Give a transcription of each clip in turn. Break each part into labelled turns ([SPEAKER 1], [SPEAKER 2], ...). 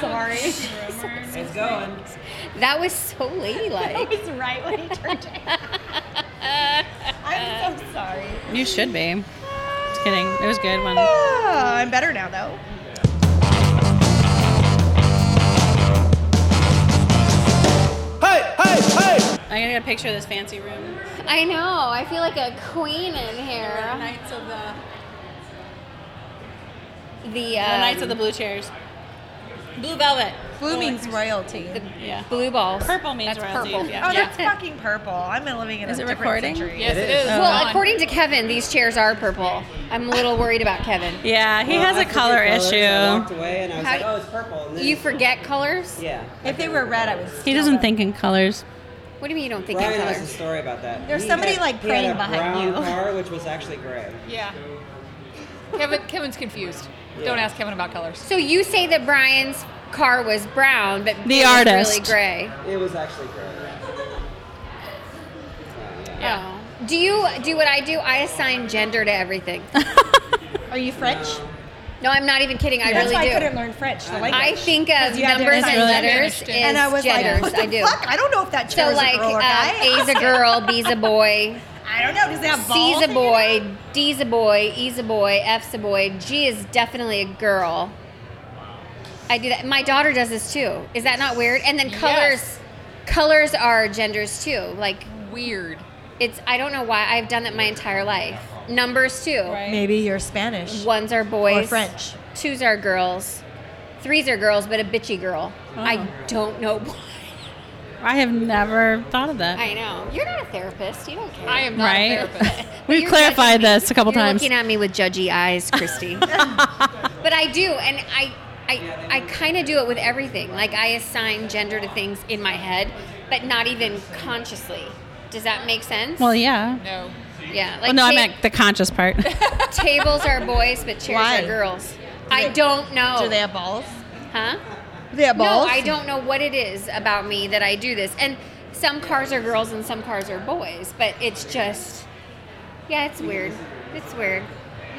[SPEAKER 1] sorry.
[SPEAKER 2] It's going.
[SPEAKER 1] That was so
[SPEAKER 3] That
[SPEAKER 1] ladylike.
[SPEAKER 3] was right when he turned it. I'm so sorry.
[SPEAKER 4] You should be. Just kidding. It was a good one.
[SPEAKER 3] Oh, I'm better now though.
[SPEAKER 5] Hey, hey, hey!
[SPEAKER 4] I gotta get a picture of this fancy room.
[SPEAKER 1] I know. I feel like a queen in here.
[SPEAKER 4] Knights of the,
[SPEAKER 1] The,
[SPEAKER 4] the Knights of
[SPEAKER 1] um,
[SPEAKER 4] the Blue Chairs. Blue Velvet.
[SPEAKER 3] Blue means royalty.
[SPEAKER 4] Yeah.
[SPEAKER 1] blue balls.
[SPEAKER 4] Purple means
[SPEAKER 1] That's
[SPEAKER 4] royalty.
[SPEAKER 1] purple.
[SPEAKER 4] Yeah.
[SPEAKER 3] Oh, that's fucking purple. I'm living in
[SPEAKER 4] Is
[SPEAKER 3] a
[SPEAKER 4] it
[SPEAKER 3] different
[SPEAKER 4] recording?
[SPEAKER 3] century.
[SPEAKER 2] Yes, it is.
[SPEAKER 1] Oh, Well, according to Kevin, these chairs are purple. I'm a little worried about Kevin.
[SPEAKER 4] Yeah, he has a color
[SPEAKER 2] I
[SPEAKER 4] issue.
[SPEAKER 2] walked away and I was
[SPEAKER 1] How
[SPEAKER 2] like,
[SPEAKER 1] you-
[SPEAKER 2] oh, it's purple. And then,
[SPEAKER 1] You forget colors?
[SPEAKER 2] yeah.
[SPEAKER 3] If they were red, I would.
[SPEAKER 4] He doesn't think in colors.
[SPEAKER 1] What do you mean you don't think
[SPEAKER 2] Brian
[SPEAKER 1] in
[SPEAKER 2] has a
[SPEAKER 1] colors?
[SPEAKER 2] story about that.
[SPEAKER 3] There's
[SPEAKER 2] He
[SPEAKER 3] somebody,
[SPEAKER 2] had-
[SPEAKER 3] like,
[SPEAKER 2] he had
[SPEAKER 3] praying
[SPEAKER 2] a
[SPEAKER 3] behind
[SPEAKER 2] brown
[SPEAKER 3] you.
[SPEAKER 2] car, which was actually gray.
[SPEAKER 6] Yeah. Kevin, Kevin's confused. Don't ask Kevin about colors.
[SPEAKER 1] So you say that Brian's car was brown, but
[SPEAKER 4] The
[SPEAKER 1] it was
[SPEAKER 4] artist.
[SPEAKER 1] really gray.
[SPEAKER 2] It was actually gray. Uh, yeah.
[SPEAKER 1] Oh. Do you do what I do? I assign gender to everything.
[SPEAKER 3] Are you French?
[SPEAKER 1] No, I'm not even kidding. I
[SPEAKER 3] That's
[SPEAKER 1] really
[SPEAKER 3] why
[SPEAKER 1] do.
[SPEAKER 3] I couldn't learn French. The language.
[SPEAKER 1] I think of
[SPEAKER 3] you had to
[SPEAKER 1] numbers
[SPEAKER 3] assign
[SPEAKER 1] and
[SPEAKER 6] gender.
[SPEAKER 1] letters is
[SPEAKER 3] and I was
[SPEAKER 1] genders.
[SPEAKER 3] like, what the
[SPEAKER 1] I do.
[SPEAKER 3] fuck? I don't know if that
[SPEAKER 1] So
[SPEAKER 3] chair
[SPEAKER 1] like
[SPEAKER 3] is a girl or a guy.
[SPEAKER 1] um, A's a girl, B's a boy,
[SPEAKER 3] I don't know. Does that
[SPEAKER 1] C's a boy, D's a boy, E's a boy, F's a boy, G is definitely a girl. I do that. My daughter does this too. Is that not weird? And then colors,
[SPEAKER 6] Yes.
[SPEAKER 1] colors are genders too. Like
[SPEAKER 6] Weird.
[SPEAKER 1] it's I don't know why I've done that my entire life. Numbers too.
[SPEAKER 3] Maybe you're Spanish
[SPEAKER 1] Ones are boys.
[SPEAKER 3] or French.
[SPEAKER 1] Twos are girls. Threes are girls, but a bitchy girl.
[SPEAKER 4] Oh.
[SPEAKER 1] I don't know why.
[SPEAKER 4] I have never thought of that.
[SPEAKER 1] I know. You're not a therapist. You don't care.
[SPEAKER 6] I am not
[SPEAKER 4] Right.
[SPEAKER 6] a therapist.
[SPEAKER 1] But
[SPEAKER 4] We've
[SPEAKER 1] you're
[SPEAKER 4] clarified
[SPEAKER 1] judging me.
[SPEAKER 4] this a couple
[SPEAKER 1] You're
[SPEAKER 4] times.
[SPEAKER 1] Looking at me with judgy eyes, Christy. but I do, and I, I, I kind of do it with everything. Like I assign gender to things in my head, but not even consciously. Does that make sense?
[SPEAKER 4] Well, yeah.
[SPEAKER 6] no.
[SPEAKER 1] yeah. Like
[SPEAKER 4] Well, no,
[SPEAKER 1] ta-
[SPEAKER 4] I meant the conscious part.
[SPEAKER 1] tables are boys, but chairs
[SPEAKER 3] Why?
[SPEAKER 1] are girls. I don't know.
[SPEAKER 3] Do they have balls?
[SPEAKER 1] Huh?
[SPEAKER 3] Do they have
[SPEAKER 1] No,
[SPEAKER 3] balls?
[SPEAKER 1] I don't know what it is about me that I do this. And some cars are girls and some cars are boys, but it's just, yeah, it's weird. It's weird.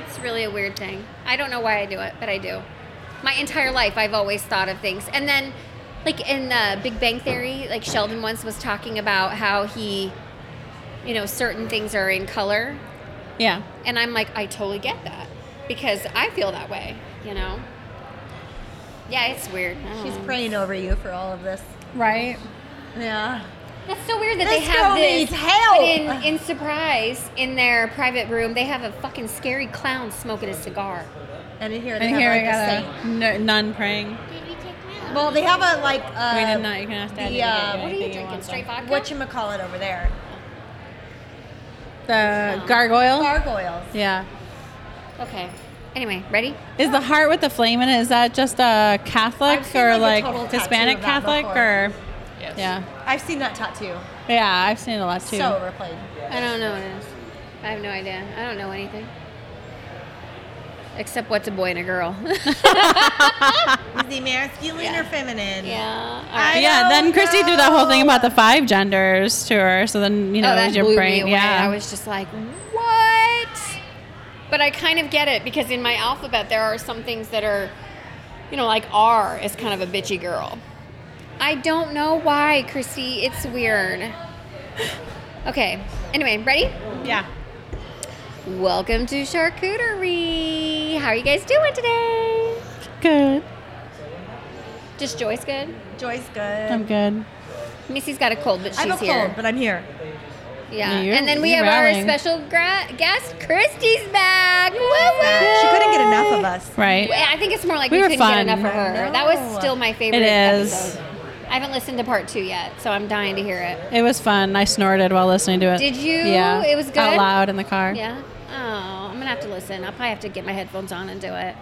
[SPEAKER 1] It's really a weird thing. I don't know why I do it, but I do. My entire life, I've always thought of things. And then, like in the Big Bang Theory, like Sheldon once was talking about how he, you know, certain things are in color.
[SPEAKER 4] yeah.
[SPEAKER 1] And I'm like, I totally get that because I feel that way, you know? Yeah, it's weird. I don't
[SPEAKER 3] She's
[SPEAKER 1] know.
[SPEAKER 3] praying over you for all of this.
[SPEAKER 4] Right.
[SPEAKER 3] Yeah.
[SPEAKER 1] That's so weird that
[SPEAKER 3] This
[SPEAKER 1] they have
[SPEAKER 3] girl needs
[SPEAKER 1] this.
[SPEAKER 3] help.
[SPEAKER 1] But in, in surprise, in their private room, they have a fucking scary clown smoking a cigar.
[SPEAKER 3] And in here they
[SPEAKER 4] And
[SPEAKER 3] have
[SPEAKER 4] here
[SPEAKER 3] like
[SPEAKER 4] I
[SPEAKER 3] a
[SPEAKER 4] got a no, nun praying.
[SPEAKER 3] saint. Well, they have a like uh,
[SPEAKER 4] we did not. You can ask Daddy.
[SPEAKER 3] the, uh,
[SPEAKER 1] What are you drinking? Straight vodka.
[SPEAKER 3] what you call it over there?
[SPEAKER 4] The gargoyle.
[SPEAKER 3] Gargoyles.
[SPEAKER 4] yeah.
[SPEAKER 1] okay. Anyway, ready?
[SPEAKER 4] Is the heart with the flame in it? Is that just a Catholic
[SPEAKER 3] I've seen,
[SPEAKER 4] or
[SPEAKER 3] like,
[SPEAKER 4] like,
[SPEAKER 3] a total tattoo
[SPEAKER 4] Hispanic
[SPEAKER 3] of that
[SPEAKER 4] Catholic
[SPEAKER 3] before.
[SPEAKER 4] or?
[SPEAKER 6] Yes.
[SPEAKER 4] Yeah.
[SPEAKER 3] I've seen that tattoo.
[SPEAKER 4] Yeah, I've seen it a lot too.
[SPEAKER 3] So overplayed.
[SPEAKER 1] I don't know what it is. I have no idea. I don't know anything. Except what's a boy and a girl.
[SPEAKER 3] Is he masculine or feminine?
[SPEAKER 1] yeah. All
[SPEAKER 3] I
[SPEAKER 1] right.
[SPEAKER 4] yeah,
[SPEAKER 3] don't
[SPEAKER 4] then Christy threw that whole thing about the five genders to her. So then you know
[SPEAKER 1] oh,
[SPEAKER 4] it
[SPEAKER 1] that
[SPEAKER 4] was your
[SPEAKER 1] blew
[SPEAKER 4] brain.
[SPEAKER 1] me away.
[SPEAKER 4] Yeah,
[SPEAKER 1] I was just like, what? But I kind of get it because in my alphabet there are some things that are, you know, like R is kind of a bitchy girl. I don't know why, Christy. It's weird. Okay. Anyway, ready?
[SPEAKER 4] yeah.
[SPEAKER 1] Welcome to charcuterie. How are you guys doing today?
[SPEAKER 4] Good.
[SPEAKER 1] Just Joyce good.
[SPEAKER 3] Joy's good.
[SPEAKER 4] I'm good.
[SPEAKER 1] Missy's got a cold, but she's
[SPEAKER 3] I have a
[SPEAKER 1] here.
[SPEAKER 3] cold, but I'm here.
[SPEAKER 1] yeah.
[SPEAKER 4] You're-
[SPEAKER 1] and then we
[SPEAKER 4] you're
[SPEAKER 1] have
[SPEAKER 4] rallying.
[SPEAKER 1] our special gra- guest, Christy's back. Woo woo.
[SPEAKER 3] She couldn't get enough of us.
[SPEAKER 4] Right.
[SPEAKER 1] Yeah, I think it's more like
[SPEAKER 4] We
[SPEAKER 1] we,
[SPEAKER 4] were
[SPEAKER 1] couldn't
[SPEAKER 4] fun.
[SPEAKER 1] get enough of her. That was
[SPEAKER 3] No.
[SPEAKER 1] still my favorite.
[SPEAKER 4] It is.
[SPEAKER 1] Episode. I haven't listened to part two yet, so I'm dying to hear it.
[SPEAKER 4] It was fun. I snorted while listening to it.
[SPEAKER 1] Did you?
[SPEAKER 4] Yeah.
[SPEAKER 1] It was good?
[SPEAKER 4] Out loud in the car.
[SPEAKER 1] Yeah. Oh, I'm gonna have to listen. I'll probably have to get my headphones on and do it.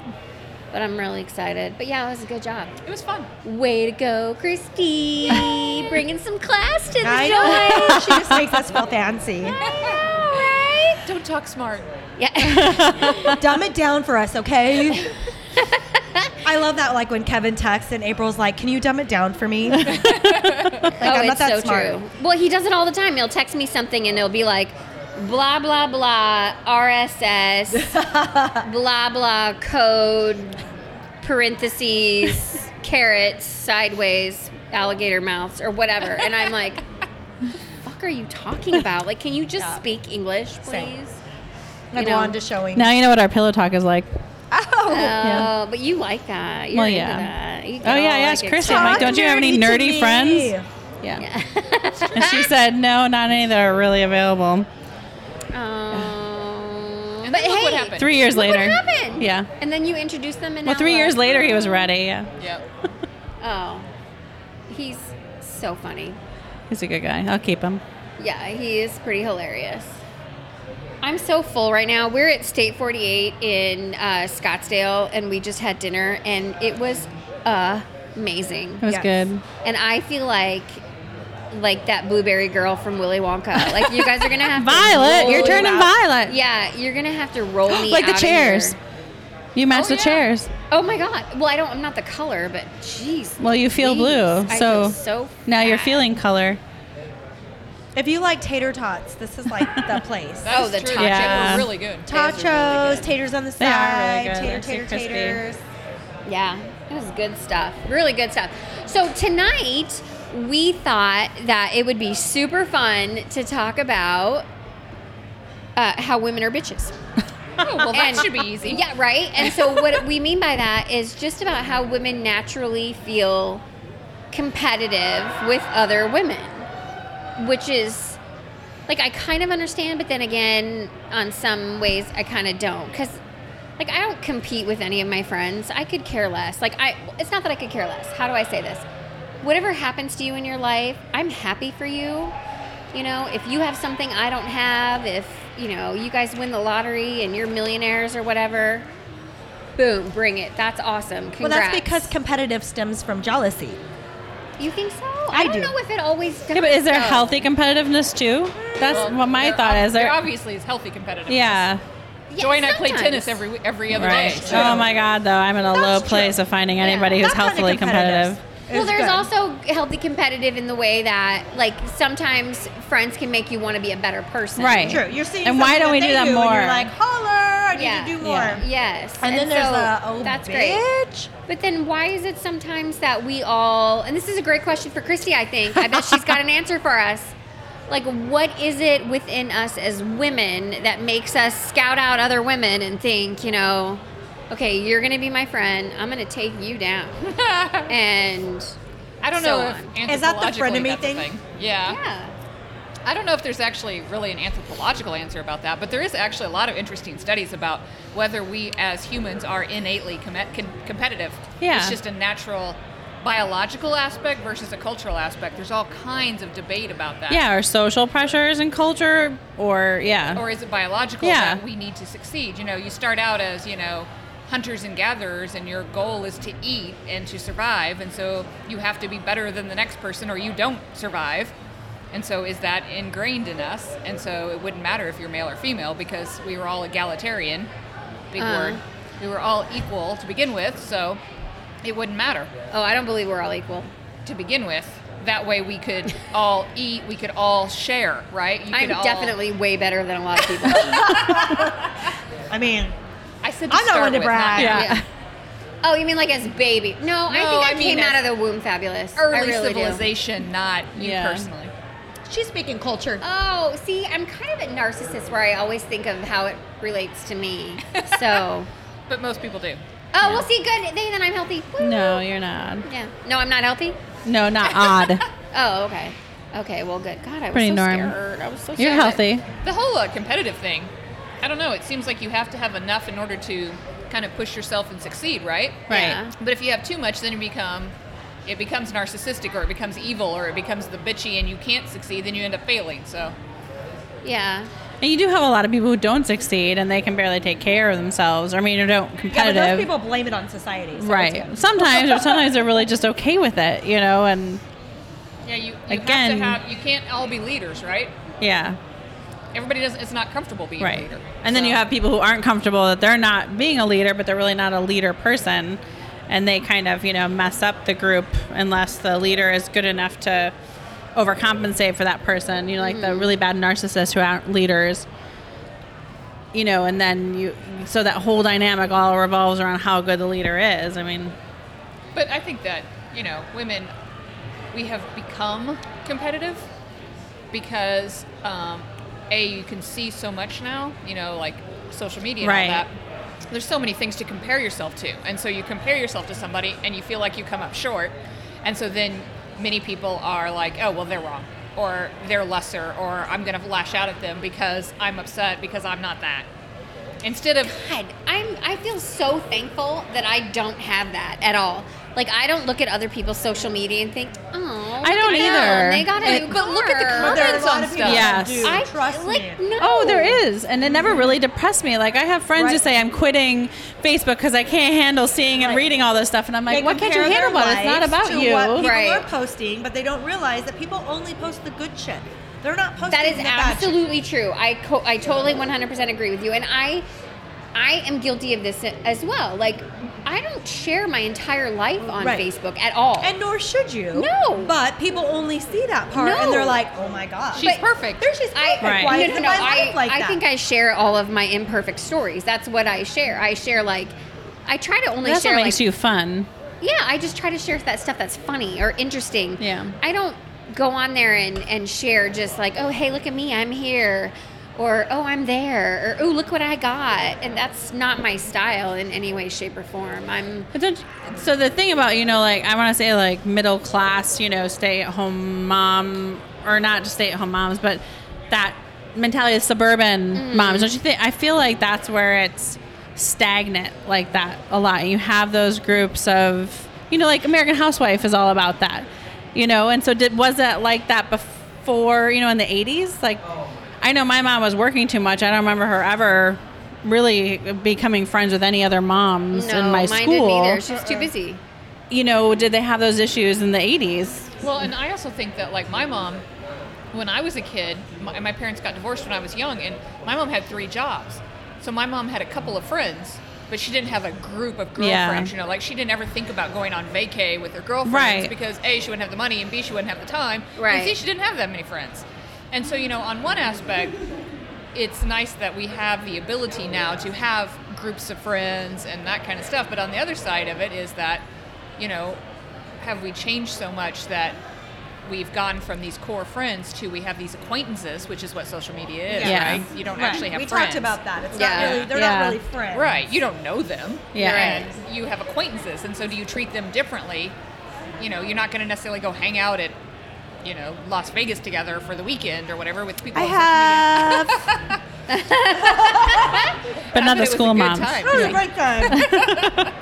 [SPEAKER 1] But I'm really excited. But yeah, it was a good job.
[SPEAKER 6] It was fun.
[SPEAKER 1] Way to go, Christy! Bringing some class to the
[SPEAKER 3] I
[SPEAKER 1] show.
[SPEAKER 3] know. she just makes us feel fancy.
[SPEAKER 1] I
[SPEAKER 6] Don't talk smart.
[SPEAKER 1] know, right? Yeah.
[SPEAKER 3] Dumb it down for us, okay? I love that, like when Kevin texts and April's like, "Can you dumb it down for me?" like
[SPEAKER 1] oh,
[SPEAKER 3] I'm not
[SPEAKER 1] it's
[SPEAKER 3] that
[SPEAKER 1] so
[SPEAKER 3] smart.
[SPEAKER 1] true. Well, he does it all the time. He'll text me something and it'll be like, blah blah blah RSS, blah blah code parentheses, carrots, sideways, alligator mouths, or whatever. And I'm like, what the fuck are you talking about? Like, can you just
[SPEAKER 6] Yeah.
[SPEAKER 1] speak English, please?
[SPEAKER 3] Same.
[SPEAKER 1] You
[SPEAKER 3] I
[SPEAKER 1] know.
[SPEAKER 3] go on to showing.
[SPEAKER 4] Now you know what our pillow talk is like.
[SPEAKER 1] Oh, but you like that. You're
[SPEAKER 4] Well,
[SPEAKER 1] into
[SPEAKER 4] yeah.
[SPEAKER 1] that. You
[SPEAKER 4] Oh,
[SPEAKER 1] get
[SPEAKER 4] yeah,
[SPEAKER 1] all,
[SPEAKER 4] I asked
[SPEAKER 1] like,
[SPEAKER 4] Kristen,
[SPEAKER 1] excited.
[SPEAKER 4] I'm like, don't you have any
[SPEAKER 3] Talk
[SPEAKER 4] nerdy
[SPEAKER 3] to
[SPEAKER 4] friends?
[SPEAKER 3] me.
[SPEAKER 4] Yeah. and she said, no, not any that are really available.
[SPEAKER 1] Oh.
[SPEAKER 6] And
[SPEAKER 1] but
[SPEAKER 6] then look
[SPEAKER 1] hey,
[SPEAKER 6] what happened.
[SPEAKER 4] Three years
[SPEAKER 1] Look
[SPEAKER 4] later.
[SPEAKER 1] What happened?
[SPEAKER 4] Yeah.
[SPEAKER 1] And then you introduced them, and
[SPEAKER 4] Well,
[SPEAKER 1] now
[SPEAKER 4] three
[SPEAKER 1] what?
[SPEAKER 4] years later, he was ready. Yeah.
[SPEAKER 6] Yep.
[SPEAKER 1] Oh, he's so funny.
[SPEAKER 4] He's a good guy. I'll keep him.
[SPEAKER 1] Yeah, he is pretty hilarious. I'm so full right now. We're at State 48 in uh, Scottsdale, and we just had dinner, and it was amazing.
[SPEAKER 4] It was
[SPEAKER 3] Yes.
[SPEAKER 4] good.
[SPEAKER 1] And I feel like like that blueberry girl from Willy Wonka. Like you guys are gonna have to
[SPEAKER 4] Violet, you're
[SPEAKER 1] roll
[SPEAKER 4] turning
[SPEAKER 1] out-
[SPEAKER 4] violet.
[SPEAKER 1] Yeah, you're gonna have to roll me
[SPEAKER 4] Like the
[SPEAKER 1] out of
[SPEAKER 4] chairs.
[SPEAKER 1] here.
[SPEAKER 4] You match
[SPEAKER 6] Oh,
[SPEAKER 4] the
[SPEAKER 6] yeah.
[SPEAKER 4] chairs.
[SPEAKER 1] Oh my god. Well, I don't. I'm not the color, but jeez.
[SPEAKER 4] Well, you feel
[SPEAKER 1] Louise,
[SPEAKER 4] blue,
[SPEAKER 1] I
[SPEAKER 4] so
[SPEAKER 1] feel so
[SPEAKER 4] Now you're
[SPEAKER 1] fat.
[SPEAKER 4] feeling color.
[SPEAKER 3] If you like tater tots, this is like the place.
[SPEAKER 6] That
[SPEAKER 1] Oh,
[SPEAKER 6] is
[SPEAKER 1] the
[SPEAKER 6] true.
[SPEAKER 1] tacos.
[SPEAKER 4] Yeah.
[SPEAKER 6] They were really good.
[SPEAKER 3] Tacos, taters on the
[SPEAKER 4] They are
[SPEAKER 3] side,
[SPEAKER 4] really good.
[SPEAKER 3] tater,
[SPEAKER 4] They're so
[SPEAKER 3] tater,
[SPEAKER 4] crispy.
[SPEAKER 3] taters.
[SPEAKER 1] Yeah, it was good stuff. Really good stuff. So tonight we thought that it would be super fun to talk about uh, how women are bitches.
[SPEAKER 6] Oh, well, that
[SPEAKER 1] And-
[SPEAKER 6] should be easy.
[SPEAKER 1] Yeah, right. And so what we mean by that is just about how women naturally feel competitive with other women, which is like I kind of understand, but then again, on some ways I kind of don't because. Like I don't compete with any of my friends. I could care less. Like I it's not that I could care less. How do I say this? Whatever happens to you in your life, I'm happy for you. You know, if you have something I don't have, if, you know, you guys win the lottery and you're millionaires or whatever, boom, bring it. That's awesome. Congrats.
[SPEAKER 3] Well, that's because competitive stems from jealousy.
[SPEAKER 1] You think so? I, don't
[SPEAKER 3] do.
[SPEAKER 1] know if it always does.
[SPEAKER 4] Yeah, but is there
[SPEAKER 1] though.
[SPEAKER 4] healthy competitiveness too? That's
[SPEAKER 6] Well,
[SPEAKER 4] what my
[SPEAKER 6] there
[SPEAKER 4] thought
[SPEAKER 6] ob-
[SPEAKER 4] is. There,
[SPEAKER 6] obviously is healthy competitive.
[SPEAKER 4] yeah.
[SPEAKER 1] Yeah,
[SPEAKER 6] Joy and I play
[SPEAKER 1] sometimes.
[SPEAKER 6] tennis every every other
[SPEAKER 4] Right.
[SPEAKER 6] day.
[SPEAKER 4] Oh my God, though, I'm in a low
[SPEAKER 3] true.
[SPEAKER 4] place of finding anybody who's
[SPEAKER 3] That kind of
[SPEAKER 4] healthily competitive.
[SPEAKER 3] competitiveness
[SPEAKER 1] Well,
[SPEAKER 3] is
[SPEAKER 1] there's
[SPEAKER 3] good.
[SPEAKER 1] also healthy competitive in the way that, like, sometimes friends can make you want to be a better person.
[SPEAKER 4] Right.
[SPEAKER 3] True. You're seeing.
[SPEAKER 4] And why
[SPEAKER 3] something
[SPEAKER 4] don't we
[SPEAKER 3] they
[SPEAKER 4] do that
[SPEAKER 3] and
[SPEAKER 4] more?
[SPEAKER 3] you're like, holler! I need to
[SPEAKER 1] Yeah.
[SPEAKER 3] do more.
[SPEAKER 4] Yeah.
[SPEAKER 1] Yes.
[SPEAKER 3] And, then there's
[SPEAKER 1] so
[SPEAKER 3] the oh,
[SPEAKER 1] that's great.
[SPEAKER 3] bitch.
[SPEAKER 1] But then why is it sometimes that we all and this is a great question for Christy, I think. I bet she's got an answer for us. Like what is it within us as women that makes us scout out other women and think, you know, okay, you're going to be my friend. I'm going to take you down. and
[SPEAKER 6] I don't
[SPEAKER 1] So
[SPEAKER 6] know
[SPEAKER 1] on.
[SPEAKER 6] if
[SPEAKER 3] Is that the
[SPEAKER 6] anthropologically
[SPEAKER 3] frenemy
[SPEAKER 6] that's a
[SPEAKER 3] thing?
[SPEAKER 6] Yeah.
[SPEAKER 1] yeah.
[SPEAKER 6] I don't know if there's actually really an anthropological answer about that, but there is actually a lot of interesting studies about whether we as humans are innately com- com- competitive.
[SPEAKER 4] Yeah.
[SPEAKER 6] It's just a natural biological aspect versus a cultural aspect. There's all kinds of debate about that.
[SPEAKER 4] Yeah, or social pressures and culture, or yeah,
[SPEAKER 6] Or is it biological
[SPEAKER 4] Yeah.
[SPEAKER 6] that we need to succeed? You know, you start out as, you know, hunters and gatherers and your goal is to eat and to survive and so you have to be better than the next person or you don't survive. And so is that ingrained in us? And so it wouldn't matter if you're male or female because we were all egalitarian. Big
[SPEAKER 3] Uh-huh.
[SPEAKER 1] Uh.
[SPEAKER 6] word. We were all equal to begin with, so it wouldn't matter
[SPEAKER 1] Oh, I don't believe we're all equal.
[SPEAKER 6] to begin with. That way we could all eat, we could all share, right? You
[SPEAKER 1] I'm
[SPEAKER 6] could all-
[SPEAKER 1] definitely way better than a lot of people.
[SPEAKER 3] I mean,
[SPEAKER 6] I said to
[SPEAKER 3] I'm not
[SPEAKER 6] start
[SPEAKER 3] one to
[SPEAKER 6] with, not
[SPEAKER 3] brag.
[SPEAKER 4] Yeah.
[SPEAKER 1] Yeah. Oh, you mean like as baby? No, I
[SPEAKER 6] No,
[SPEAKER 1] think I,
[SPEAKER 6] I mean
[SPEAKER 1] came out of the
[SPEAKER 6] as
[SPEAKER 1] womb fabulous. I
[SPEAKER 6] early
[SPEAKER 1] really do.
[SPEAKER 6] civilization, not you
[SPEAKER 4] Yeah.
[SPEAKER 6] personally.
[SPEAKER 3] she's speaking culture.
[SPEAKER 1] Oh, see, I'm kind of a narcissist where I always think of how it relates to me. So,
[SPEAKER 6] But most people do.
[SPEAKER 1] oh, we'll see. Good. They, then I'm healthy. Woo.
[SPEAKER 4] no, you're not.
[SPEAKER 1] Yeah. No, I'm not healthy.
[SPEAKER 4] No, not odd.
[SPEAKER 1] Oh, okay. Okay. Well, good. God, I was
[SPEAKER 4] Pretty
[SPEAKER 1] so
[SPEAKER 4] normal.
[SPEAKER 1] scared. I was so
[SPEAKER 4] you're
[SPEAKER 1] scared.
[SPEAKER 4] healthy.
[SPEAKER 6] The whole uh, competitive thing, I don't know. It seems like you have to have enough in order to kind of push yourself and succeed, right?
[SPEAKER 4] Right.
[SPEAKER 1] Yeah.
[SPEAKER 6] But if you have too much, then you become it becomes narcissistic, or it becomes evil, or it becomes the bitchy, and you can't succeed. Then you end up failing. So
[SPEAKER 1] Yeah.
[SPEAKER 4] And you do have a lot of people who don't succeed and they can barely take care of themselves. I mean, you don't
[SPEAKER 3] Yeah, but
[SPEAKER 4] competitive.
[SPEAKER 3] those people blame it on society. so it's
[SPEAKER 4] right.
[SPEAKER 3] good.
[SPEAKER 4] Sometimes, or sometimes they're really just okay with it, you know, and
[SPEAKER 6] yeah, you, you
[SPEAKER 4] Again.
[SPEAKER 6] have to have. You can't all be leaders, right?
[SPEAKER 4] yeah,
[SPEAKER 6] Everybody doesn't. It's not comfortable being a
[SPEAKER 4] right.
[SPEAKER 6] leader.
[SPEAKER 4] And then
[SPEAKER 6] So-
[SPEAKER 4] you have people who aren't comfortable that they're not being a leader, but they're really not a leader person. And they kind of, you know, mess up the group unless the leader is good enough to
[SPEAKER 3] Mm-hmm.
[SPEAKER 4] overcompensate for that person. You know, like the really bad narcissists who aren't leaders. you know, and then you, so that whole dynamic all revolves around how good the leader is. I mean,
[SPEAKER 6] But I think that, you know, women, we have become competitive because, um, A, you can see so much now, you know, like social media and
[SPEAKER 4] Right.
[SPEAKER 6] all that. There's so many things to compare yourself to. And so you compare yourself to somebody and you feel like you come up short. And so then many people are like, oh, well, they're wrong or they're lesser or I'm going to lash out at them because I'm upset because I'm not that. Instead of,
[SPEAKER 1] God, I'm I feel so thankful that I don't have that at all. Like I don't look at other people's social media and think, oh,
[SPEAKER 4] I don't either.
[SPEAKER 1] They got a
[SPEAKER 4] It-
[SPEAKER 1] new
[SPEAKER 6] but look at the
[SPEAKER 1] car."
[SPEAKER 3] But there are a
[SPEAKER 6] Comments
[SPEAKER 3] lot
[SPEAKER 6] on
[SPEAKER 3] of people
[SPEAKER 6] stuff.
[SPEAKER 3] that
[SPEAKER 4] Yes.
[SPEAKER 3] do.
[SPEAKER 1] I
[SPEAKER 3] trust me.
[SPEAKER 1] like, No.
[SPEAKER 4] Oh, there is, and it never really depressed me. Like I have friends who
[SPEAKER 3] Right.
[SPEAKER 4] say I'm quitting Facebook because I can't handle seeing and reading all this stuff, and I'm like,
[SPEAKER 3] They
[SPEAKER 4] what can't you
[SPEAKER 3] compare
[SPEAKER 4] handle
[SPEAKER 3] their
[SPEAKER 4] about it? It's not
[SPEAKER 3] lives
[SPEAKER 4] about
[SPEAKER 3] to
[SPEAKER 4] you.
[SPEAKER 3] What people
[SPEAKER 1] Right.
[SPEAKER 3] are posting, but they don't realize that people only post the good shit. They're not posting
[SPEAKER 1] That is
[SPEAKER 3] the bad shit.
[SPEAKER 1] absolutely true. I co- I totally 100% agree with you and I I am guilty of this as well. Like I don't share my entire life on
[SPEAKER 3] Right.
[SPEAKER 1] Facebook at all.
[SPEAKER 3] And nor should you.
[SPEAKER 1] No.
[SPEAKER 3] But people only see that part,
[SPEAKER 1] No.
[SPEAKER 3] and they're like, "Oh my god,
[SPEAKER 6] she's
[SPEAKER 1] But-
[SPEAKER 6] perfect.
[SPEAKER 3] there she's
[SPEAKER 1] I,
[SPEAKER 3] perfect.
[SPEAKER 4] Right.
[SPEAKER 3] Why
[SPEAKER 1] no,
[SPEAKER 3] isn't
[SPEAKER 1] no, no.
[SPEAKER 3] my life
[SPEAKER 1] I,
[SPEAKER 3] like
[SPEAKER 1] I
[SPEAKER 3] that?"
[SPEAKER 1] think I share all of my imperfect stories. That's what I share. I share like, I try to only
[SPEAKER 4] That's what
[SPEAKER 1] share
[SPEAKER 4] makes
[SPEAKER 1] like,
[SPEAKER 4] you fun.
[SPEAKER 1] yeah. I just try to share that stuff that's funny or interesting.
[SPEAKER 4] Yeah.
[SPEAKER 1] I don't go on there and and share just like, oh hey, look at me, I'm here, or oh I'm there, or oh look what I got. And that's not my style in any way, shape, or form. I'm
[SPEAKER 4] But don't, so the thing about you know, like I want to say, like middle class, you know, stay at home mom or not just stay at home moms, but that mentality of suburban moms. Don't you think? I feel like that's where it's stagnant like that a lot. You have those groups of you know, like American Housewife is all about that, you know. And so did was that like that before? You know, in the eighties, like I know my mom was working too much. I don't remember her ever really becoming friends with any other moms
[SPEAKER 1] no,
[SPEAKER 4] in my
[SPEAKER 1] mine
[SPEAKER 4] school Uh-uh.
[SPEAKER 1] didn't either. She's too busy.
[SPEAKER 4] you know, did they have those issues in the 80s?
[SPEAKER 6] Well, and I also think that like my mom, when I was a kid, my, my parents got divorced when I was young, and my mom had three jobs. So my mom had a couple of friends, but she didn't have a group of girlfriends.
[SPEAKER 4] Yeah.
[SPEAKER 6] You know, like she didn't ever think about going on vacay with her girlfriends
[SPEAKER 4] Right.
[SPEAKER 6] because a she wouldn't have the money, and b she wouldn't have the time,
[SPEAKER 1] Right.
[SPEAKER 6] and c she didn't have that many friends. And so you know, on one aspect, it's nice that we have the ability now to have groups of friends and that kind of stuff. But on the other side of it is that, you know, have we changed so much that we've gone from these core friends to we have these acquaintances, which is what social media is,
[SPEAKER 4] Yeah.
[SPEAKER 6] right? You don't actually have
[SPEAKER 3] we
[SPEAKER 6] friends.
[SPEAKER 3] talked about that. It's
[SPEAKER 1] Yeah.
[SPEAKER 3] not really. They're
[SPEAKER 4] Yeah.
[SPEAKER 3] not really friends.
[SPEAKER 6] Right. You don't know them.
[SPEAKER 4] Yeah.
[SPEAKER 6] And you have acquaintances. And so do you treat them differently? You know, you're not going to necessarily go hang out at, you know, Las Vegas together for the weekend or whatever with people.
[SPEAKER 3] I
[SPEAKER 6] on social media.
[SPEAKER 3] have.
[SPEAKER 4] But not
[SPEAKER 6] But it
[SPEAKER 4] the
[SPEAKER 6] was a
[SPEAKER 4] school
[SPEAKER 6] good
[SPEAKER 4] moms.
[SPEAKER 6] time.
[SPEAKER 3] That was a great time.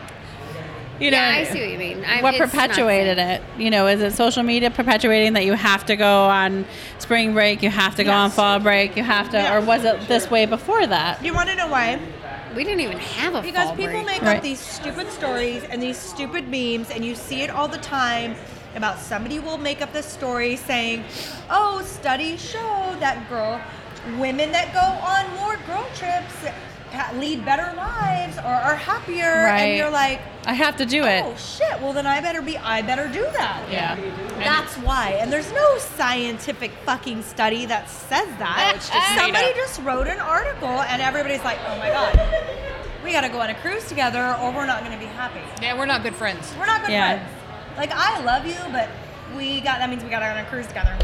[SPEAKER 4] You know,
[SPEAKER 1] Yeah, I see what you mean. I'm,
[SPEAKER 4] what
[SPEAKER 1] it's not
[SPEAKER 4] perpetuated it? You know, is it social media perpetuating that you have to go on spring break, you have to go on
[SPEAKER 3] Yes.
[SPEAKER 4] fall break, you have to,
[SPEAKER 3] Yeah,
[SPEAKER 4] or was it this way before that?
[SPEAKER 3] You want to know why?
[SPEAKER 1] safe. We didn't even have a
[SPEAKER 3] Because
[SPEAKER 1] fall
[SPEAKER 3] people make
[SPEAKER 1] break.
[SPEAKER 4] Right.
[SPEAKER 3] up these stupid stories and these stupid memes, and you see it all the time about somebody will make up this story saying, "Oh, studies show that girl, women that go on more girl trips ha- lead better lives or are happier,"
[SPEAKER 4] Right.
[SPEAKER 3] and you're like,
[SPEAKER 4] I have to do it.
[SPEAKER 3] "Oh shit! Well, then I better be. I better do that."
[SPEAKER 6] Yeah.
[SPEAKER 3] That's why. And there's no scientific fucking study that says that.
[SPEAKER 6] No, it's just made
[SPEAKER 3] Somebody
[SPEAKER 6] up.
[SPEAKER 3] just wrote an article and everybody's like, oh my God, we got to go on a cruise together or we're not going to be happy.
[SPEAKER 6] Yeah, we're not good friends.
[SPEAKER 3] We're not good
[SPEAKER 4] Yeah.
[SPEAKER 3] friends. Like, I love you, but we got, that means we got to go on a cruise together.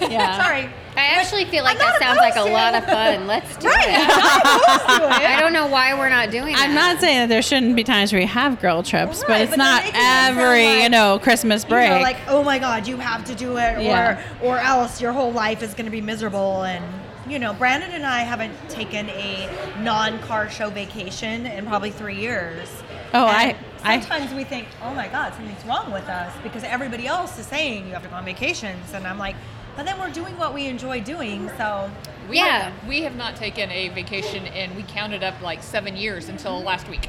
[SPEAKER 4] Yeah.
[SPEAKER 3] Sorry.
[SPEAKER 1] I actually feel like
[SPEAKER 3] I'm not
[SPEAKER 1] that sounds like a
[SPEAKER 3] opposed
[SPEAKER 1] lot
[SPEAKER 3] to
[SPEAKER 1] of
[SPEAKER 3] it.
[SPEAKER 1] fun. Let's do
[SPEAKER 3] Right.
[SPEAKER 1] it.
[SPEAKER 3] I'm not opposed to it.
[SPEAKER 1] I don't know why we're not doing that.
[SPEAKER 4] I'm not saying that there shouldn't be times where you have girl trips, but
[SPEAKER 3] Right,
[SPEAKER 4] it's
[SPEAKER 3] but they're
[SPEAKER 4] not
[SPEAKER 3] making it sound
[SPEAKER 4] every,
[SPEAKER 3] like-
[SPEAKER 4] you know, Christmas
[SPEAKER 3] You know,
[SPEAKER 4] break.
[SPEAKER 3] like, oh my God, you have to do it, or
[SPEAKER 4] Yeah.
[SPEAKER 3] or else your whole life is going to be miserable. And you know, Brandon and I haven't taken a non-car show vacation in probably three years.
[SPEAKER 4] Oh,
[SPEAKER 3] And
[SPEAKER 4] I- I-
[SPEAKER 3] Sometimes we think, oh my God, something's wrong with us because everybody else is saying you have to go on vacations, and I'm like, but then we're doing what we enjoy doing, so.
[SPEAKER 6] We
[SPEAKER 1] Yeah.
[SPEAKER 6] Have, we have not taken a vacation and we counted up like seven years until last week.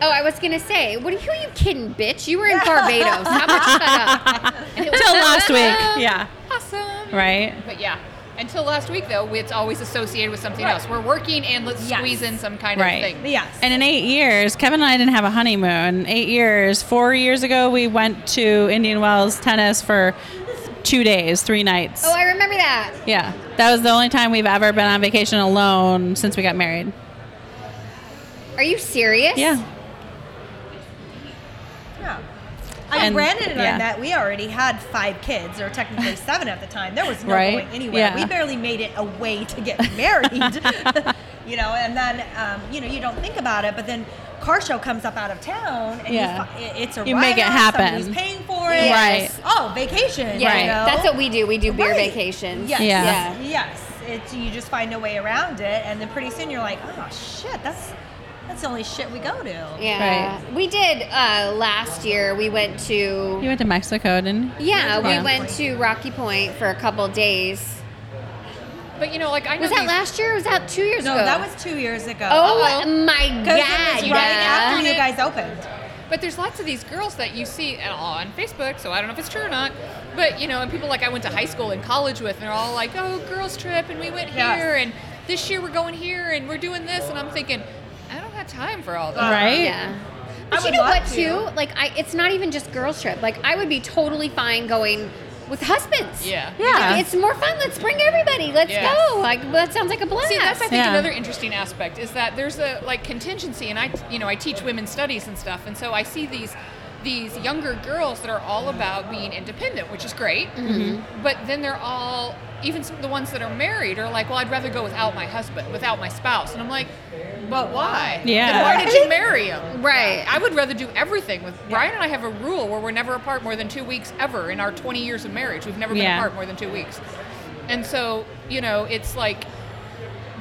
[SPEAKER 1] Oh, I was gonna say, what are you, who are you kidding, bitch? You were in Barbados. How about you shut up?
[SPEAKER 6] And it was
[SPEAKER 4] Till last week.
[SPEAKER 6] awesome.
[SPEAKER 4] Yeah.
[SPEAKER 6] Awesome.
[SPEAKER 4] Right?
[SPEAKER 6] But yeah, until last week though, it's always associated with something else. We're working and let's
[SPEAKER 3] Yes.
[SPEAKER 6] squeeze in some kind
[SPEAKER 4] Right.
[SPEAKER 6] of thing.
[SPEAKER 3] Yes.
[SPEAKER 4] And in eight years, Kevin and I didn't have a honeymoon. Eight years, four years ago, we went to Indian Wells tennis for two days, three nights.
[SPEAKER 1] Oh, I remember that.
[SPEAKER 4] yeah, that was the only time we've ever been on vacation alone since we got married.
[SPEAKER 1] Are you serious?
[SPEAKER 4] Yeah.
[SPEAKER 3] Yeah. I mean,
[SPEAKER 4] And-
[SPEAKER 3] Brandon and I
[SPEAKER 4] yeah.
[SPEAKER 3] met, we already had five kids, or technically seven at the time. There was no
[SPEAKER 4] Right?
[SPEAKER 3] going anywhere.
[SPEAKER 4] Yeah.
[SPEAKER 3] We barely made it a way to get married, you know, and then, um, you know, you don't think about it, but then car show comes up out of town and
[SPEAKER 4] Yeah.
[SPEAKER 3] you fi- it- it's a
[SPEAKER 4] You make it
[SPEAKER 3] write-off, somebody's
[SPEAKER 4] happen.
[SPEAKER 3] paying for it.
[SPEAKER 1] Yes.
[SPEAKER 4] Right.
[SPEAKER 3] Oh, vacation.
[SPEAKER 1] Yeah,
[SPEAKER 3] You know?
[SPEAKER 1] that's what we do. We do beer
[SPEAKER 3] Right.
[SPEAKER 1] vacations.
[SPEAKER 3] Yes.
[SPEAKER 4] Yeah.
[SPEAKER 1] Yeah.
[SPEAKER 3] Yes. It's you just find a way around it, and then pretty soon you're like, oh shit, that's that's the only shit we go to.
[SPEAKER 1] Yeah. We did uh, last year. We went to
[SPEAKER 4] You went to Mexico, didn't you?
[SPEAKER 1] yeah, we
[SPEAKER 4] Yeah.
[SPEAKER 1] went to Rocky Point for a couple days.
[SPEAKER 6] But you know, like I know
[SPEAKER 1] Was that
[SPEAKER 6] these-
[SPEAKER 1] last year? or Was that two years
[SPEAKER 3] No,
[SPEAKER 1] ago?
[SPEAKER 3] that was two years ago.
[SPEAKER 1] Oh my god!
[SPEAKER 3] Because it was right after you
[SPEAKER 1] yeah.
[SPEAKER 3] guys opened.
[SPEAKER 6] But there's lots of these girls that you see at all on Facebook, so I don't know if it's true or not. But you know, and people like I went to high school and college with, and they're all like, "Oh, girls trip, and we went here,
[SPEAKER 3] Yes.
[SPEAKER 6] and this year we're going here, and we're doing this," and I'm thinking, I don't have time for all that.
[SPEAKER 4] Right?
[SPEAKER 1] um, Yeah. But you
[SPEAKER 3] would
[SPEAKER 1] know
[SPEAKER 3] love
[SPEAKER 1] what
[SPEAKER 3] to.
[SPEAKER 1] too? Like I it's not even just girls trip. Like I would be totally fine going with husbands.
[SPEAKER 6] Yeah.
[SPEAKER 4] Yeah.
[SPEAKER 1] Like, it's more fun. Let's bring everybody. Let's
[SPEAKER 6] Yeah.
[SPEAKER 1] go. Like well, that sounds like a blast.
[SPEAKER 6] See, that's I think
[SPEAKER 4] Yeah.
[SPEAKER 6] another interesting aspect is that there's a like contingency, and I you know I teach women's studies and stuff, and so I see these these younger girls that are all about being independent, which is great. But then they're all even some of the ones that are married are like, well, I'd rather go without my husband, without my spouse, and I'm like, but why?
[SPEAKER 4] Yeah.
[SPEAKER 6] Then why did you marry him?
[SPEAKER 1] Right.
[SPEAKER 6] I would rather do everything with Brian and I have a rule where we're never apart more than two weeks ever in our 20 years of marriage. We've never been
[SPEAKER 4] Yeah.
[SPEAKER 6] apart more than two weeks. And so, you know, it's like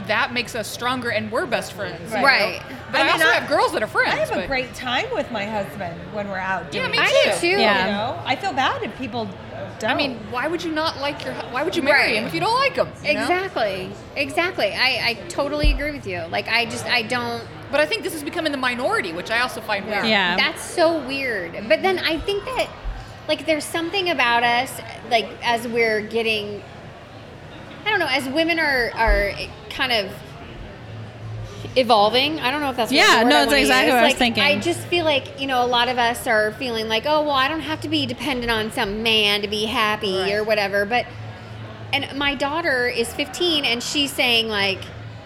[SPEAKER 6] that makes us stronger and we're best friends. you know?
[SPEAKER 1] Right.
[SPEAKER 3] I
[SPEAKER 6] But I,
[SPEAKER 3] mean,
[SPEAKER 6] also
[SPEAKER 3] I-
[SPEAKER 6] have girls that are friends.
[SPEAKER 3] I have a
[SPEAKER 6] but-
[SPEAKER 3] great time with my husband when we're out.
[SPEAKER 6] Yeah,
[SPEAKER 3] Doing
[SPEAKER 6] me
[SPEAKER 3] it,
[SPEAKER 1] I do
[SPEAKER 6] too.
[SPEAKER 1] too.
[SPEAKER 3] You
[SPEAKER 4] Yeah.
[SPEAKER 3] know, I feel bad if people don't.
[SPEAKER 6] I mean, why would you not like your? hu- Why would you marry
[SPEAKER 1] Right.
[SPEAKER 6] him if you don't like him? you know?
[SPEAKER 1] Exactly. Exactly. I, I totally agree with you. Like I just I don't
[SPEAKER 6] But I think this is becoming the minority, which I also find weird.
[SPEAKER 4] Yeah.
[SPEAKER 1] That's so weird. But then I think that like there's something about us like as we're getting I don't know, as women are are kind of evolving. I don't know if that's what
[SPEAKER 4] Yeah,
[SPEAKER 1] the word
[SPEAKER 4] no,
[SPEAKER 1] I
[SPEAKER 4] it's
[SPEAKER 1] wanna
[SPEAKER 4] exactly
[SPEAKER 1] use.
[SPEAKER 4] what I was
[SPEAKER 1] Like,
[SPEAKER 4] thinking.
[SPEAKER 1] I just feel like, you know, a lot of us are feeling like, oh well I don't have to be dependent on some man to be happy or whatever. But and my daughter is 15 and she's saying like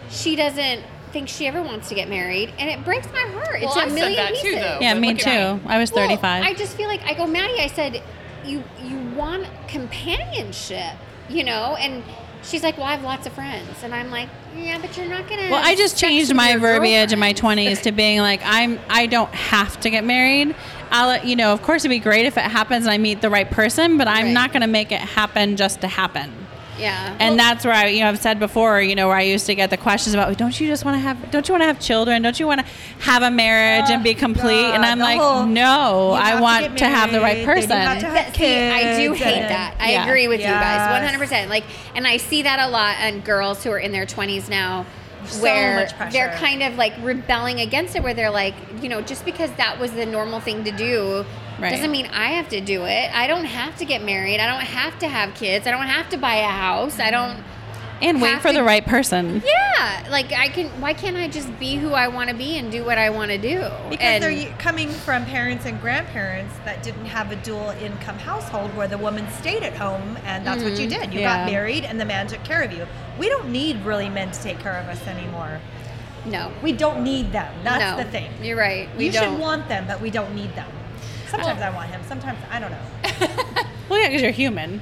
[SPEAKER 1] she doesn't think she ever wants to get married and it breaks my heart.
[SPEAKER 6] Well,
[SPEAKER 1] it's a
[SPEAKER 6] I said
[SPEAKER 1] million
[SPEAKER 6] that too,
[SPEAKER 1] pieces.
[SPEAKER 6] though.
[SPEAKER 4] Yeah,
[SPEAKER 6] But
[SPEAKER 4] me
[SPEAKER 6] look
[SPEAKER 4] too.
[SPEAKER 6] at
[SPEAKER 4] I was
[SPEAKER 1] Well,
[SPEAKER 4] 35.
[SPEAKER 1] I just feel like I go, Maddie. I said, you you want companionship, you know, and she's like, well, I have lots of friends, and I'm like, yeah, but you're not gonna.
[SPEAKER 4] Well, I just
[SPEAKER 1] sex
[SPEAKER 4] changed
[SPEAKER 1] with
[SPEAKER 4] my
[SPEAKER 1] your
[SPEAKER 4] verbiage in my
[SPEAKER 1] girlfriend.
[SPEAKER 4] 20s to being like I'm I don't have to get married. I'll you know, of course it'd be great if it happens and I meet the right person, but I'm
[SPEAKER 1] Right.
[SPEAKER 4] not going to make it happen just to happen.
[SPEAKER 1] Yeah,
[SPEAKER 4] And that's where I, you know, I've said before, you know, where I used to get the questions about, don't you just want to have, don't you want to have children? Don't you want to have a marriage and be complete? and
[SPEAKER 3] God,
[SPEAKER 4] I'm
[SPEAKER 3] the
[SPEAKER 4] like,
[SPEAKER 3] whole-
[SPEAKER 4] no,
[SPEAKER 3] you have
[SPEAKER 4] I
[SPEAKER 3] to
[SPEAKER 4] want
[SPEAKER 3] get
[SPEAKER 4] to have the right
[SPEAKER 3] married, then you
[SPEAKER 4] person.
[SPEAKER 3] have to
[SPEAKER 1] That- see, I do
[SPEAKER 3] kids
[SPEAKER 1] hate
[SPEAKER 3] and-
[SPEAKER 1] that. I
[SPEAKER 4] Yeah.
[SPEAKER 1] agree with you
[SPEAKER 3] Yes.
[SPEAKER 1] guys, one hundred percent. Like, and I see that a lot on girls who are in their twenties now,
[SPEAKER 3] So
[SPEAKER 1] where
[SPEAKER 3] much pressure.
[SPEAKER 1] they're kind of like rebelling against it, where they're like, you know, just because that was the normal thing to do.
[SPEAKER 4] Right.
[SPEAKER 1] Doesn't mean I have to do it. I don't have to get married. I don't have to have kids. I don't have to buy a house. I don't.
[SPEAKER 3] Mm-hmm.
[SPEAKER 4] and wait
[SPEAKER 1] have
[SPEAKER 4] for
[SPEAKER 1] to-
[SPEAKER 4] the right person.
[SPEAKER 1] Yeah, like I can. Why can't I just be who I want to be and do what I want to do?
[SPEAKER 3] because
[SPEAKER 1] and,
[SPEAKER 3] they're y- coming from parents and grandparents that didn't have a dual income household where the woman stayed at home and that's what you did. You got
[SPEAKER 4] Yeah.
[SPEAKER 3] married and the man took care of you. We don't need really men to take care of us anymore.
[SPEAKER 1] no,
[SPEAKER 3] We don't need them. That's
[SPEAKER 1] no,
[SPEAKER 3] the thing.
[SPEAKER 1] You're right. We
[SPEAKER 3] you
[SPEAKER 1] don't.
[SPEAKER 3] should want them, but we don't need them. Sometimes I want him. Sometimes I don't know.
[SPEAKER 4] Well, yeah, because you're human.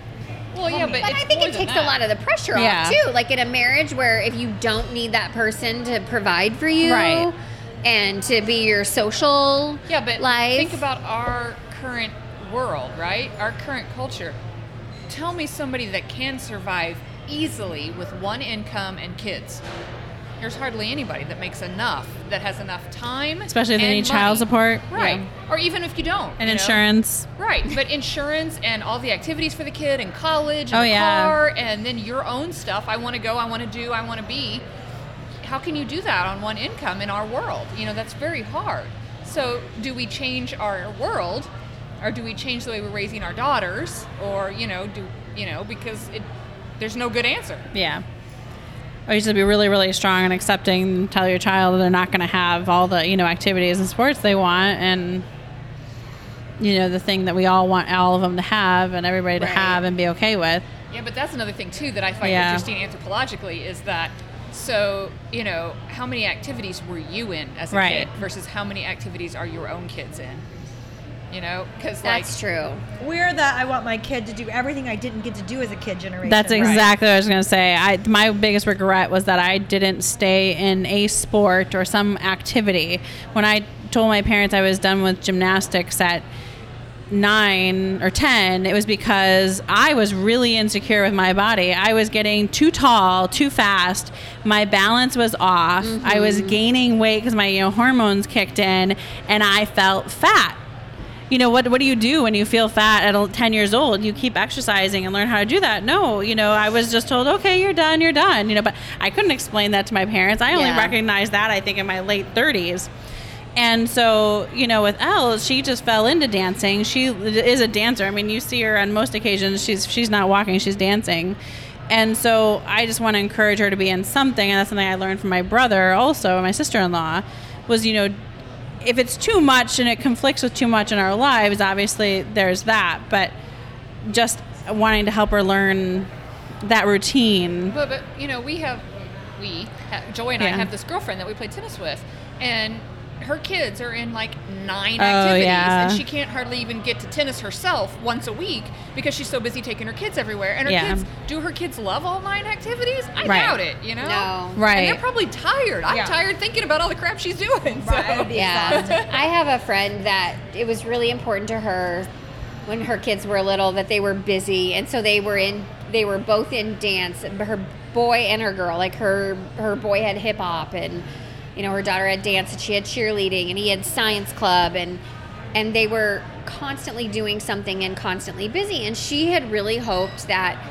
[SPEAKER 6] Well, yeah, but,
[SPEAKER 1] But
[SPEAKER 6] it's
[SPEAKER 1] I think
[SPEAKER 6] more
[SPEAKER 1] it
[SPEAKER 6] than
[SPEAKER 1] takes
[SPEAKER 6] that.
[SPEAKER 1] a lot of the pressure
[SPEAKER 4] Yeah.
[SPEAKER 1] off too. Like in a marriage where if you don't need that person to provide for you
[SPEAKER 4] Right.
[SPEAKER 1] and to be your social
[SPEAKER 6] Yeah, but
[SPEAKER 1] life.
[SPEAKER 6] think about our current world, right? Our current culture. Tell me somebody that can survive easily with one income and kids. There's hardly anybody that makes enough, that has enough time,
[SPEAKER 4] Especially if they
[SPEAKER 6] and
[SPEAKER 4] need child
[SPEAKER 6] money.
[SPEAKER 4] support,
[SPEAKER 6] right?
[SPEAKER 4] yeah.
[SPEAKER 6] Or even if you don't,
[SPEAKER 4] And
[SPEAKER 6] you know?
[SPEAKER 4] insurance.
[SPEAKER 6] right? But insurance and all the activities for the kid, and college, and
[SPEAKER 4] Oh,
[SPEAKER 6] the
[SPEAKER 4] yeah.
[SPEAKER 6] car, and then your own stuff. I want to go. I want to do. I want to be how can you do that on one income in our world? You know, that's very hard. So, do we change our world or do we change the way we're raising our daughters or, you know, do, you know, because it there's no good answer.
[SPEAKER 4] Yeah. Or you should be really, really strong and accepting. Tell your child they're not going to have all the you know activities and sports they want, and you know the thing that we all want all of them to have, and everybody to
[SPEAKER 1] Right.
[SPEAKER 4] have and be okay with.
[SPEAKER 6] Yeah, but that's another thing too that I find
[SPEAKER 4] Yeah.
[SPEAKER 6] interesting anthropologically is that So, you know, how many activities were you in as a
[SPEAKER 4] Right.
[SPEAKER 6] kid versus how many activities are your own kids in? You know, because like,
[SPEAKER 1] That's true.
[SPEAKER 3] We're the I want my kid to do everything I didn't get to do as a kid generation.
[SPEAKER 4] That's
[SPEAKER 3] right?
[SPEAKER 4] exactly what I was going to say. I, my biggest regret was that I didn't stay in a sport or some activity. When I told my parents I was done with gymnastics at nine or 10, it was because I was really insecure with my body. I was getting too tall, too fast. My balance was off. I was gaining weight because my you know, hormones kicked in, and I felt fat you know what what do you do when you feel fat at el- 10 years old you keep exercising and learn how to do that no you know i was just told okay you're done you're done you know but i couldn't explain that to my parents i only
[SPEAKER 1] Yeah.
[SPEAKER 4] recognized that i think in my late 30s and so you know with elle she just fell into dancing she is a dancer i mean you see her on most occasions she's she's not walking she's dancing and so i just want to encourage her to be in something and that's something i learned from my brother also and my sister-in-law was you know if it's too much and it conflicts with too much in our lives, obviously there's that. But just wanting to help her learn that routine.
[SPEAKER 6] but, but you know, we have, we, ha- Joy and I
[SPEAKER 4] Yeah.
[SPEAKER 6] have this girlfriend that we play tennis with, and her kids are in like nine
[SPEAKER 4] Oh,
[SPEAKER 6] activities,
[SPEAKER 4] yeah.
[SPEAKER 6] and she can't hardly even get to tennis herself once a week because she's so busy taking her kids everywhere. And her
[SPEAKER 4] Yeah.
[SPEAKER 6] kids, do her kids love all nine activities? I
[SPEAKER 4] Right.
[SPEAKER 6] doubt it, you know?
[SPEAKER 1] No.
[SPEAKER 4] Right.
[SPEAKER 6] And they're probably tired. I'm
[SPEAKER 3] Yeah.
[SPEAKER 6] tired thinking about all the crap she's doing. So.
[SPEAKER 3] Right, I would be exhausted.
[SPEAKER 1] Yeah. I have a friend that it was really important to her when her kids were little that they were busy and so they were in they were both in dance her boy and her girl like her her boy had hip hop and you know her daughter had dance and she had cheerleading and he had science club and and they were constantly doing something and constantly busy and she had really hoped that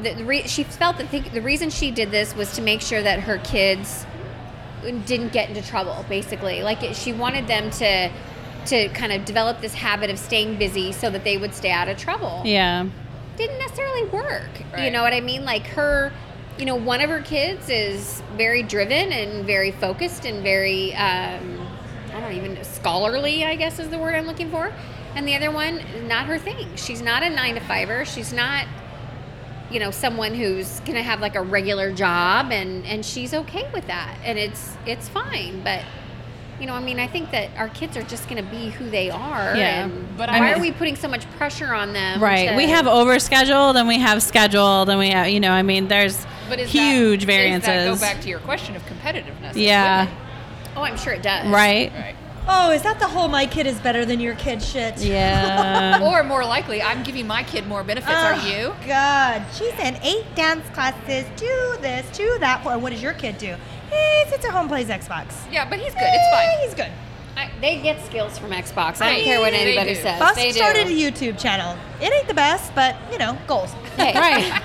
[SPEAKER 1] the, the re- she felt that the, the reason she did this was to make sure that her kids didn't get into trouble basically like it, she wanted them to to kind of develop this habit of staying busy so that they would stay out of trouble
[SPEAKER 4] Yeah.
[SPEAKER 1] didn't necessarily work you
[SPEAKER 6] Right.
[SPEAKER 1] know what i mean like her you know one of her kids is very driven and very focused and very um, i don't even scholarly i guess is the word i'm looking for and the other one not her thing she's not a nine to fiver she's not you know someone who's gonna have like a regular job and and she's okay with that and it's it's fine but you know i mean i think that our kids are just gonna be who they are
[SPEAKER 4] Yeah.
[SPEAKER 1] and
[SPEAKER 6] But
[SPEAKER 1] why
[SPEAKER 6] I-
[SPEAKER 1] are we putting so much pressure on them
[SPEAKER 4] Right.
[SPEAKER 1] to-
[SPEAKER 4] We have overscheduled and we have scheduled and we have, you know, I mean, there's
[SPEAKER 6] But is
[SPEAKER 4] huge
[SPEAKER 6] that,
[SPEAKER 4] variances.
[SPEAKER 6] Does that go back to your question of competitiveness? as
[SPEAKER 4] yeah.
[SPEAKER 1] oh i'm sure it does
[SPEAKER 4] Right.
[SPEAKER 6] women? Right.
[SPEAKER 3] Oh, is that the whole my kid is better than your kid shit?
[SPEAKER 4] Yeah.
[SPEAKER 6] Or more likely, I'm giving my kid more benefits.
[SPEAKER 3] Oh,
[SPEAKER 4] Ah.
[SPEAKER 6] Are you?
[SPEAKER 3] God, she's in eight dance classes. Do this, do that. Well, what does your kid do? He sits at home, plays Xbox.
[SPEAKER 6] Yeah, but he's good. It's
[SPEAKER 3] Eh,
[SPEAKER 6] fine.
[SPEAKER 3] He's good.
[SPEAKER 1] I, they get skills from xbox i don't
[SPEAKER 6] They-
[SPEAKER 1] care what
[SPEAKER 6] they
[SPEAKER 1] anybody
[SPEAKER 6] do.
[SPEAKER 1] says
[SPEAKER 3] Bust
[SPEAKER 1] they do
[SPEAKER 3] started a YouTube channel. It ain't the best, but you know, goals.
[SPEAKER 1] Hey,
[SPEAKER 4] right.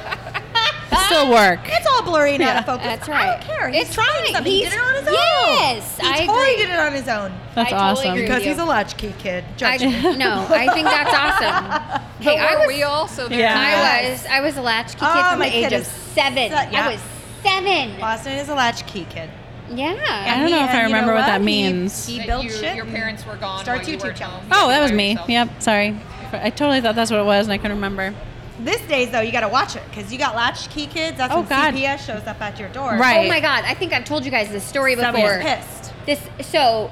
[SPEAKER 4] Still work.
[SPEAKER 3] It's all blurry and out of focus.
[SPEAKER 1] that's
[SPEAKER 3] I
[SPEAKER 1] right
[SPEAKER 3] don't care. He's
[SPEAKER 1] It's
[SPEAKER 3] trying
[SPEAKER 1] fine.
[SPEAKER 3] something.
[SPEAKER 1] He's-
[SPEAKER 3] he did it on his own.
[SPEAKER 1] yes
[SPEAKER 3] he
[SPEAKER 1] i
[SPEAKER 3] totally
[SPEAKER 1] agree.
[SPEAKER 3] did it on his own
[SPEAKER 4] That's
[SPEAKER 1] I totally
[SPEAKER 4] awesome.
[SPEAKER 1] agree.
[SPEAKER 3] because
[SPEAKER 1] you.
[SPEAKER 3] he's a latchkey kid.
[SPEAKER 1] I,
[SPEAKER 3] Judge me.
[SPEAKER 1] no i think that's awesome
[SPEAKER 6] But
[SPEAKER 1] hey i
[SPEAKER 6] were
[SPEAKER 1] was
[SPEAKER 6] we all? So there's
[SPEAKER 4] Yeah.
[SPEAKER 1] I
[SPEAKER 3] Yes.
[SPEAKER 1] was I was a latchkey kid
[SPEAKER 3] Oh,
[SPEAKER 1] from
[SPEAKER 3] my
[SPEAKER 1] the age
[SPEAKER 3] kid
[SPEAKER 1] of
[SPEAKER 3] is
[SPEAKER 1] seven.
[SPEAKER 3] su- yeah.
[SPEAKER 1] I was seven.
[SPEAKER 3] Boston is a latchkey kid.
[SPEAKER 4] I
[SPEAKER 1] Yeah.
[SPEAKER 4] don't
[SPEAKER 3] he-
[SPEAKER 4] know if
[SPEAKER 3] and
[SPEAKER 4] I
[SPEAKER 3] you know
[SPEAKER 4] remember what
[SPEAKER 3] what?
[SPEAKER 4] that
[SPEAKER 3] He-
[SPEAKER 4] means.
[SPEAKER 3] he-
[SPEAKER 6] that
[SPEAKER 3] built
[SPEAKER 6] you-
[SPEAKER 3] shit
[SPEAKER 6] Your
[SPEAKER 3] and
[SPEAKER 6] parents were gone.
[SPEAKER 3] starts
[SPEAKER 6] while you
[SPEAKER 3] YouTube
[SPEAKER 6] were at
[SPEAKER 3] channel.
[SPEAKER 6] home.
[SPEAKER 4] Oh, that was
[SPEAKER 6] By
[SPEAKER 4] me.
[SPEAKER 6] yourself.
[SPEAKER 4] Yep. Sorry. I totally thought that's what it was and I couldn't remember.
[SPEAKER 3] These days, though, you got to watch it because you got latchkey kids. That's
[SPEAKER 4] Oh,
[SPEAKER 3] when
[SPEAKER 4] God.
[SPEAKER 3] CPS shows up at your door.
[SPEAKER 4] Right.
[SPEAKER 1] Oh my god! I think I've told you guys this story
[SPEAKER 3] Somebody's
[SPEAKER 1] before.
[SPEAKER 3] pissed.
[SPEAKER 1] This so,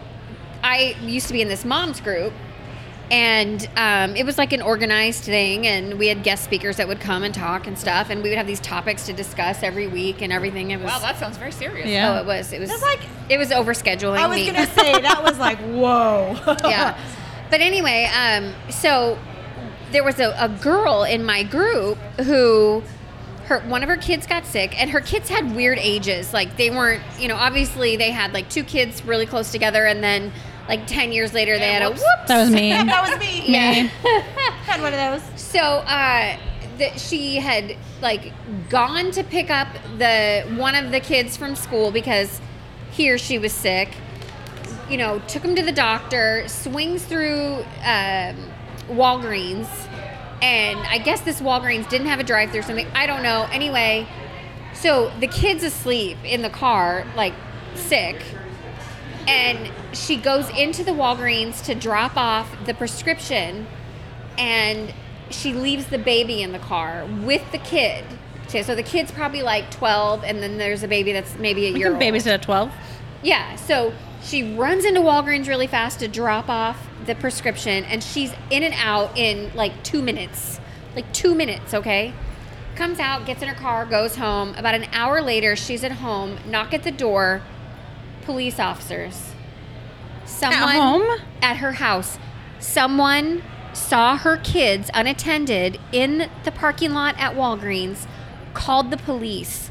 [SPEAKER 1] I used to be in this mom's group, and um, it was like an organized thing, and we had guest speakers that would come and talk and stuff, and we would have these topics to discuss every week and everything. It was
[SPEAKER 6] Wow, that sounds very serious.
[SPEAKER 4] Yeah.
[SPEAKER 1] oh, it was it was
[SPEAKER 3] That's like-
[SPEAKER 1] it was overscheduling.
[SPEAKER 3] I was
[SPEAKER 1] me.
[SPEAKER 3] gonna say that was like whoa.
[SPEAKER 1] yeah. But anyway, um, so there was a, a girl in my group who her one of her kids got sick and her kids had weird ages. Like they weren't, you know, obviously they had like two kids really close together and then like 10 years later they
[SPEAKER 6] And
[SPEAKER 1] had
[SPEAKER 6] whoops.
[SPEAKER 1] a whoop.
[SPEAKER 4] That was me.
[SPEAKER 3] that was me.
[SPEAKER 1] Yeah.
[SPEAKER 3] Had one of those.
[SPEAKER 1] So uh, that she had like gone to pick up the one of the kids from school because he or she was sick. You know, took him to the doctor. Swings through um, Walgreens, and I guess this Walgreens didn't have a drive-through. or Something I don't know. Anyway, so the kid's asleep in the car, like sick and she goes into the Walgreens to drop off the prescription and she leaves the baby in the car with the kid too. So the kid's probably like 12, and then there's a baby that's maybe a
[SPEAKER 4] You
[SPEAKER 1] year old.
[SPEAKER 4] can babysit at 12.
[SPEAKER 1] Yeah, so she runs into Walgreens really fast to drop off the prescription, and she's in and out in like two minutes. Like two minutes, okay? Comes out, gets in her car, goes home. About an hour later, she's at home, knock at the door, police officers. Someone
[SPEAKER 4] home?
[SPEAKER 1] at her house. Someone saw her kids unattended in the parking lot at Walgreens, called the police.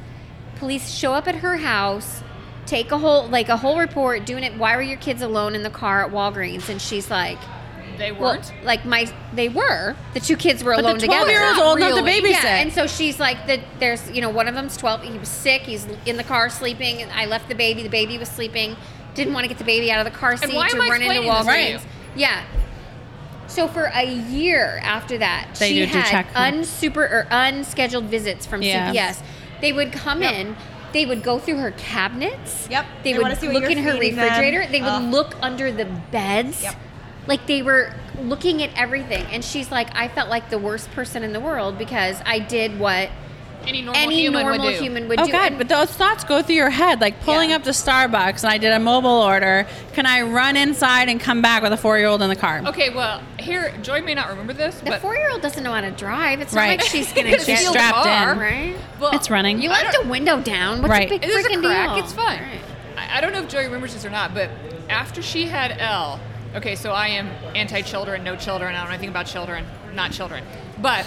[SPEAKER 1] Police show up at her house, take a whole like a whole report doing it why were your kids alone in the car at Walgreens and she's like
[SPEAKER 6] They
[SPEAKER 1] well,
[SPEAKER 6] weren't.
[SPEAKER 1] like my they were. The two kids were
[SPEAKER 4] But the
[SPEAKER 1] alone together.
[SPEAKER 4] 12-year-old's
[SPEAKER 6] old enough to
[SPEAKER 4] babysit.
[SPEAKER 1] Yeah, and so she's like the there's you know one of them's 12, he was sick, he's in the car sleeping and I left the baby, the baby was sleeping. Didn't want to get the baby out of the car seat
[SPEAKER 6] why
[SPEAKER 1] to
[SPEAKER 6] am I
[SPEAKER 1] run into
[SPEAKER 6] explaining this
[SPEAKER 1] Walgreens.
[SPEAKER 6] to you?
[SPEAKER 1] Yeah. So for a year after that,
[SPEAKER 4] They
[SPEAKER 1] she
[SPEAKER 4] do do
[SPEAKER 1] had
[SPEAKER 4] check her.
[SPEAKER 1] unsuper or unscheduled visits from
[SPEAKER 4] Yeah.
[SPEAKER 1] CPS. They would come
[SPEAKER 6] Yep.
[SPEAKER 1] in, they would go through her cabinets.
[SPEAKER 3] Yep.
[SPEAKER 1] They,
[SPEAKER 3] They
[SPEAKER 1] would
[SPEAKER 3] wanna see what
[SPEAKER 1] look
[SPEAKER 3] you're
[SPEAKER 1] in her
[SPEAKER 3] feeding them.
[SPEAKER 1] refrigerator. They would
[SPEAKER 3] Ugh.
[SPEAKER 1] look under the beds.
[SPEAKER 3] Yep.
[SPEAKER 1] Like they were looking at everything. And she's like, I felt like the worst person in the world because I did what
[SPEAKER 6] Any normal
[SPEAKER 1] any
[SPEAKER 6] human
[SPEAKER 1] normal
[SPEAKER 6] would do.
[SPEAKER 1] human would
[SPEAKER 4] oh
[SPEAKER 1] do.
[SPEAKER 4] God!
[SPEAKER 1] And-
[SPEAKER 4] But those thoughts go through your head, like pulling
[SPEAKER 1] Yeah.
[SPEAKER 4] up to Starbucks and I did a mobile order. Can I run inside and come back with a four-year-old in the car?
[SPEAKER 6] Okay, well, here Joy may not remember this,
[SPEAKER 1] the
[SPEAKER 6] but
[SPEAKER 1] four year old doesn't know how to drive. It's
[SPEAKER 4] Right.
[SPEAKER 1] not like she's gonna
[SPEAKER 6] She's
[SPEAKER 1] get
[SPEAKER 4] strapped
[SPEAKER 6] car.
[SPEAKER 4] in.
[SPEAKER 1] right?
[SPEAKER 6] well,
[SPEAKER 4] It's running.
[SPEAKER 1] You
[SPEAKER 6] I
[SPEAKER 1] left
[SPEAKER 6] don't-
[SPEAKER 1] a window down. What's
[SPEAKER 4] Right.
[SPEAKER 1] a big
[SPEAKER 6] It is a
[SPEAKER 1] freaking
[SPEAKER 6] crack.
[SPEAKER 1] deal?
[SPEAKER 6] It's fun.
[SPEAKER 1] Right.
[SPEAKER 6] I, I don't know if Joy remembers this or not, but after she had L, okay, so I am anti-children, no children. I don't know anything about children, not children. But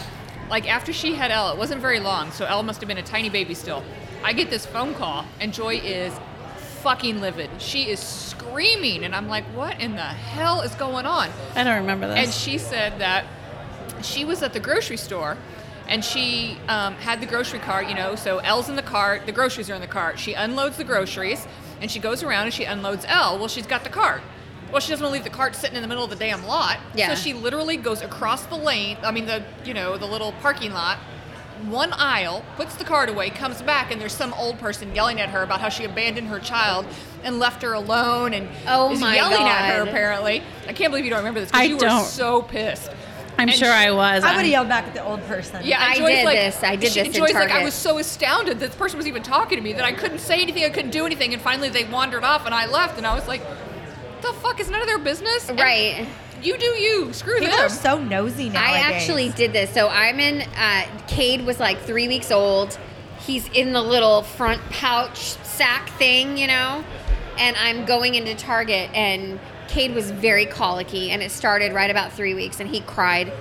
[SPEAKER 6] like after she had L, it wasn't very long, so L must have been a tiny baby still. I get this phone call, and Joy is fucking livid. She is screaming, and I'm like, what in the hell is going on?
[SPEAKER 4] I don't remember this.
[SPEAKER 6] And she said that she was at the grocery store and she um, had the grocery cart, you know, so L's in the cart, the groceries are in the cart. She unloads the groceries and she goes around and she unloads L. Well, she's got the cart. Well, she doesn't want to leave the cart sitting in the middle of the damn lot.
[SPEAKER 1] Yeah.
[SPEAKER 6] So she literally goes across the lane, I mean, the, you know, the little parking lot, one aisle, puts the cart away, comes back, and there's some old person yelling at her about how she abandoned her child and left her alone and
[SPEAKER 1] Oh
[SPEAKER 6] is
[SPEAKER 1] my
[SPEAKER 6] yelling at her,
[SPEAKER 1] God.
[SPEAKER 6] apparently. I can't believe you don't remember this
[SPEAKER 4] I
[SPEAKER 6] because you were
[SPEAKER 4] don't.
[SPEAKER 6] so pissed.
[SPEAKER 4] I'm
[SPEAKER 6] and
[SPEAKER 4] sure I was.
[SPEAKER 3] I would have yelled back at the old person.
[SPEAKER 6] Yeah, and
[SPEAKER 1] I
[SPEAKER 6] Joy's
[SPEAKER 1] did
[SPEAKER 6] like,
[SPEAKER 1] this. I did
[SPEAKER 6] she,
[SPEAKER 1] this
[SPEAKER 6] and
[SPEAKER 1] in
[SPEAKER 6] Joy's like, I
[SPEAKER 1] Target.
[SPEAKER 6] was so astounded that this person was even talking to me that I couldn't say anything, I couldn't do anything, and finally they wandered off, and I left, and I was like, the fuck is none of their business? And
[SPEAKER 1] Right.
[SPEAKER 6] you do you. Screw
[SPEAKER 3] People
[SPEAKER 6] them.
[SPEAKER 3] are so nosy now.
[SPEAKER 1] I actually did this. So I'm in. Uh, Cade was like three weeks old. He's in the little front pouch sack thing, you know. And I'm going into Target, and Cade was very colicky, and it started right about three weeks, and he cried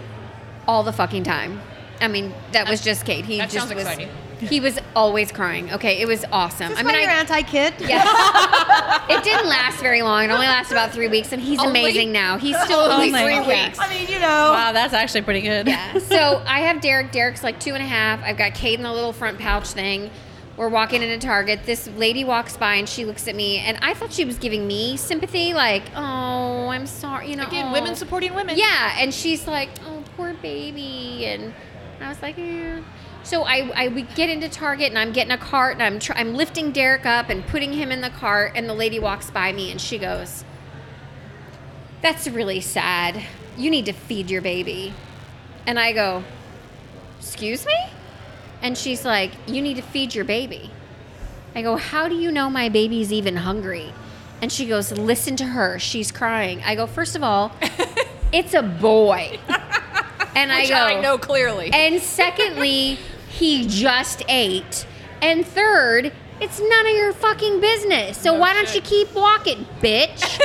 [SPEAKER 1] all the fucking time. I mean, that was just Cade. He
[SPEAKER 6] that
[SPEAKER 1] just
[SPEAKER 6] sounds
[SPEAKER 1] was.
[SPEAKER 6] exciting.
[SPEAKER 1] He was always crying. Okay, it was awesome.
[SPEAKER 3] This
[SPEAKER 1] I
[SPEAKER 3] I
[SPEAKER 1] mean,
[SPEAKER 3] you're
[SPEAKER 1] I,
[SPEAKER 3] anti-kid.
[SPEAKER 1] yes, it didn't last very long. It only lasted about three weeks, and he's
[SPEAKER 6] Only-
[SPEAKER 1] amazing now. He's still
[SPEAKER 6] Oh
[SPEAKER 4] Only
[SPEAKER 1] only three
[SPEAKER 4] three
[SPEAKER 1] weeks.
[SPEAKER 3] I mean, you know.
[SPEAKER 4] wow, that's actually pretty good.
[SPEAKER 1] Yeah. So I have Derek. Derek's like two and a half. I've got Kate in the little front pouch thing. We're walking into Target. This lady walks by and she looks at me, and I thought she was giving me sympathy, like, "Oh, I'm sorry," you know.
[SPEAKER 6] Again,
[SPEAKER 1] "Oh."
[SPEAKER 6] women supporting women.
[SPEAKER 1] Yeah, and she's like, "Oh, poor baby," and I was like, "Yeah." So I, I we get into Target and I'm getting a cart and I'm tr- I'm lifting Derek up and putting him in the cart, and the lady walks by me and she goes, "That's really sad. You need to feed your baby." And I go, Excuse me? And she's like, You need to feed your baby. I go, How do you know my baby's even hungry? And she goes, Listen to her. She's crying. I go, First of all, it's a boy. And I
[SPEAKER 6] Which
[SPEAKER 1] go,
[SPEAKER 6] I know clearly.
[SPEAKER 1] And secondly, he just ate. And third, it's none of your fucking business. So why don't you keep walking, bitch?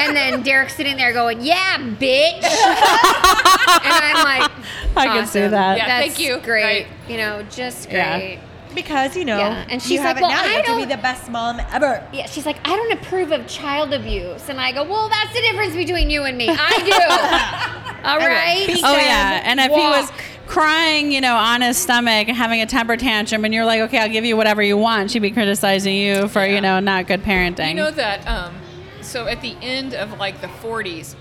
[SPEAKER 1] and then Derek's sitting there going, Yeah, bitch. and I'm like,
[SPEAKER 4] I can see
[SPEAKER 1] Awesome.
[SPEAKER 4] that.
[SPEAKER 6] Yeah,
[SPEAKER 1] That's
[SPEAKER 6] thank you.
[SPEAKER 1] Great.
[SPEAKER 6] Right.
[SPEAKER 1] You know, just
[SPEAKER 4] Yeah.
[SPEAKER 1] great.
[SPEAKER 3] because you know,
[SPEAKER 1] Yeah, and she's
[SPEAKER 3] you have it
[SPEAKER 1] like, "Well,
[SPEAKER 3] now.
[SPEAKER 1] I
[SPEAKER 3] you have to be
[SPEAKER 1] don't-
[SPEAKER 3] the best mom ever.
[SPEAKER 1] Yeah. she's like, I don't approve of child abuse. And I go, Well, that's the difference between you and me. I do. All right.
[SPEAKER 4] Oh yeah, and if he was
[SPEAKER 1] Walk.
[SPEAKER 4] crying, you know, on his stomach and having a temper tantrum, and you're like, "Okay, I'll give you whatever you want," she'd be criticizing you for, you know, not good parenting.
[SPEAKER 6] You know that. Um, so at the end of like the 40s,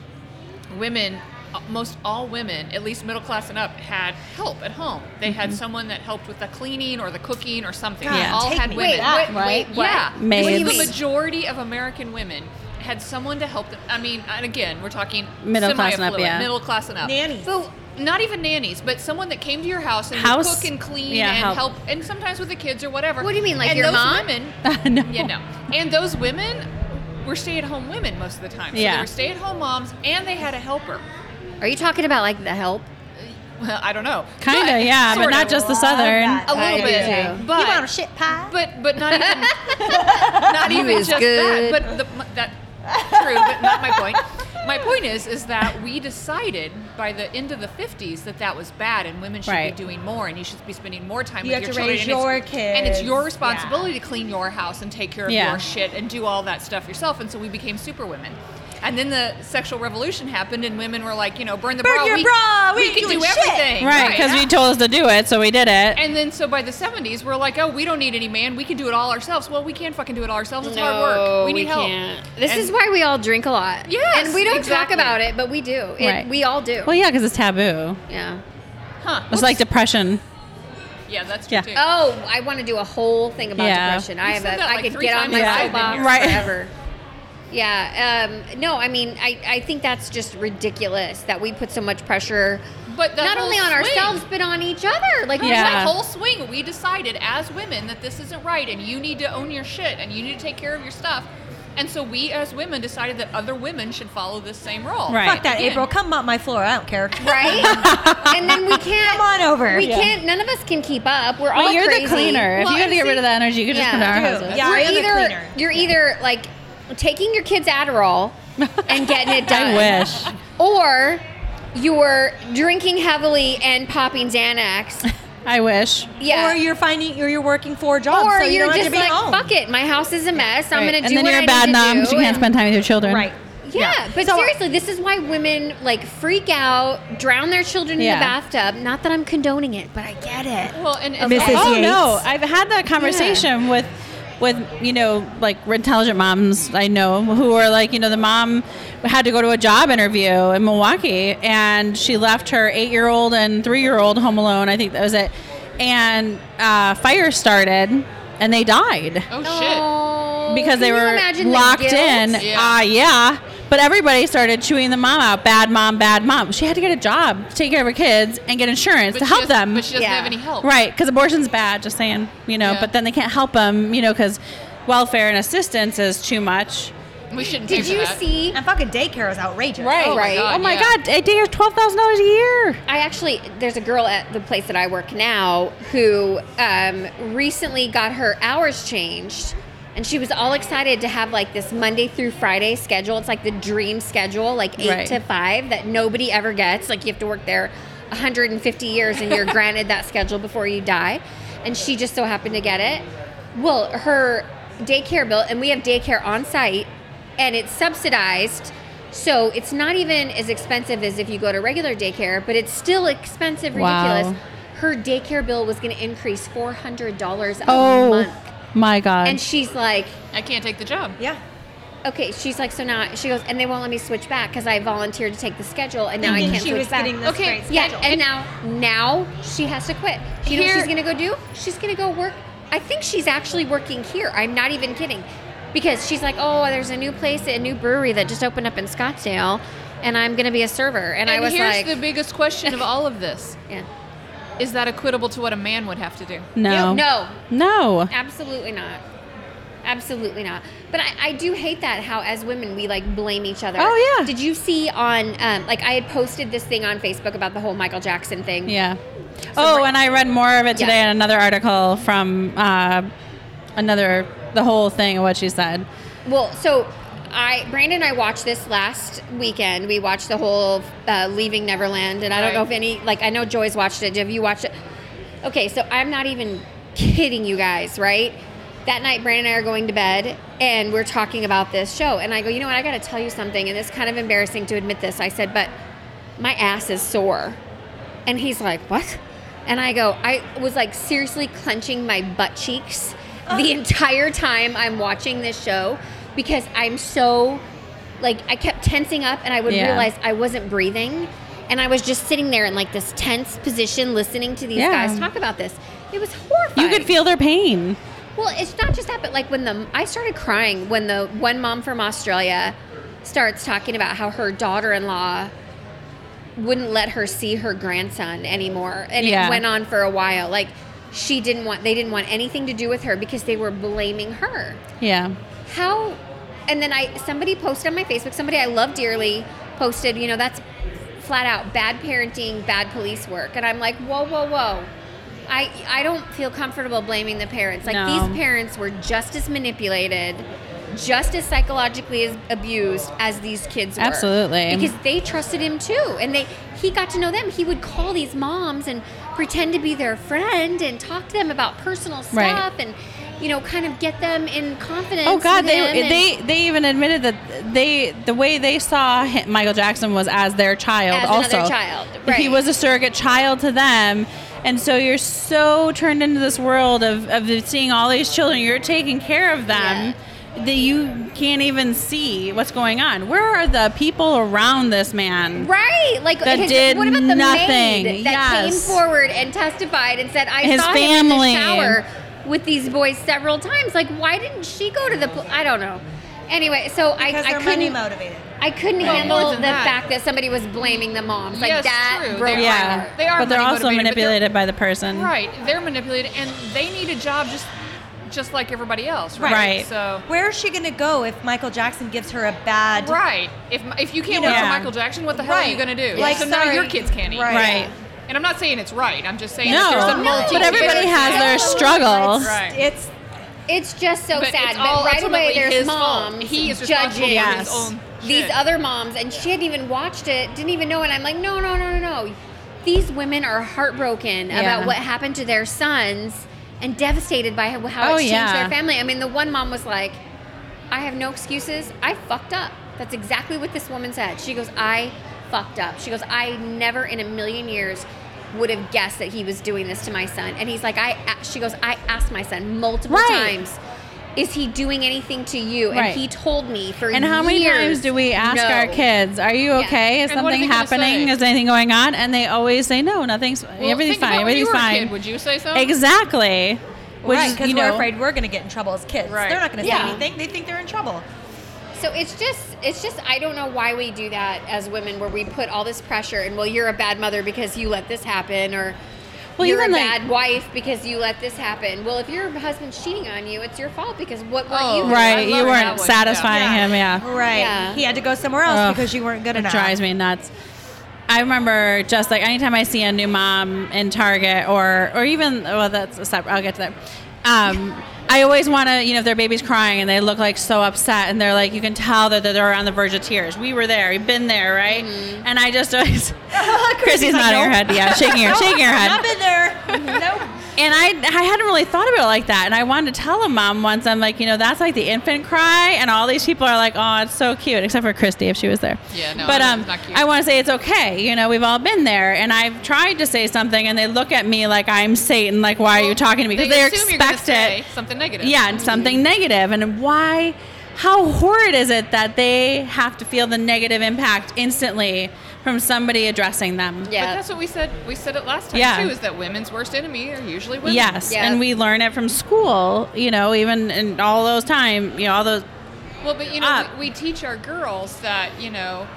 [SPEAKER 6] women, uh, most all women, at least middle class and up, had help at home. They
[SPEAKER 4] Mm-hmm.
[SPEAKER 6] had someone that helped with the cleaning or the cooking or something.
[SPEAKER 3] God,
[SPEAKER 6] They all
[SPEAKER 3] take
[SPEAKER 6] had
[SPEAKER 3] me
[SPEAKER 6] women.
[SPEAKER 3] back,
[SPEAKER 1] Wait,
[SPEAKER 4] right?
[SPEAKER 1] wait, what?
[SPEAKER 6] Yeah,
[SPEAKER 1] What do you
[SPEAKER 4] Maids.
[SPEAKER 6] the
[SPEAKER 1] mean?
[SPEAKER 6] majority of American women had someone to help them. I mean, and again, we're talking
[SPEAKER 4] Middle class and up,
[SPEAKER 6] semi-affluent,
[SPEAKER 4] yeah.
[SPEAKER 6] middle class and up.
[SPEAKER 3] Nannies.
[SPEAKER 6] But not even nannies, but someone that came to your house and would
[SPEAKER 4] House-
[SPEAKER 6] cook and clean
[SPEAKER 4] yeah,
[SPEAKER 6] and
[SPEAKER 4] help.
[SPEAKER 6] help. and sometimes with the kids or whatever.
[SPEAKER 1] What do you mean, like
[SPEAKER 6] and
[SPEAKER 1] your
[SPEAKER 6] those
[SPEAKER 1] mom?
[SPEAKER 6] Women,
[SPEAKER 4] no.
[SPEAKER 6] yeah, no. And those women were stay-at-home women most of the time. So
[SPEAKER 4] Yeah.
[SPEAKER 6] they were stay-at-home moms, and they had a helper.
[SPEAKER 1] Are you talking about like the help?
[SPEAKER 6] Well, I don't know.
[SPEAKER 4] Kinda, yeah, but
[SPEAKER 6] sort
[SPEAKER 4] not
[SPEAKER 6] of.
[SPEAKER 4] just the
[SPEAKER 3] Love
[SPEAKER 4] southern.
[SPEAKER 3] that.
[SPEAKER 6] a
[SPEAKER 1] I
[SPEAKER 6] little
[SPEAKER 1] do
[SPEAKER 6] bit.
[SPEAKER 1] too.
[SPEAKER 6] But
[SPEAKER 3] you want a shit pie?
[SPEAKER 6] But but not even not
[SPEAKER 1] You
[SPEAKER 6] even
[SPEAKER 1] is
[SPEAKER 6] just
[SPEAKER 1] good.
[SPEAKER 6] that. But the, m- that true, but not my point. My point is is that we decided by the end of the 50s that that was bad and women should
[SPEAKER 4] Right.
[SPEAKER 6] be doing more and you should be spending more time
[SPEAKER 3] You
[SPEAKER 6] with
[SPEAKER 3] have
[SPEAKER 6] your
[SPEAKER 3] to
[SPEAKER 6] children
[SPEAKER 3] raise
[SPEAKER 6] and it's-
[SPEAKER 3] your
[SPEAKER 6] and it's your
[SPEAKER 3] kids.
[SPEAKER 6] responsibility to clean your house and take care of
[SPEAKER 4] Yeah.
[SPEAKER 6] your shit and do all that stuff yourself and so we became superwomen. And then the sexual revolution happened, and women were like, you know, burn the
[SPEAKER 3] Burn
[SPEAKER 6] bra.
[SPEAKER 3] your
[SPEAKER 6] we,
[SPEAKER 3] bra, we
[SPEAKER 6] we
[SPEAKER 3] ain't
[SPEAKER 6] can
[SPEAKER 3] doing
[SPEAKER 6] do
[SPEAKER 3] shit.
[SPEAKER 6] everything.
[SPEAKER 4] Right, because
[SPEAKER 6] yeah.
[SPEAKER 4] you told us to do it, so we did it.
[SPEAKER 6] And then so by the 70s, we're like, oh, we don't need any man. We can do it all ourselves. Well, we can't fucking do it all ourselves. It's hard work. We need help.
[SPEAKER 1] This
[SPEAKER 6] And-
[SPEAKER 1] is why we all drink a lot.
[SPEAKER 6] Yes,
[SPEAKER 1] and we don't
[SPEAKER 6] exactly.
[SPEAKER 1] talk about it, but we do. It,
[SPEAKER 4] Right.
[SPEAKER 1] We all do.
[SPEAKER 4] well, yeah, because it's taboo.
[SPEAKER 1] yeah.
[SPEAKER 6] Huh.
[SPEAKER 4] It's like depression.
[SPEAKER 6] yeah, that's true
[SPEAKER 4] yeah.
[SPEAKER 6] too.
[SPEAKER 1] Oh, I I want to do a whole thing about
[SPEAKER 4] Yeah.
[SPEAKER 1] depression. I
[SPEAKER 6] We've
[SPEAKER 1] have
[SPEAKER 6] said
[SPEAKER 1] a.
[SPEAKER 6] that,
[SPEAKER 1] I
[SPEAKER 6] like,
[SPEAKER 1] could
[SPEAKER 6] three
[SPEAKER 1] get on
[SPEAKER 6] times
[SPEAKER 1] my
[SPEAKER 6] since I've been
[SPEAKER 1] soapbox
[SPEAKER 4] here. Right.
[SPEAKER 1] forever. Yeah. Um, no, I mean, I, I think that's just ridiculous that we put so much pressure,
[SPEAKER 6] But the
[SPEAKER 1] not
[SPEAKER 6] whole
[SPEAKER 1] only on
[SPEAKER 6] swing-
[SPEAKER 1] ourselves but on each other. Like,
[SPEAKER 4] Yeah.
[SPEAKER 6] That whole swing, we decided as women that this isn't right and you need to own your shit and you need to take care of your stuff. And so we as women decided that other women should follow this same role.
[SPEAKER 4] Right.
[SPEAKER 3] Fuck that,
[SPEAKER 6] Again.
[SPEAKER 3] April. Come up my floor. I don't care.
[SPEAKER 1] right? and then we can't.
[SPEAKER 3] Come on over.
[SPEAKER 1] We
[SPEAKER 3] Yeah.
[SPEAKER 1] can't. None of us can keep up. We're
[SPEAKER 4] Well,
[SPEAKER 1] all
[SPEAKER 4] you're
[SPEAKER 1] crazy.
[SPEAKER 4] the cleaner. if
[SPEAKER 6] Well,
[SPEAKER 4] you had to
[SPEAKER 6] and
[SPEAKER 4] get rid
[SPEAKER 6] see-
[SPEAKER 4] of that energy, you could just
[SPEAKER 1] Yeah.
[SPEAKER 4] come to our
[SPEAKER 3] I do.
[SPEAKER 4] houses.
[SPEAKER 3] Yeah.
[SPEAKER 1] you're
[SPEAKER 3] I am the
[SPEAKER 1] either
[SPEAKER 3] cleaner.
[SPEAKER 1] you're either like taking your kids Adderall and getting it done.
[SPEAKER 4] I wish.
[SPEAKER 1] Or you're drinking heavily and popping Xanax.
[SPEAKER 4] I wish.
[SPEAKER 1] Yeah.
[SPEAKER 3] Or you're finding, or you're working four jobs,
[SPEAKER 1] Or
[SPEAKER 3] so you
[SPEAKER 1] you're
[SPEAKER 3] don't have
[SPEAKER 1] just
[SPEAKER 3] to be
[SPEAKER 1] like,
[SPEAKER 3] home.
[SPEAKER 1] fuck it, my house is a mess. I'm
[SPEAKER 4] Right.
[SPEAKER 1] gonna do
[SPEAKER 4] and then
[SPEAKER 1] what
[SPEAKER 4] you're
[SPEAKER 1] I
[SPEAKER 4] a bad
[SPEAKER 1] need to
[SPEAKER 4] mom
[SPEAKER 1] do,
[SPEAKER 4] because you can't
[SPEAKER 1] and-
[SPEAKER 4] spend time with your children.
[SPEAKER 3] Right.
[SPEAKER 1] Yeah, but
[SPEAKER 3] So-
[SPEAKER 1] seriously, this is why women like freak out, drown their children
[SPEAKER 4] Yeah.
[SPEAKER 1] in the bathtub. Not that I'm condoning it, but I get it.
[SPEAKER 6] Well, and, and
[SPEAKER 3] Mrs.
[SPEAKER 4] Oh no,
[SPEAKER 3] Yates.
[SPEAKER 4] I've had that conversation with with you know like intelligent moms I know who are like you know the mom had to go to a job interview in Milwaukee and she left her eight year old and three year old home alone. I think that was it. And uh, fire started and they died
[SPEAKER 6] Oh, shit.
[SPEAKER 1] Oh,
[SPEAKER 4] because they
[SPEAKER 1] can you
[SPEAKER 4] were
[SPEAKER 1] imagine the
[SPEAKER 4] locked
[SPEAKER 1] guilt?
[SPEAKER 4] in.
[SPEAKER 6] Yeah.
[SPEAKER 4] Ah, yeah. But everybody started chewing the mom out. Bad mom, bad mom. She had to get a job, to take care of her kids, and get insurance
[SPEAKER 6] But
[SPEAKER 4] to
[SPEAKER 6] she
[SPEAKER 4] help
[SPEAKER 6] doesn't-
[SPEAKER 4] them.
[SPEAKER 6] But she doesn't
[SPEAKER 1] Yeah.
[SPEAKER 6] have any help.
[SPEAKER 4] Right, because abortion's bad. Just saying, you know.
[SPEAKER 6] Yeah.
[SPEAKER 4] But then they can't help them, you know, because welfare and assistance is too much.
[SPEAKER 6] We shouldn't
[SPEAKER 1] Did
[SPEAKER 6] pay for
[SPEAKER 1] you
[SPEAKER 6] that.
[SPEAKER 1] see?
[SPEAKER 3] And fucking daycare is outrageous.
[SPEAKER 6] Oh my
[SPEAKER 1] right.
[SPEAKER 6] God,
[SPEAKER 4] Oh my
[SPEAKER 6] yeah.
[SPEAKER 4] God, a day is twelve thousand dollars a year.
[SPEAKER 1] I actually, there's a girl at the place that I work now who um, recently got her hours changed. And she was all excited to have like this Monday through Friday schedule. It's like the dream schedule, like eight
[SPEAKER 4] Right.
[SPEAKER 1] to five that nobody ever gets. Like you have to work there 150 years and you're granted that schedule before you die. And she just so happened to get it. Well, her daycare bill, and we have daycare on site and it's subsidized. So it's not even as expensive as if you go to regular daycare, but it's still expensive,
[SPEAKER 4] Wow.
[SPEAKER 1] ridiculous. Her daycare bill was going to increase four hundred dollars a
[SPEAKER 4] Oh
[SPEAKER 1] month,
[SPEAKER 4] my God.
[SPEAKER 1] and she's like,
[SPEAKER 6] I can't take the job.
[SPEAKER 3] Yeah.
[SPEAKER 1] "Okay." She's like, "So now," she goes, "And they won't let me switch back because I volunteered to take the schedule, and now I
[SPEAKER 3] Thinking
[SPEAKER 1] can't
[SPEAKER 3] she
[SPEAKER 1] switch
[SPEAKER 3] was
[SPEAKER 1] back."
[SPEAKER 3] getting this
[SPEAKER 6] Okay,
[SPEAKER 3] great
[SPEAKER 1] yeah,
[SPEAKER 3] schedule.
[SPEAKER 1] and now now she has to quit. You know what
[SPEAKER 6] Here-
[SPEAKER 1] she's going to go do? She's going to go work. I think she's actually working here. I'm not even kidding, because she's like, "Oh, there's a new place, a new brewery that just opened up in Scottsdale." And I'm gonna be a server, and, I was
[SPEAKER 6] here's
[SPEAKER 1] like,
[SPEAKER 6] the biggest question of all of this:
[SPEAKER 1] yeah.
[SPEAKER 6] Is that equitable to what a man would have to do?
[SPEAKER 4] no.
[SPEAKER 1] No,
[SPEAKER 4] No.
[SPEAKER 1] absolutely not. Absolutely not. But I, I do hate that how as women we like blame each other.
[SPEAKER 4] Oh, yeah.
[SPEAKER 1] Did you see on um, like I had posted this thing on Facebook about the whole Michael Jackson thing?
[SPEAKER 4] Yeah. oh, and I read more of it today
[SPEAKER 1] Yeah.
[SPEAKER 4] in another article from uh, another the whole thing of what she said.
[SPEAKER 1] Well, so I Brandon and I watched this last weekend. We watched the whole uh, Leaving Neverland, and I don't know
[SPEAKER 6] Right.
[SPEAKER 1] if any like I know Joy's watched it. Have you watched it? Okay, so I'm not even kidding you guys, right? That night, Brandon and I are going to bed, and we're talking about this show, and I go, you know what? I got to tell you something, and it's kind of embarrassing to admit this. I said, but my ass is sore. And he's like, What? And I go, I was like seriously clenching my butt cheeks the
[SPEAKER 4] Oh.
[SPEAKER 1] entire time I'm watching this show because I'm so, like, I kept tensing up and I would
[SPEAKER 4] Yeah.
[SPEAKER 1] realize I wasn't breathing. And I was just sitting there in like this tense position listening to these
[SPEAKER 4] Yeah.
[SPEAKER 1] guys talk about this. It was horrifying.
[SPEAKER 4] You could feel their pain.
[SPEAKER 1] Well, it's not just that, but like when the I started crying when the one mom from Australia starts talking about how her daughter-in-law wouldn't let her see her grandson anymore, and
[SPEAKER 4] Yeah.
[SPEAKER 1] it went on for a while. Like she didn't want they didn't want anything to do with her because they were blaming her.
[SPEAKER 4] Yeah.
[SPEAKER 1] How? And then I somebody posted on my Facebook. Somebody I love dearly posted. You know that's flat out bad parenting, bad police work. And I'm like, whoa, whoa, whoa. I I don't feel comfortable blaming the parents. Like
[SPEAKER 4] No.
[SPEAKER 1] these parents were just as manipulated, just as psychologically as abused as these kids were.
[SPEAKER 4] Absolutely.
[SPEAKER 1] Because they trusted him too, and they he got to know them. He would call these moms and pretend to be their friend and talk to them about personal stuff
[SPEAKER 4] Right.
[SPEAKER 1] and you know kind of get them in confidence.
[SPEAKER 4] Oh God,
[SPEAKER 1] with
[SPEAKER 4] they
[SPEAKER 1] him and-
[SPEAKER 4] they they even admitted that they the way they saw hi- Michael Jackson was as their child.
[SPEAKER 1] As
[SPEAKER 4] also,
[SPEAKER 1] another child,
[SPEAKER 4] he
[SPEAKER 1] right.
[SPEAKER 4] was a surrogate child to them, and so you're so turned into this world of of seeing all these children. You're taking care of them. That you can't even see what's going on. Where are the people around this man?
[SPEAKER 1] Right, like
[SPEAKER 4] That
[SPEAKER 1] his-
[SPEAKER 4] did
[SPEAKER 1] what about the
[SPEAKER 4] nothing.
[SPEAKER 1] maid that
[SPEAKER 4] Yes.
[SPEAKER 1] came forward and testified and said, "I
[SPEAKER 4] His
[SPEAKER 1] saw
[SPEAKER 4] family.
[SPEAKER 1] him in the shower with these boys several times." Like, why didn't she go to the? Pl- I don't know. Anyway, so I,
[SPEAKER 3] because
[SPEAKER 1] I
[SPEAKER 3] they're
[SPEAKER 1] couldn't.
[SPEAKER 3] money motivated.
[SPEAKER 1] I couldn't
[SPEAKER 6] Well, more
[SPEAKER 1] handle the
[SPEAKER 6] than that.
[SPEAKER 1] fact that somebody was blaming the moms. Like
[SPEAKER 6] Yes,
[SPEAKER 1] that
[SPEAKER 6] true.
[SPEAKER 1] broke
[SPEAKER 6] They
[SPEAKER 1] my
[SPEAKER 6] are.
[SPEAKER 1] heart.
[SPEAKER 6] They are
[SPEAKER 4] but they're also
[SPEAKER 6] money-motivated, but they're-
[SPEAKER 4] manipulated by the person.
[SPEAKER 6] Right. They're manipulated and they need a job just just like everybody else, right?
[SPEAKER 4] Right.
[SPEAKER 6] So
[SPEAKER 3] Where is she going to go if Michael Jackson gives her a bad?
[SPEAKER 6] Right. If if you can't
[SPEAKER 4] know-
[SPEAKER 6] work for
[SPEAKER 4] Yeah.
[SPEAKER 6] Michael Jackson, what the hell are you
[SPEAKER 3] Right.
[SPEAKER 6] going to do?
[SPEAKER 3] Like,
[SPEAKER 6] so now
[SPEAKER 3] sorry.
[SPEAKER 6] your kids can't eat.
[SPEAKER 3] Right.
[SPEAKER 4] Right.
[SPEAKER 6] And I'm not saying it's right. I'm just saying
[SPEAKER 4] No,
[SPEAKER 6] there's a
[SPEAKER 4] No, but
[SPEAKER 6] multitude.
[SPEAKER 4] everybody
[SPEAKER 6] of-
[SPEAKER 4] has their
[SPEAKER 1] No.
[SPEAKER 4] struggle.
[SPEAKER 3] It's,
[SPEAKER 6] Right.
[SPEAKER 3] it's
[SPEAKER 1] It's just so
[SPEAKER 6] But
[SPEAKER 1] sad.
[SPEAKER 6] it's all
[SPEAKER 1] but right away,
[SPEAKER 6] ultimately
[SPEAKER 1] there's
[SPEAKER 6] his fault.
[SPEAKER 1] moms
[SPEAKER 6] He is responsible
[SPEAKER 1] judging
[SPEAKER 4] for his
[SPEAKER 6] own
[SPEAKER 1] these
[SPEAKER 6] shit.
[SPEAKER 1] other moms, and she hadn't even watched it, didn't even know. And I'm like, no, no, no, no, no. These women are heartbroken
[SPEAKER 4] Yeah.
[SPEAKER 1] about what happened to their sons and devastated by how, how
[SPEAKER 4] Oh,
[SPEAKER 1] it's changed
[SPEAKER 4] yeah.
[SPEAKER 1] their family. I mean, the one mom was like, I have no excuses. I fucked up. That's exactly what this woman said. She goes, I fucked up. She goes, I never in a million years would have guessed that he was doing this to my son. And he's like, I, a-" she goes, I asked my son multiple
[SPEAKER 4] Right.
[SPEAKER 1] times, is he doing anything to you? And
[SPEAKER 4] Right.
[SPEAKER 1] he told me for
[SPEAKER 4] And how many times
[SPEAKER 1] years,
[SPEAKER 4] do we ask
[SPEAKER 1] "No."
[SPEAKER 4] our kids, "Are you
[SPEAKER 1] Yeah.
[SPEAKER 4] okay? Is
[SPEAKER 6] And what are
[SPEAKER 4] something
[SPEAKER 6] they gonna
[SPEAKER 4] happening?
[SPEAKER 6] say?
[SPEAKER 4] Is anything going on?" And they always say, "No, nothing's
[SPEAKER 6] Well,
[SPEAKER 4] everything's
[SPEAKER 6] think about
[SPEAKER 4] fine.
[SPEAKER 6] when
[SPEAKER 4] Everything's
[SPEAKER 6] you were a
[SPEAKER 4] fine."
[SPEAKER 6] Kid, would you say so?
[SPEAKER 4] Exactly. Which
[SPEAKER 3] right because
[SPEAKER 4] you
[SPEAKER 3] we're
[SPEAKER 4] know,
[SPEAKER 3] afraid we're going to get in trouble as kids.
[SPEAKER 6] Right.
[SPEAKER 3] They're not going to
[SPEAKER 1] Yeah.
[SPEAKER 3] say anything. They think they're in trouble.
[SPEAKER 1] So it's just, it's just, I don't know why we do that as women, where we put all this pressure and, well, you're a bad mother because you let this happen, or
[SPEAKER 4] Well,
[SPEAKER 1] you're a
[SPEAKER 4] even, like-
[SPEAKER 1] bad wife because you let this happen. Well, if your husband's cheating on you, it's your fault because what were
[SPEAKER 6] Oh,
[SPEAKER 1] you? doing?
[SPEAKER 6] I
[SPEAKER 4] Right,
[SPEAKER 6] love
[SPEAKER 4] you
[SPEAKER 6] that
[SPEAKER 4] weren't
[SPEAKER 6] one,
[SPEAKER 4] satisfying
[SPEAKER 3] yeah.
[SPEAKER 4] him. Yeah.
[SPEAKER 3] Right.
[SPEAKER 1] Yeah.
[SPEAKER 3] He had to go somewhere else
[SPEAKER 4] Ugh,
[SPEAKER 3] because you weren't good
[SPEAKER 4] It
[SPEAKER 3] enough.
[SPEAKER 4] drives me nuts. I remember just like anytime I see a new mom in Target or or even well that's a separate I'll get to that. Um, I always want to you know if their baby's crying and they look like so upset and they're like you can tell that they're on the verge of tears. We were there, we've been there, right? And I just always
[SPEAKER 3] Mm-hmm. like,
[SPEAKER 4] Chrissy's nodding her
[SPEAKER 3] "Nope."
[SPEAKER 4] head, yeah, shaking her, shaking her head.
[SPEAKER 3] Not been there. nope.
[SPEAKER 4] And I, I hadn't really thought about it like that. And I wanted to tell a mom once, I'm like, you know, that's like the infant cry. And all these people are like, oh, it's so cute, except for Christy if she was there.
[SPEAKER 6] Yeah, no,
[SPEAKER 4] But
[SPEAKER 6] I know,
[SPEAKER 4] um,
[SPEAKER 6] it's not cute.
[SPEAKER 4] I want to say it's okay. You know, we've all been there. And I've tried to say something, and they look at me like I'm Satan. Like, why are you talking to me? Because
[SPEAKER 6] they
[SPEAKER 4] they
[SPEAKER 6] assume you're gonna
[SPEAKER 4] expect
[SPEAKER 6] say
[SPEAKER 4] it.
[SPEAKER 6] something negative.
[SPEAKER 4] Yeah, and something negative. And why, how horrid is it that they have to feel the negative impact instantly from somebody addressing them?
[SPEAKER 6] But
[SPEAKER 1] Yeah.
[SPEAKER 6] that's what we said. We said it last time
[SPEAKER 4] Yeah.
[SPEAKER 6] too. Is that women's worst enemy are usually women?
[SPEAKER 4] Yes,
[SPEAKER 1] Yeah.
[SPEAKER 4] and we learn it from school. You know, even in all those time, you know, all those.
[SPEAKER 6] Well, but you know,
[SPEAKER 4] up.
[SPEAKER 6] we, we teach our girls that you know,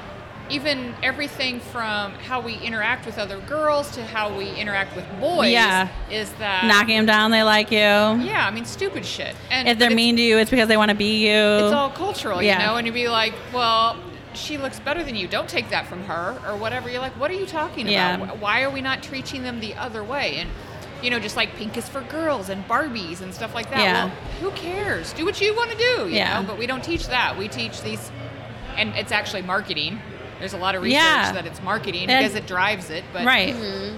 [SPEAKER 6] even everything from how we interact with other girls to how we interact with boys.
[SPEAKER 4] Yeah.
[SPEAKER 6] Is that
[SPEAKER 4] knocking them down, they like you.
[SPEAKER 6] Uh, Yeah, I mean, stupid shit. And
[SPEAKER 4] If they're
[SPEAKER 6] but it's-
[SPEAKER 4] mean to you, it's because they want to be you.
[SPEAKER 6] it's all cultural,
[SPEAKER 4] Oh. Yeah.
[SPEAKER 6] you know, and you'd be like, well, she looks better than you. Don't take that from her or whatever. You're like, what are you talking
[SPEAKER 4] Yeah.
[SPEAKER 6] about? Wh- Why are we not treating them the other way? And, you know, just like pink is for girls and Barbies and stuff like that.
[SPEAKER 4] Yeah.
[SPEAKER 6] Well, who cares? Do what you want to do, you
[SPEAKER 4] Yeah.
[SPEAKER 6] know, but we don't teach that. We teach these, and it's actually marketing. There's a lot of research
[SPEAKER 4] Yeah.
[SPEAKER 6] that it's marketing
[SPEAKER 4] And-
[SPEAKER 6] because it drives it. But
[SPEAKER 4] right.
[SPEAKER 6] Mm-hmm.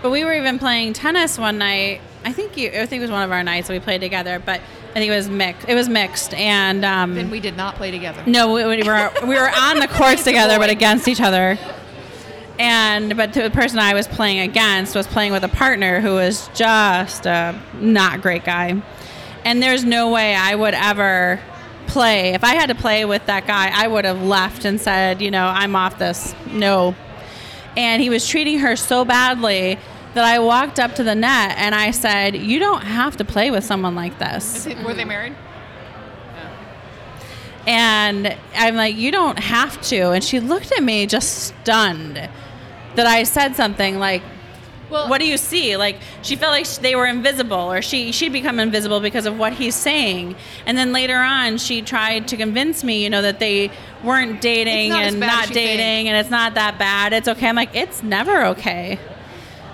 [SPEAKER 4] But we were even playing tennis one night. I think you. I think it was one of our nights that we played together. But I think it was mixed. It was mixed, and um,
[SPEAKER 6] then we did not play together.
[SPEAKER 4] No, we, we were we were on the courts together, but against each other. And but the person I was playing against was playing with a partner who was just a not great guy. And there's no way I would ever play. If I had to play with that guy, I would have left and said, you know, I'm off this. No. And he was treating her so badly that I walked up to the net and I said, "You don't have to play with someone like this."
[SPEAKER 6] Is it- were they married?
[SPEAKER 4] And I'm like, you don't have to. And she looked at me just stunned that I said something like,
[SPEAKER 6] Well,
[SPEAKER 4] what do you see? Like she felt like sh- they were invisible, or she she'd become invisible because of what he's saying. And then later on, she tried to convince me, you know, that they weren't dating
[SPEAKER 6] It's not as
[SPEAKER 4] and
[SPEAKER 6] bad as
[SPEAKER 4] not
[SPEAKER 6] you
[SPEAKER 4] dating,
[SPEAKER 6] think.
[SPEAKER 4] and it's not that bad. It's okay. I'm like, it's never okay.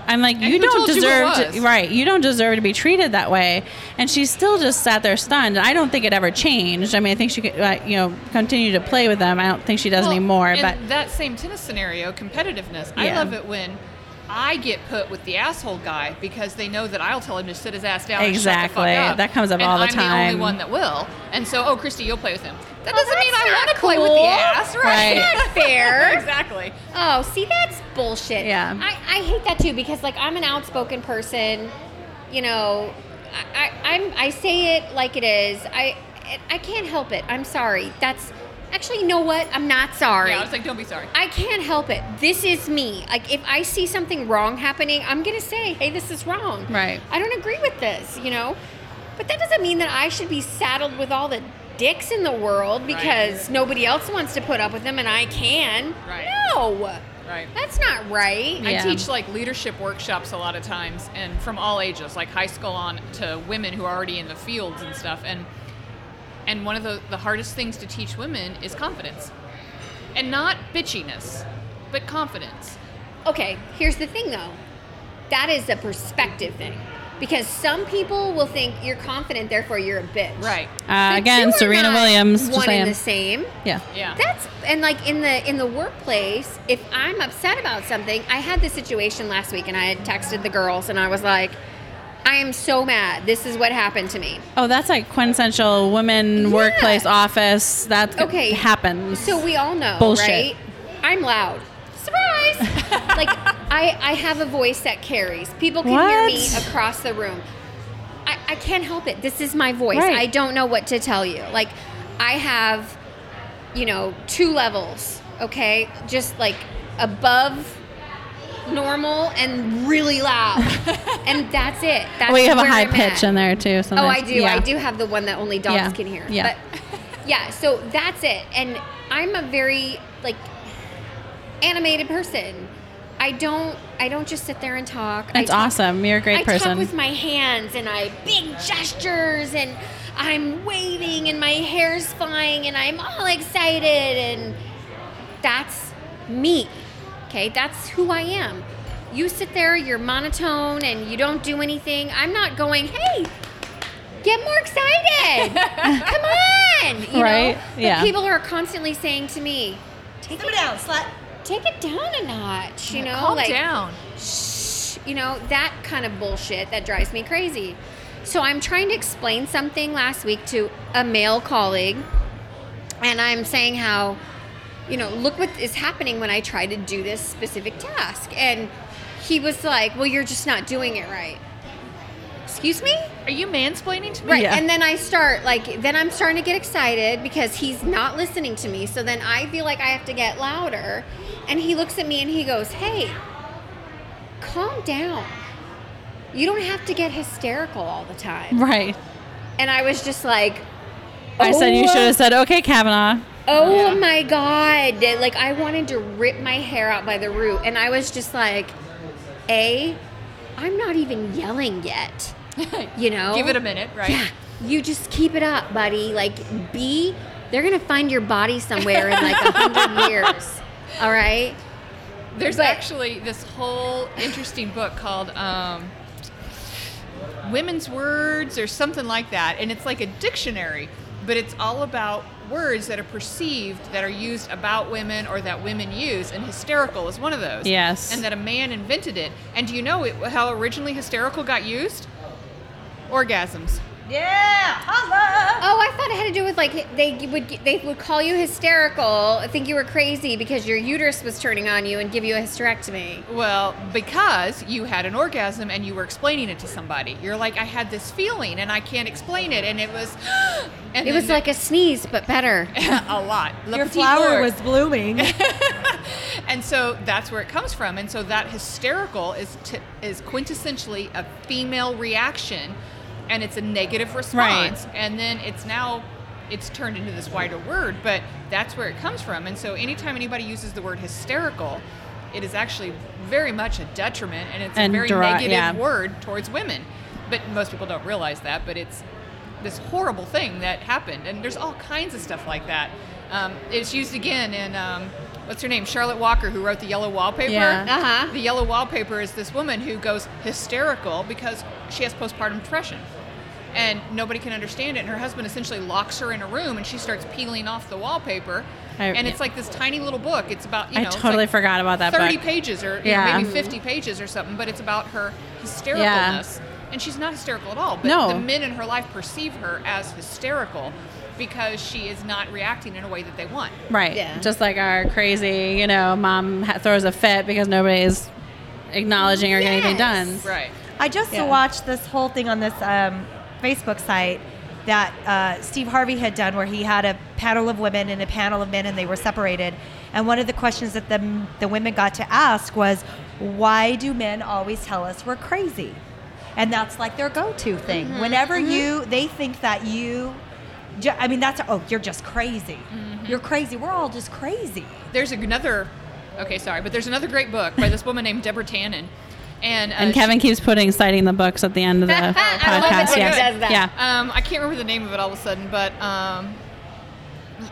[SPEAKER 4] I'm like, you
[SPEAKER 6] who
[SPEAKER 4] don't
[SPEAKER 6] told you it
[SPEAKER 4] deserve
[SPEAKER 6] was?
[SPEAKER 4] to, right. You don't deserve to be treated that way. And she still just sat there stunned. And I don't think it ever changed. I mean, I think she could, like, you know, continue to play with them. I don't think she does
[SPEAKER 6] Well,
[SPEAKER 4] anymore.
[SPEAKER 6] in
[SPEAKER 4] But
[SPEAKER 6] that same tennis scenario, competitiveness. I
[SPEAKER 4] Yeah.
[SPEAKER 6] love it when I get put with the asshole guy because they know that I'll tell him to sit his ass down. And shut
[SPEAKER 4] Exactly.
[SPEAKER 6] the fuck up.
[SPEAKER 4] That comes up
[SPEAKER 6] And
[SPEAKER 4] all the
[SPEAKER 6] I'm the
[SPEAKER 4] time.
[SPEAKER 6] only one that will. And so, oh, Christy, you'll play with him. That
[SPEAKER 1] Oh,
[SPEAKER 6] doesn't mean
[SPEAKER 1] that's
[SPEAKER 6] I
[SPEAKER 1] not
[SPEAKER 6] want to play with
[SPEAKER 1] cool.
[SPEAKER 6] the ass, right?
[SPEAKER 4] Right.
[SPEAKER 1] Not fair.
[SPEAKER 6] exactly.
[SPEAKER 1] Oh, see, that's bullshit.
[SPEAKER 4] Yeah.
[SPEAKER 1] I, I hate that too because, like, I'm an outspoken person. You know, I, I, I'm, I say it like it is. I, I can't help it. I'm sorry. That's actually, you know what? I'm not sorry.
[SPEAKER 6] Yeah, I was like, don't be sorry.
[SPEAKER 1] I can't help it. This is me. Like, if I see something wrong happening, I'm going to say, hey, this is wrong.
[SPEAKER 4] Right.
[SPEAKER 1] I don't agree with this, you know? But that doesn't mean that I should be saddled with all the dicks in the world because nobody else wants to put up with them and I can.
[SPEAKER 6] Right.
[SPEAKER 1] No.
[SPEAKER 6] Right.
[SPEAKER 1] That's not right.
[SPEAKER 4] Yeah.
[SPEAKER 6] I teach like leadership workshops a lot of times and from all ages, like high school on to women who are already in the fields and stuff. And and one of the, the hardest things to teach women is confidence. And not bitchiness, but confidence.
[SPEAKER 1] Okay, here's the thing though. That is a perspective thing. Because some people will think you're confident, therefore you're a bitch.
[SPEAKER 6] Right.
[SPEAKER 4] uh,
[SPEAKER 1] The
[SPEAKER 4] again,
[SPEAKER 1] two are
[SPEAKER 4] Serena
[SPEAKER 1] not
[SPEAKER 4] Williams. just
[SPEAKER 1] One
[SPEAKER 4] saying.
[SPEAKER 1] and the same.
[SPEAKER 4] yeah.
[SPEAKER 6] Yeah.
[SPEAKER 1] That's and like in the in the workplace, if I'm upset about something, I had this situation last week and I had texted the girls and I was like, I am so mad. This is what happened to me.
[SPEAKER 4] Oh, that's like quintessential women
[SPEAKER 1] Yeah.
[SPEAKER 4] workplace office. That
[SPEAKER 1] Okay.
[SPEAKER 4] happens.
[SPEAKER 1] So we all know,
[SPEAKER 4] Bullshit.
[SPEAKER 1] right? I'm loud. Surprise! like I, I have a voice that carries. People can hear
[SPEAKER 4] What?
[SPEAKER 1] me across the room. I, I can't help it. This is my voice.
[SPEAKER 4] Right.
[SPEAKER 1] I don't know what to tell you. Like I have, you know, two levels, okay? Just like above normal and really loud. and that's it. That's
[SPEAKER 4] we have a
[SPEAKER 1] where
[SPEAKER 4] high
[SPEAKER 1] I'm at.
[SPEAKER 4] pitch in there too.
[SPEAKER 1] Oh,
[SPEAKER 4] sometimes.
[SPEAKER 1] I do.
[SPEAKER 4] Yeah.
[SPEAKER 1] I do have the one that only dogs
[SPEAKER 4] Yeah.
[SPEAKER 1] can hear.
[SPEAKER 4] Yeah.
[SPEAKER 1] But yeah, so that's it. And I'm a very like animated person. I don't I don't just sit there and talk. I
[SPEAKER 4] That's
[SPEAKER 1] talk-
[SPEAKER 4] awesome. You're a great
[SPEAKER 1] I talk
[SPEAKER 4] person.
[SPEAKER 1] with my hands and I big gestures and I'm waving and my hair's flying and I'm all excited and that's me. Okay, that's who I am. You sit there, you're monotone and you don't do anything. I'm not going, hey, get more excited. Come on. You
[SPEAKER 4] Right?
[SPEAKER 1] Know? But
[SPEAKER 4] Yeah.
[SPEAKER 1] people are constantly saying to me, take
[SPEAKER 3] Sit
[SPEAKER 1] it,
[SPEAKER 3] down, slut.
[SPEAKER 1] take it down a notch, you know?
[SPEAKER 6] Calm
[SPEAKER 1] like,
[SPEAKER 6] down.
[SPEAKER 1] shh, you know, that kind of bullshit that drives me crazy. So I'm trying to explain something last week to a male colleague, and I'm saying how, you know, look what is happening when I try to do this specific task. And he was like, Well, you're just not doing it right. Excuse me?
[SPEAKER 6] Are you mansplaining to me?
[SPEAKER 1] Right.
[SPEAKER 4] Yeah.
[SPEAKER 1] And then I start like then I'm starting to get excited because he's not listening to me. So then I feel like I have to get louder. And he looks at me and he goes, "Hey, calm down. You don't have to get hysterical all the time."
[SPEAKER 4] Right.
[SPEAKER 1] And I was just like,
[SPEAKER 4] I said you
[SPEAKER 1] "Oh,
[SPEAKER 4] should have said, okay, Kavanaugh.
[SPEAKER 1] Oh my god! Like I wanted to rip my hair out by the root, and I was just like, "A, I'm not even yelling yet." You know,
[SPEAKER 6] Give it a minute, right?
[SPEAKER 1] yeah, you just keep it up, buddy. Like, B, they're gonna find your body somewhere in like a hundred years. All right.
[SPEAKER 6] There's
[SPEAKER 1] But-
[SPEAKER 6] actually this whole interesting book called um, Women's Words or something like that. And it's like a dictionary, but it's all about words that are perceived that are used about women or that women use. And hysterical is one of those.
[SPEAKER 4] Yes.
[SPEAKER 6] And that a man invented it. And do you know it, how originally hysterical got used? Orgasms.
[SPEAKER 3] Yeah, holla.
[SPEAKER 1] Oh, I thought it had to do with like they would they would call you hysterical, think you were crazy because your uterus was turning on you, and give you a hysterectomy.
[SPEAKER 6] Well, because you had an orgasm and you were explaining it to somebody. You're like, I had this feeling and I can't explain it. And it was, and
[SPEAKER 1] It was
[SPEAKER 6] then-
[SPEAKER 1] like a sneeze, but better.
[SPEAKER 6] a lot. Le
[SPEAKER 3] Your
[SPEAKER 6] petit
[SPEAKER 3] flower
[SPEAKER 6] four.
[SPEAKER 3] was blooming.
[SPEAKER 6] and so that's where it comes from. And so that hysterical is t- is quintessentially a female reaction, and it's a negative response. And then it's now it's turned into this wider word, but that's where it comes from. And so anytime anybody uses the word hysterical, it is actually very much a detriment, and it's
[SPEAKER 4] And
[SPEAKER 6] a very
[SPEAKER 4] dri-
[SPEAKER 6] negative
[SPEAKER 4] yeah.
[SPEAKER 6] word towards women. But most people don't realize that. But it's this horrible thing that happened, and there's all kinds of stuff like that. Um, it's used again in um, what's her name, Charlotte Walker, who wrote the Yellow Wallpaper.
[SPEAKER 4] Yeah.
[SPEAKER 1] Uh-huh.
[SPEAKER 6] The Yellow Wallpaper is this woman who goes hysterical because she has postpartum depression, and nobody can understand it. And her husband essentially locks her in a room, and she starts peeling off the wallpaper.
[SPEAKER 4] I-
[SPEAKER 6] and it's like this tiny little book. It's about you
[SPEAKER 4] I
[SPEAKER 6] know. it's
[SPEAKER 4] totally
[SPEAKER 6] like
[SPEAKER 4] forgot about that
[SPEAKER 6] Thirty
[SPEAKER 4] book.
[SPEAKER 6] pages or you know,
[SPEAKER 4] Yeah.
[SPEAKER 6] maybe fifty pages or something, but it's about her hystericalness. And she's not hysterical at all. But
[SPEAKER 4] No.
[SPEAKER 6] the men in her life perceive her as hysterical because she is not reacting in a way that they want.
[SPEAKER 4] Right.
[SPEAKER 1] Yeah.
[SPEAKER 4] Just like our crazy, you know, mom ha- throws a fit because nobody is acknowledging or getting anything done.
[SPEAKER 6] Right.
[SPEAKER 3] I just
[SPEAKER 4] Yeah.
[SPEAKER 3] watched this whole thing on this um, Facebook site that uh, Steve Harvey had done, where he had a panel of women and a panel of men, and they were separated. And one of the questions that the the women got to ask was, "Why do men always tell us we're crazy?" And that's like their go-to thing.
[SPEAKER 4] Mm-hmm.
[SPEAKER 3] Whenever you they think that you, ju- I mean, that's oh, you're just crazy.
[SPEAKER 4] Mm-hmm.
[SPEAKER 3] You're crazy. We're all just crazy.
[SPEAKER 6] There's another okay, sorry, but there's another great book by this woman named Deborah Tannen. And, uh,
[SPEAKER 4] And Kevin keeps putting citing the books at the end of the
[SPEAKER 1] I love it
[SPEAKER 4] podcast.
[SPEAKER 1] when he
[SPEAKER 4] yeah.
[SPEAKER 1] does that.
[SPEAKER 4] Yeah.
[SPEAKER 6] Um, I can't remember the name of it all of a sudden, but um,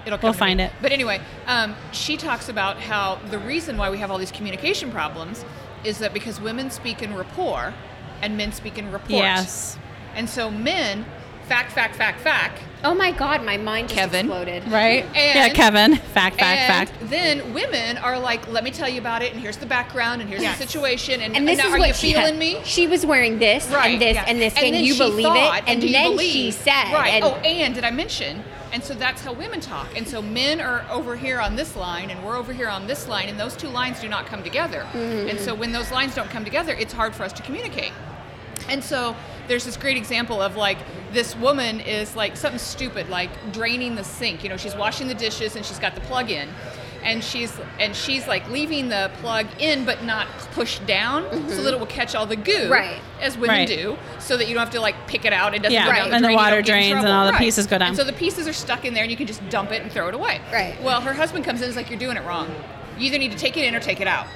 [SPEAKER 6] it'll come
[SPEAKER 4] We'll
[SPEAKER 6] to
[SPEAKER 4] find
[SPEAKER 6] me.
[SPEAKER 4] it.
[SPEAKER 6] But anyway, um, she talks about how the reason why we have all these communication problems is that because women speak in rapport and men speak in reports.
[SPEAKER 4] Yes.
[SPEAKER 6] And so men fact, fact, fact, fact.
[SPEAKER 1] Oh my god, my mind just
[SPEAKER 6] Kevin.
[SPEAKER 1] exploded.
[SPEAKER 4] Right?
[SPEAKER 6] And-
[SPEAKER 4] yeah, Kevin. Fact, fact,
[SPEAKER 6] and
[SPEAKER 4] fact.
[SPEAKER 6] Then women are like, let me tell you about it, and here's the background, and here's the situation, and,
[SPEAKER 1] And this
[SPEAKER 6] now
[SPEAKER 1] is
[SPEAKER 6] are
[SPEAKER 1] what
[SPEAKER 6] you
[SPEAKER 1] she
[SPEAKER 6] feeling
[SPEAKER 1] had-
[SPEAKER 6] me?
[SPEAKER 1] She was wearing this
[SPEAKER 6] right,
[SPEAKER 1] and this
[SPEAKER 6] yeah.
[SPEAKER 1] and this, and,
[SPEAKER 6] then
[SPEAKER 1] you
[SPEAKER 6] she
[SPEAKER 1] believe
[SPEAKER 6] thought,
[SPEAKER 1] it, and,
[SPEAKER 6] do you
[SPEAKER 1] then
[SPEAKER 6] believe?
[SPEAKER 1] she said,
[SPEAKER 6] right?
[SPEAKER 1] and
[SPEAKER 6] oh, and did I mention? And so that's how women talk. And so men are over here on this line, and we're over here on this line, and those two lines do not come together.
[SPEAKER 1] Mm-hmm.
[SPEAKER 6] And so when those lines don't come together, it's hard for us to communicate. And so there's this great example of like this woman is like something stupid, like draining the sink. You know, she's washing the dishes and she's got the plug in. And she's and she's like leaving the plug in but not pushed down so that it will catch all the goo.
[SPEAKER 1] Mm-hmm. Right.
[SPEAKER 6] As women
[SPEAKER 4] Right.
[SPEAKER 6] do, so that you don't have to like pick it out. It doesn't
[SPEAKER 4] Yeah,
[SPEAKER 6] go down
[SPEAKER 4] and the
[SPEAKER 6] drain, you don't
[SPEAKER 4] water
[SPEAKER 6] get in
[SPEAKER 4] drains and
[SPEAKER 6] trouble.
[SPEAKER 4] all the
[SPEAKER 6] Right.
[SPEAKER 4] pieces go down.
[SPEAKER 6] And so the pieces are stuck in there and you can just dump it and throw it away.
[SPEAKER 1] Right.
[SPEAKER 6] Well her husband comes in and is like, You're doing it wrong. You either need to take it in or take it out.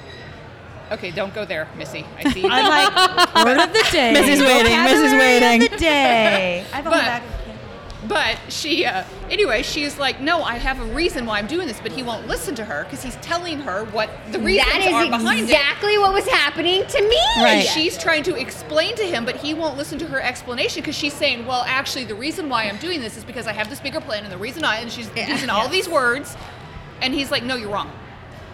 [SPEAKER 6] Okay, don't go there, Missy. I see.
[SPEAKER 3] I'm like word of the day.
[SPEAKER 4] Missy's waiting, Missy's
[SPEAKER 3] Vocabulary
[SPEAKER 4] waiting.
[SPEAKER 3] Of the day. I've only
[SPEAKER 6] But-
[SPEAKER 3] back.
[SPEAKER 6] But she, uh, anyway, she's like, no, I have a reason why I'm doing this, but he won't listen to her because he's telling her what the reasons
[SPEAKER 1] that
[SPEAKER 6] are
[SPEAKER 1] is
[SPEAKER 6] behind it.
[SPEAKER 1] exactly what was happening to me.
[SPEAKER 4] Right.
[SPEAKER 6] And she's trying to explain to him, but he won't listen to her explanation because she's saying, well, actually, the reason why I'm doing this is because I have this bigger plan, and the reason I, and she's
[SPEAKER 1] Yeah.
[SPEAKER 6] using all these words, and he's like, no, you're wrong.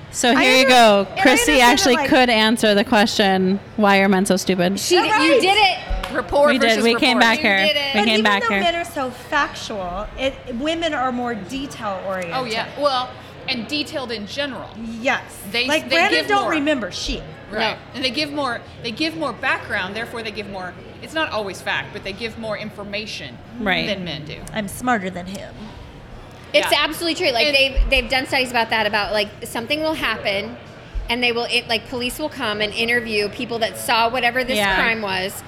[SPEAKER 4] So
[SPEAKER 3] I
[SPEAKER 4] here you
[SPEAKER 3] under-
[SPEAKER 4] go.
[SPEAKER 3] and I
[SPEAKER 4] Christy
[SPEAKER 3] understand it,
[SPEAKER 4] actually
[SPEAKER 3] like-
[SPEAKER 4] could answer the question, why are men so stupid?
[SPEAKER 1] She,
[SPEAKER 3] All
[SPEAKER 1] you
[SPEAKER 3] right.
[SPEAKER 1] did it.
[SPEAKER 6] Rapport
[SPEAKER 4] we
[SPEAKER 6] versus
[SPEAKER 4] did. We came
[SPEAKER 6] rapport.
[SPEAKER 4] back
[SPEAKER 1] You
[SPEAKER 4] here.
[SPEAKER 1] did it.
[SPEAKER 4] We
[SPEAKER 1] But
[SPEAKER 3] But
[SPEAKER 4] came
[SPEAKER 3] even
[SPEAKER 4] back
[SPEAKER 3] though
[SPEAKER 4] here.
[SPEAKER 3] men are so factual, it, women are more detail oriented.
[SPEAKER 6] Oh, yeah. Well, and detailed in general.
[SPEAKER 3] Yes.
[SPEAKER 6] They-
[SPEAKER 3] like
[SPEAKER 6] they
[SPEAKER 3] Brandon
[SPEAKER 6] give
[SPEAKER 3] don't
[SPEAKER 6] more.
[SPEAKER 3] remember shit.
[SPEAKER 6] Right. And they give more they give more background, therefore they give more it's not always fact, but they give more information
[SPEAKER 4] Right.
[SPEAKER 6] than men do.
[SPEAKER 3] I'm smarter than him.
[SPEAKER 1] It's
[SPEAKER 6] Yeah.
[SPEAKER 1] absolutely true. Like
[SPEAKER 6] It-
[SPEAKER 1] they've they've done studies about that. About like something will happen, and they will it, like police will come and interview people that saw whatever this
[SPEAKER 4] Yeah.
[SPEAKER 1] crime was,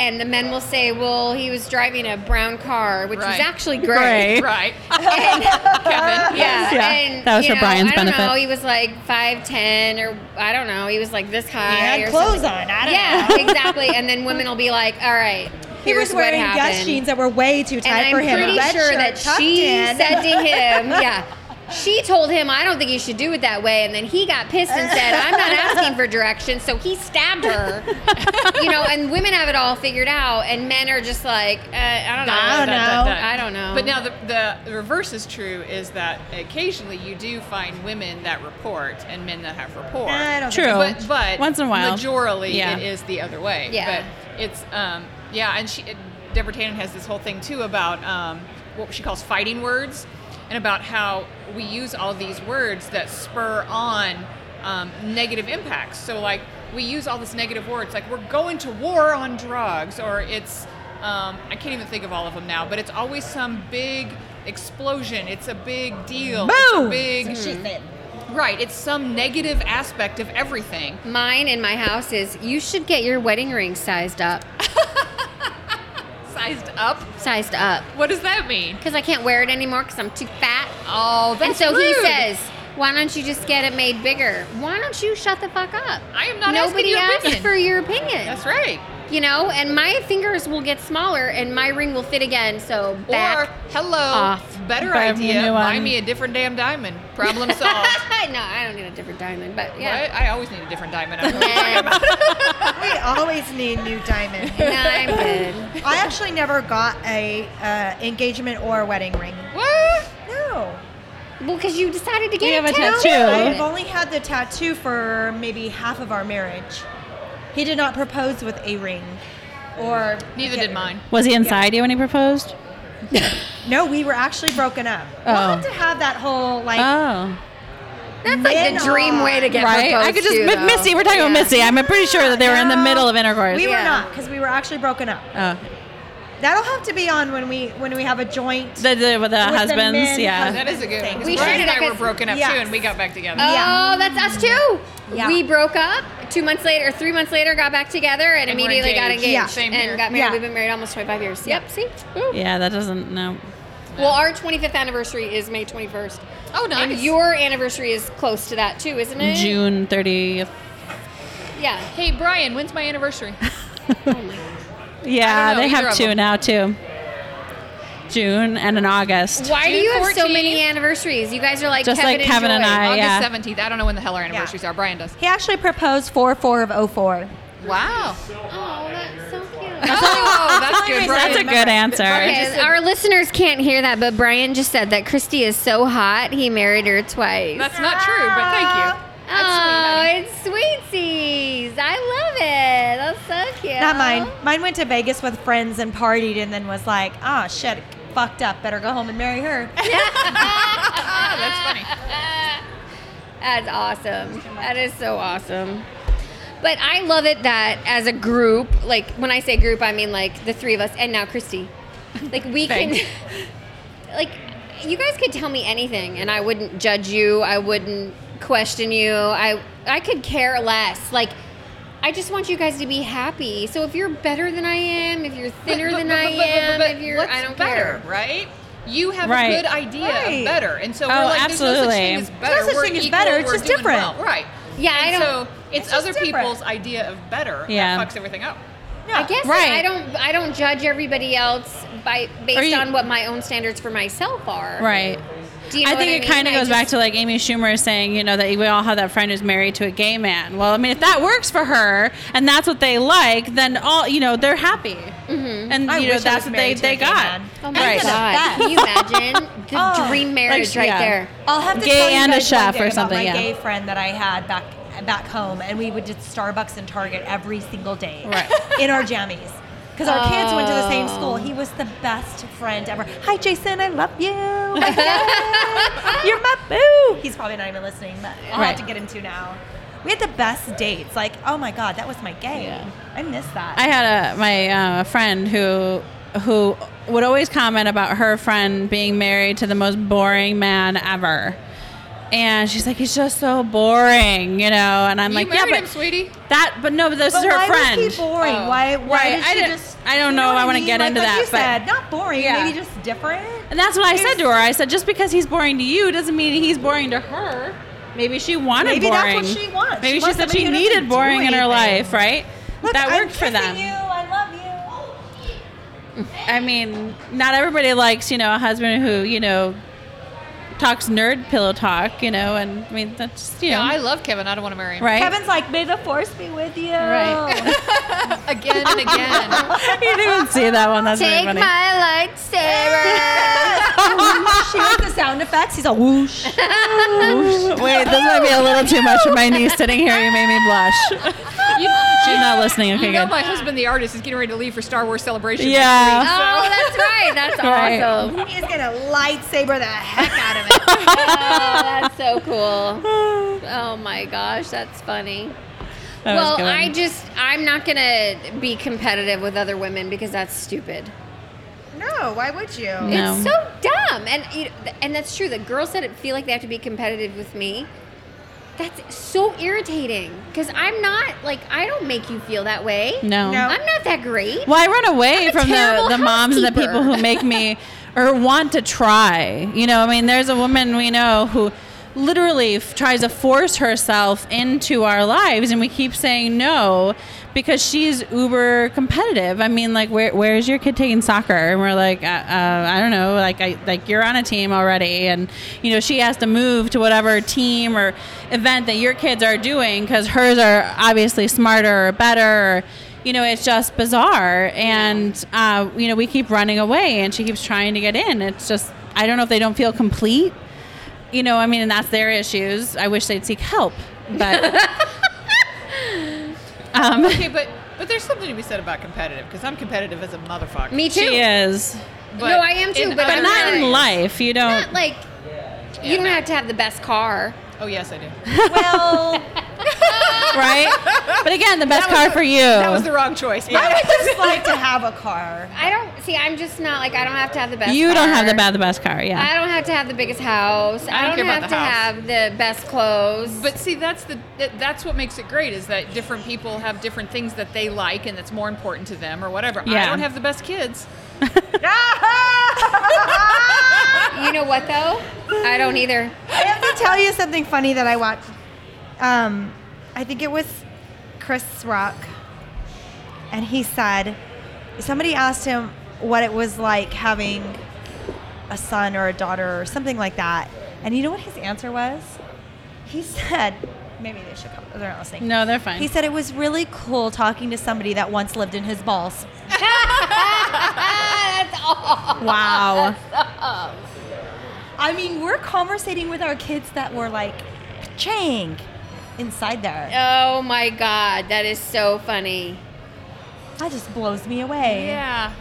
[SPEAKER 1] and the men will say, "Well, he was driving a brown car, which was
[SPEAKER 6] Right.
[SPEAKER 1] actually gray."
[SPEAKER 4] Right.
[SPEAKER 6] Right.
[SPEAKER 1] And-
[SPEAKER 6] Kevin.
[SPEAKER 1] yeah,
[SPEAKER 4] Yeah,
[SPEAKER 1] and,
[SPEAKER 4] that was
[SPEAKER 1] you
[SPEAKER 4] for
[SPEAKER 1] know,
[SPEAKER 4] Brian's
[SPEAKER 1] I don't
[SPEAKER 4] benefit.
[SPEAKER 1] know. He was like five ten, or I don't know. He was like this high.
[SPEAKER 3] He had
[SPEAKER 1] or
[SPEAKER 3] clothes
[SPEAKER 1] something.
[SPEAKER 3] on. I don't
[SPEAKER 1] yeah,
[SPEAKER 3] know.
[SPEAKER 1] exactly. And then women will be like, "All right,
[SPEAKER 3] He
[SPEAKER 1] here's
[SPEAKER 3] was wearing
[SPEAKER 1] what
[SPEAKER 3] Gus
[SPEAKER 1] happened."
[SPEAKER 3] jeans that were way too tight
[SPEAKER 1] and
[SPEAKER 3] for
[SPEAKER 1] I'm
[SPEAKER 3] him.
[SPEAKER 1] pretty
[SPEAKER 3] Red
[SPEAKER 1] sure
[SPEAKER 3] shirt
[SPEAKER 1] that
[SPEAKER 3] tucked
[SPEAKER 1] she
[SPEAKER 3] in.
[SPEAKER 1] said to him, yeah, she told him, I don't think you should do it that way. And then he got pissed and said, I'm not asking for directions. So he stabbed her. you know, and women have it all figured out, and men are just like, uh, I don't know.
[SPEAKER 3] I don't know.
[SPEAKER 1] I don't know.
[SPEAKER 6] But now the, the the reverse is true is that occasionally you do find women that report and men that have rapport.
[SPEAKER 3] I don't
[SPEAKER 4] True.
[SPEAKER 3] think
[SPEAKER 6] But, but
[SPEAKER 4] Once in a while.
[SPEAKER 6] majorly
[SPEAKER 4] Yeah.
[SPEAKER 6] it is the other way.
[SPEAKER 1] Yeah.
[SPEAKER 6] But it's um yeah, and she Deborah Tannen has this whole thing too about um, what she calls fighting words, and about how we use all these words that spur on um, negative impacts. So like we use all this negative words, like we're going to war on drugs, or it's um, I can't even think of all of them now, but it's always some big explosion. It's a big deal. It's a
[SPEAKER 3] Boom!
[SPEAKER 6] big
[SPEAKER 3] She said.
[SPEAKER 6] right. It's some negative aspect of everything.
[SPEAKER 1] Mine in my house is you should get your wedding ring sized up.
[SPEAKER 6] Sized up.
[SPEAKER 1] Sized up.
[SPEAKER 6] What does that mean?
[SPEAKER 1] Because I can't wear it anymore because I'm too fat.
[SPEAKER 6] Oh, that's
[SPEAKER 1] and so he
[SPEAKER 6] rude.
[SPEAKER 1] says, why don't you just get it made bigger? Why don't you shut the fuck up?
[SPEAKER 6] I am not
[SPEAKER 1] Nobody
[SPEAKER 6] asking your
[SPEAKER 1] asked
[SPEAKER 6] opinion.
[SPEAKER 1] for your opinion.
[SPEAKER 6] That's right.
[SPEAKER 1] You know, and my fingers will get smaller and my ring will fit again. So back.
[SPEAKER 6] or hello,
[SPEAKER 1] off.
[SPEAKER 6] better
[SPEAKER 4] Buy me a
[SPEAKER 6] idea.
[SPEAKER 4] new
[SPEAKER 6] Buy
[SPEAKER 4] one.
[SPEAKER 6] me a different damn diamond. Problem
[SPEAKER 1] no,
[SPEAKER 6] solved.
[SPEAKER 1] I don't need a different diamond, but yeah.
[SPEAKER 6] What? I always need a different diamond. I don't know.
[SPEAKER 1] And-
[SPEAKER 3] We always need new diamonds.
[SPEAKER 1] no, I'm good.
[SPEAKER 3] I actually never got a uh, engagement or a wedding ring.
[SPEAKER 6] what?
[SPEAKER 3] No.
[SPEAKER 1] Well, because you decided to get
[SPEAKER 4] You
[SPEAKER 1] it
[SPEAKER 4] have a
[SPEAKER 1] too.
[SPEAKER 4] tattoo.
[SPEAKER 3] I've only had the tattoo for maybe half of our marriage. He did not propose with a ring. Or
[SPEAKER 6] Neither did mine.
[SPEAKER 4] Was he inside you when he proposed?
[SPEAKER 3] No, we were actually broken up.
[SPEAKER 4] Oh.
[SPEAKER 3] We'll have to have that whole like
[SPEAKER 4] Oh,
[SPEAKER 1] That's like the
[SPEAKER 3] Men
[SPEAKER 1] dream way to get
[SPEAKER 4] right. I could just
[SPEAKER 1] proposed to,
[SPEAKER 4] but Missy.
[SPEAKER 1] though.
[SPEAKER 4] We're talking
[SPEAKER 1] Yeah.
[SPEAKER 4] about Missy. I'm pretty sure that they were in the
[SPEAKER 3] No.
[SPEAKER 4] middle of intercourse.
[SPEAKER 3] We
[SPEAKER 1] Yeah.
[SPEAKER 3] were not because we were actually broken up.
[SPEAKER 4] oh,
[SPEAKER 3] That'll have to be on when we when we have a joint.
[SPEAKER 4] the, the, with the
[SPEAKER 3] the
[SPEAKER 4] husbands.
[SPEAKER 3] men
[SPEAKER 4] yeah.
[SPEAKER 3] husband.
[SPEAKER 6] That is a good one.
[SPEAKER 3] Thank
[SPEAKER 6] because
[SPEAKER 1] you. We
[SPEAKER 6] Brian
[SPEAKER 1] should
[SPEAKER 6] and I
[SPEAKER 1] have-
[SPEAKER 6] were broken up
[SPEAKER 3] yes.
[SPEAKER 6] too, and we got back together.
[SPEAKER 1] Oh,
[SPEAKER 3] Yeah.
[SPEAKER 1] that's us too.
[SPEAKER 3] Yeah.
[SPEAKER 1] We broke up two months later, three months later, got back together, and,
[SPEAKER 6] And we're
[SPEAKER 1] immediately got
[SPEAKER 6] engaged.
[SPEAKER 1] engaged
[SPEAKER 3] Yeah.
[SPEAKER 6] Same
[SPEAKER 1] and
[SPEAKER 6] here.
[SPEAKER 1] got married.
[SPEAKER 3] Yeah.
[SPEAKER 1] We've been married almost 25 years. Yep. See. Woo.
[SPEAKER 4] yeah, that doesn't no.
[SPEAKER 1] Well, our 25th anniversary is May 21st.
[SPEAKER 6] oh, nice.
[SPEAKER 1] And your anniversary is close to that too, isn't it?
[SPEAKER 4] June 30th.
[SPEAKER 1] Yeah.
[SPEAKER 6] hey, Brian, when's my anniversary? I
[SPEAKER 4] Yeah,
[SPEAKER 6] don't know
[SPEAKER 4] they
[SPEAKER 6] either
[SPEAKER 4] have
[SPEAKER 6] of
[SPEAKER 4] two
[SPEAKER 6] them.
[SPEAKER 4] now too. June and an August.
[SPEAKER 1] Why do
[SPEAKER 6] June
[SPEAKER 1] you have so
[SPEAKER 6] 14th.
[SPEAKER 1] many anniversaries? You guys are like
[SPEAKER 4] Just
[SPEAKER 1] Kevin
[SPEAKER 4] like Kevin and
[SPEAKER 1] Joy.
[SPEAKER 4] I.
[SPEAKER 6] August
[SPEAKER 4] yeah.
[SPEAKER 6] 17th. I don't know when the hell our anniversaries are. Brian does.
[SPEAKER 3] He actually proposed four four
[SPEAKER 4] oh
[SPEAKER 3] of 04.
[SPEAKER 6] Wow.
[SPEAKER 1] Oh, that's so cute.
[SPEAKER 6] Oh, that's good,
[SPEAKER 3] reason
[SPEAKER 6] Brian.
[SPEAKER 4] That's a good answer.
[SPEAKER 6] Brian
[SPEAKER 1] Okay,
[SPEAKER 6] just said-
[SPEAKER 1] our listeners can't hear that, but Brian just said that Christy is so hot he married her twice.
[SPEAKER 6] That's not true, but thank you.
[SPEAKER 1] oh,
[SPEAKER 6] That's
[SPEAKER 1] it's sweetsies. I love it. That's so cute.
[SPEAKER 4] Oh?
[SPEAKER 3] Not mine. Mine went to Vegas with friends and partied and then was like, ah, shit, fucked up. Better go home and marry her.
[SPEAKER 6] Ah, that's funny.
[SPEAKER 1] Uh, That's awesome. That is so awesome. But I love it that as a group, like when I say group, I mean like the three of us and now Christy. Like we can,
[SPEAKER 6] Thanks.
[SPEAKER 1] like you guys could tell me anything and I wouldn't judge you. I wouldn't question you. I I could care less. Like I just want you guys to be happy. So if you're better than I am, if you're thinner
[SPEAKER 6] But-
[SPEAKER 1] than
[SPEAKER 6] but-
[SPEAKER 1] I
[SPEAKER 6] but- but-
[SPEAKER 1] am,
[SPEAKER 6] but
[SPEAKER 1] if you're
[SPEAKER 6] what's
[SPEAKER 1] I don't
[SPEAKER 6] better,
[SPEAKER 1] care.
[SPEAKER 6] right? You have
[SPEAKER 4] Right.
[SPEAKER 6] a good idea
[SPEAKER 3] Right.
[SPEAKER 6] of better, and so
[SPEAKER 4] Oh,
[SPEAKER 6] we're like, there's no such
[SPEAKER 4] absolutely.
[SPEAKER 6] thing as better.
[SPEAKER 3] no such
[SPEAKER 6] We're
[SPEAKER 3] thing as
[SPEAKER 6] equal,
[SPEAKER 3] better, it's
[SPEAKER 6] we're
[SPEAKER 3] just
[SPEAKER 6] doing
[SPEAKER 3] different.
[SPEAKER 6] well. right?
[SPEAKER 1] Yeah, I
[SPEAKER 6] And
[SPEAKER 1] don't-
[SPEAKER 6] So it's,
[SPEAKER 3] It's just
[SPEAKER 6] other
[SPEAKER 3] different.
[SPEAKER 6] people's idea of better
[SPEAKER 4] Yeah.
[SPEAKER 6] that fucks everything up.
[SPEAKER 1] I guess
[SPEAKER 4] Right.
[SPEAKER 1] I don't I don't judge everybody else by based
[SPEAKER 4] Or you-
[SPEAKER 1] on what my own standards for myself are.
[SPEAKER 4] Right.
[SPEAKER 1] Do you know
[SPEAKER 4] I
[SPEAKER 1] what
[SPEAKER 4] think it
[SPEAKER 1] mean?
[SPEAKER 4] kind of
[SPEAKER 1] I
[SPEAKER 4] goes back
[SPEAKER 1] just-
[SPEAKER 4] to like Amy Schumer saying, you know, that we all have that friend who's married to a gay man. Well, I mean, if that works for her and that's what they like, then all you know, they're happy, mm-hmm. and
[SPEAKER 3] I
[SPEAKER 4] you know,
[SPEAKER 3] wish I
[SPEAKER 4] that's
[SPEAKER 3] was
[SPEAKER 4] what they
[SPEAKER 3] married to a
[SPEAKER 4] they
[SPEAKER 3] gay
[SPEAKER 4] got.
[SPEAKER 3] man.
[SPEAKER 1] Oh my
[SPEAKER 4] Right.
[SPEAKER 1] god! Can you imagine the
[SPEAKER 3] Oh,
[SPEAKER 1] dream marriage
[SPEAKER 4] like,
[SPEAKER 1] right
[SPEAKER 4] yeah.
[SPEAKER 1] there?
[SPEAKER 3] I'll have to
[SPEAKER 4] Gay
[SPEAKER 3] tell you
[SPEAKER 4] and a
[SPEAKER 3] guys one
[SPEAKER 4] chef
[SPEAKER 3] day
[SPEAKER 4] or
[SPEAKER 3] about
[SPEAKER 4] something,
[SPEAKER 3] My
[SPEAKER 4] yeah.
[SPEAKER 3] gay friend that I had back back home, and we would do Starbucks and Target every single day
[SPEAKER 4] Right.
[SPEAKER 3] in our jammies because our kids went to the same school.
[SPEAKER 1] Oh.
[SPEAKER 3] He was the best friend ever. Hi, Jason. I love you. Hi, Jason. You're my boo. He's probably not even listening, but I'll
[SPEAKER 4] Right.
[SPEAKER 3] have to get him to now. We had the best dates. Like, oh my god, that was my gay.
[SPEAKER 4] Yeah.
[SPEAKER 3] I miss that.
[SPEAKER 4] I had a my uh, friend who who would always comment about her friend being married to the most boring man ever. And she's like, he's just so boring, you know. And I'm
[SPEAKER 6] you
[SPEAKER 4] like, yeah,
[SPEAKER 6] married
[SPEAKER 4] but
[SPEAKER 6] him, sweetie.
[SPEAKER 4] that, but no, but this
[SPEAKER 3] but
[SPEAKER 4] is her
[SPEAKER 3] why
[SPEAKER 4] friend.
[SPEAKER 3] Was he boring?
[SPEAKER 6] Oh.
[SPEAKER 3] Why? Why
[SPEAKER 4] Right.
[SPEAKER 3] did
[SPEAKER 4] I
[SPEAKER 3] she
[SPEAKER 4] didn't-
[SPEAKER 3] just?
[SPEAKER 4] I don't
[SPEAKER 3] you
[SPEAKER 4] know.
[SPEAKER 3] what
[SPEAKER 4] I wanna get
[SPEAKER 3] Like
[SPEAKER 4] into
[SPEAKER 3] what
[SPEAKER 4] that,
[SPEAKER 3] You
[SPEAKER 4] but-
[SPEAKER 3] said not boring.
[SPEAKER 4] Yeah.
[SPEAKER 3] Maybe just different.
[SPEAKER 4] And that's what I said to her. I said, just because he's boring to you doesn't mean he's boring to her. Maybe she wanted
[SPEAKER 3] Maybe that's
[SPEAKER 4] boring.
[SPEAKER 3] what she wants.
[SPEAKER 4] Maybe
[SPEAKER 3] She
[SPEAKER 4] she,
[SPEAKER 3] wants
[SPEAKER 4] said
[SPEAKER 3] somebody
[SPEAKER 4] she
[SPEAKER 3] who doesn't
[SPEAKER 4] needed
[SPEAKER 3] do
[SPEAKER 4] boring in her
[SPEAKER 3] anything.
[SPEAKER 4] life, right?
[SPEAKER 3] Look,
[SPEAKER 4] that
[SPEAKER 3] I'm
[SPEAKER 4] worked for
[SPEAKER 3] kissing
[SPEAKER 4] them.
[SPEAKER 3] You, I love you.
[SPEAKER 4] I mean, not everybody likes, you know, a husband who, you know, talks nerd pillow talk, you know, and I mean, that's, you
[SPEAKER 6] Yeah,
[SPEAKER 4] know,
[SPEAKER 6] I love Kevin. I don't want to marry him
[SPEAKER 4] right?
[SPEAKER 3] Kevin's like, may the force be with you.
[SPEAKER 4] Right.
[SPEAKER 6] again and again.
[SPEAKER 4] you didn't even see that one. That's really
[SPEAKER 1] Take
[SPEAKER 4] funny.
[SPEAKER 1] my lightsaber.
[SPEAKER 3] she likes the sound effects. He's a whoosh.
[SPEAKER 4] Wait, this might be a little too much for my niece sitting here. You made me blush.
[SPEAKER 6] You,
[SPEAKER 4] She's not listening. Okay,
[SPEAKER 6] You know,
[SPEAKER 4] good.
[SPEAKER 1] Um,
[SPEAKER 6] my husband, the artist, is getting ready to leave for Star Wars Celebration. next
[SPEAKER 4] Yeah.
[SPEAKER 6] week, so-
[SPEAKER 1] Oh, that's right. That's
[SPEAKER 4] Right.
[SPEAKER 1] awesome.
[SPEAKER 3] He is gonna lightsaber the heck out of it.
[SPEAKER 1] Oh, that's so cool. Oh my gosh, that's funny.
[SPEAKER 4] That was
[SPEAKER 1] well,
[SPEAKER 4] good.
[SPEAKER 1] I just I'm not gonna be competitive with other women because that's stupid.
[SPEAKER 3] No, why would you?
[SPEAKER 4] No.
[SPEAKER 1] It's so dumb, and you know, and that's true. The girls that feel like they have to be competitive with me. That's so irritating because I'm not like I don't make you feel that way.
[SPEAKER 4] no.
[SPEAKER 3] No.
[SPEAKER 1] I'm not that great.
[SPEAKER 4] Well, I run
[SPEAKER 1] I'm
[SPEAKER 4] away
[SPEAKER 1] a
[SPEAKER 4] from the,
[SPEAKER 1] terrible
[SPEAKER 4] the moms and the people
[SPEAKER 1] housekeeper.
[SPEAKER 4] who make me or want to try. You know, I mean, there's a woman we know who literally f- tries to force herself into our lives, and we keep saying no because she's uber competitive. I mean, like, where where is your kid taking soccer? And we're like, uh, uh, I don't know. Like, I like you're on a team already, and you know she has to move to whatever team or event that your kids are doing because hers are obviously smarter or better. Or, you know, it's just bizarre. And, uh, you know, we keep running away and she keeps trying to get in. It's just, I don't know if they don't feel complete. You know, I mean, and that's their issues. I wish they'd seek help. But um,
[SPEAKER 7] Okay, but but there's something to be said about competitive because I'm competitive as a motherfucker.
[SPEAKER 1] Me too.
[SPEAKER 4] she is.
[SPEAKER 7] But
[SPEAKER 1] no, I am too,
[SPEAKER 7] in
[SPEAKER 1] but,
[SPEAKER 4] But
[SPEAKER 1] I'm
[SPEAKER 4] not in life. You don't.
[SPEAKER 1] Not like you don't have to have the best car.
[SPEAKER 7] Oh yes, I do.
[SPEAKER 3] Well,
[SPEAKER 4] right? But again, the best car for you.
[SPEAKER 7] That was the wrong choice.
[SPEAKER 3] I would just like to have a car.
[SPEAKER 1] I don't see. I'm just not like I don't have to have the best.
[SPEAKER 4] you don't have the
[SPEAKER 1] car.
[SPEAKER 4] bad, the best car.
[SPEAKER 1] I
[SPEAKER 4] Yeah.
[SPEAKER 1] don't have to have the biggest house. I
[SPEAKER 7] don't
[SPEAKER 1] don't,
[SPEAKER 7] care about
[SPEAKER 1] have to
[SPEAKER 7] the house.
[SPEAKER 1] have the best clothes.
[SPEAKER 6] But see, that's the that- that's what makes it great is that different people have different things that they like and that's more important to them or whatever.
[SPEAKER 4] Yeah.
[SPEAKER 6] I don't have the best kids.
[SPEAKER 1] you know what though? I don't either.
[SPEAKER 3] I have to tell you something funny that I watched. Um, I think it was Chris Rock, and he said somebody asked him what it was like having a son or a daughter or something like that, and you know what his answer was? He said, "Maybe they should come. They're not listening."
[SPEAKER 4] No, they're fine.
[SPEAKER 3] He said it was really cool talking to somebody that once lived in his balls.
[SPEAKER 1] That's all.
[SPEAKER 4] wow.
[SPEAKER 3] I mean, we're conversating with our kids that were like, "Chang," inside there.
[SPEAKER 1] Oh my god, that is so funny.
[SPEAKER 3] That just blows me away.
[SPEAKER 6] Yeah.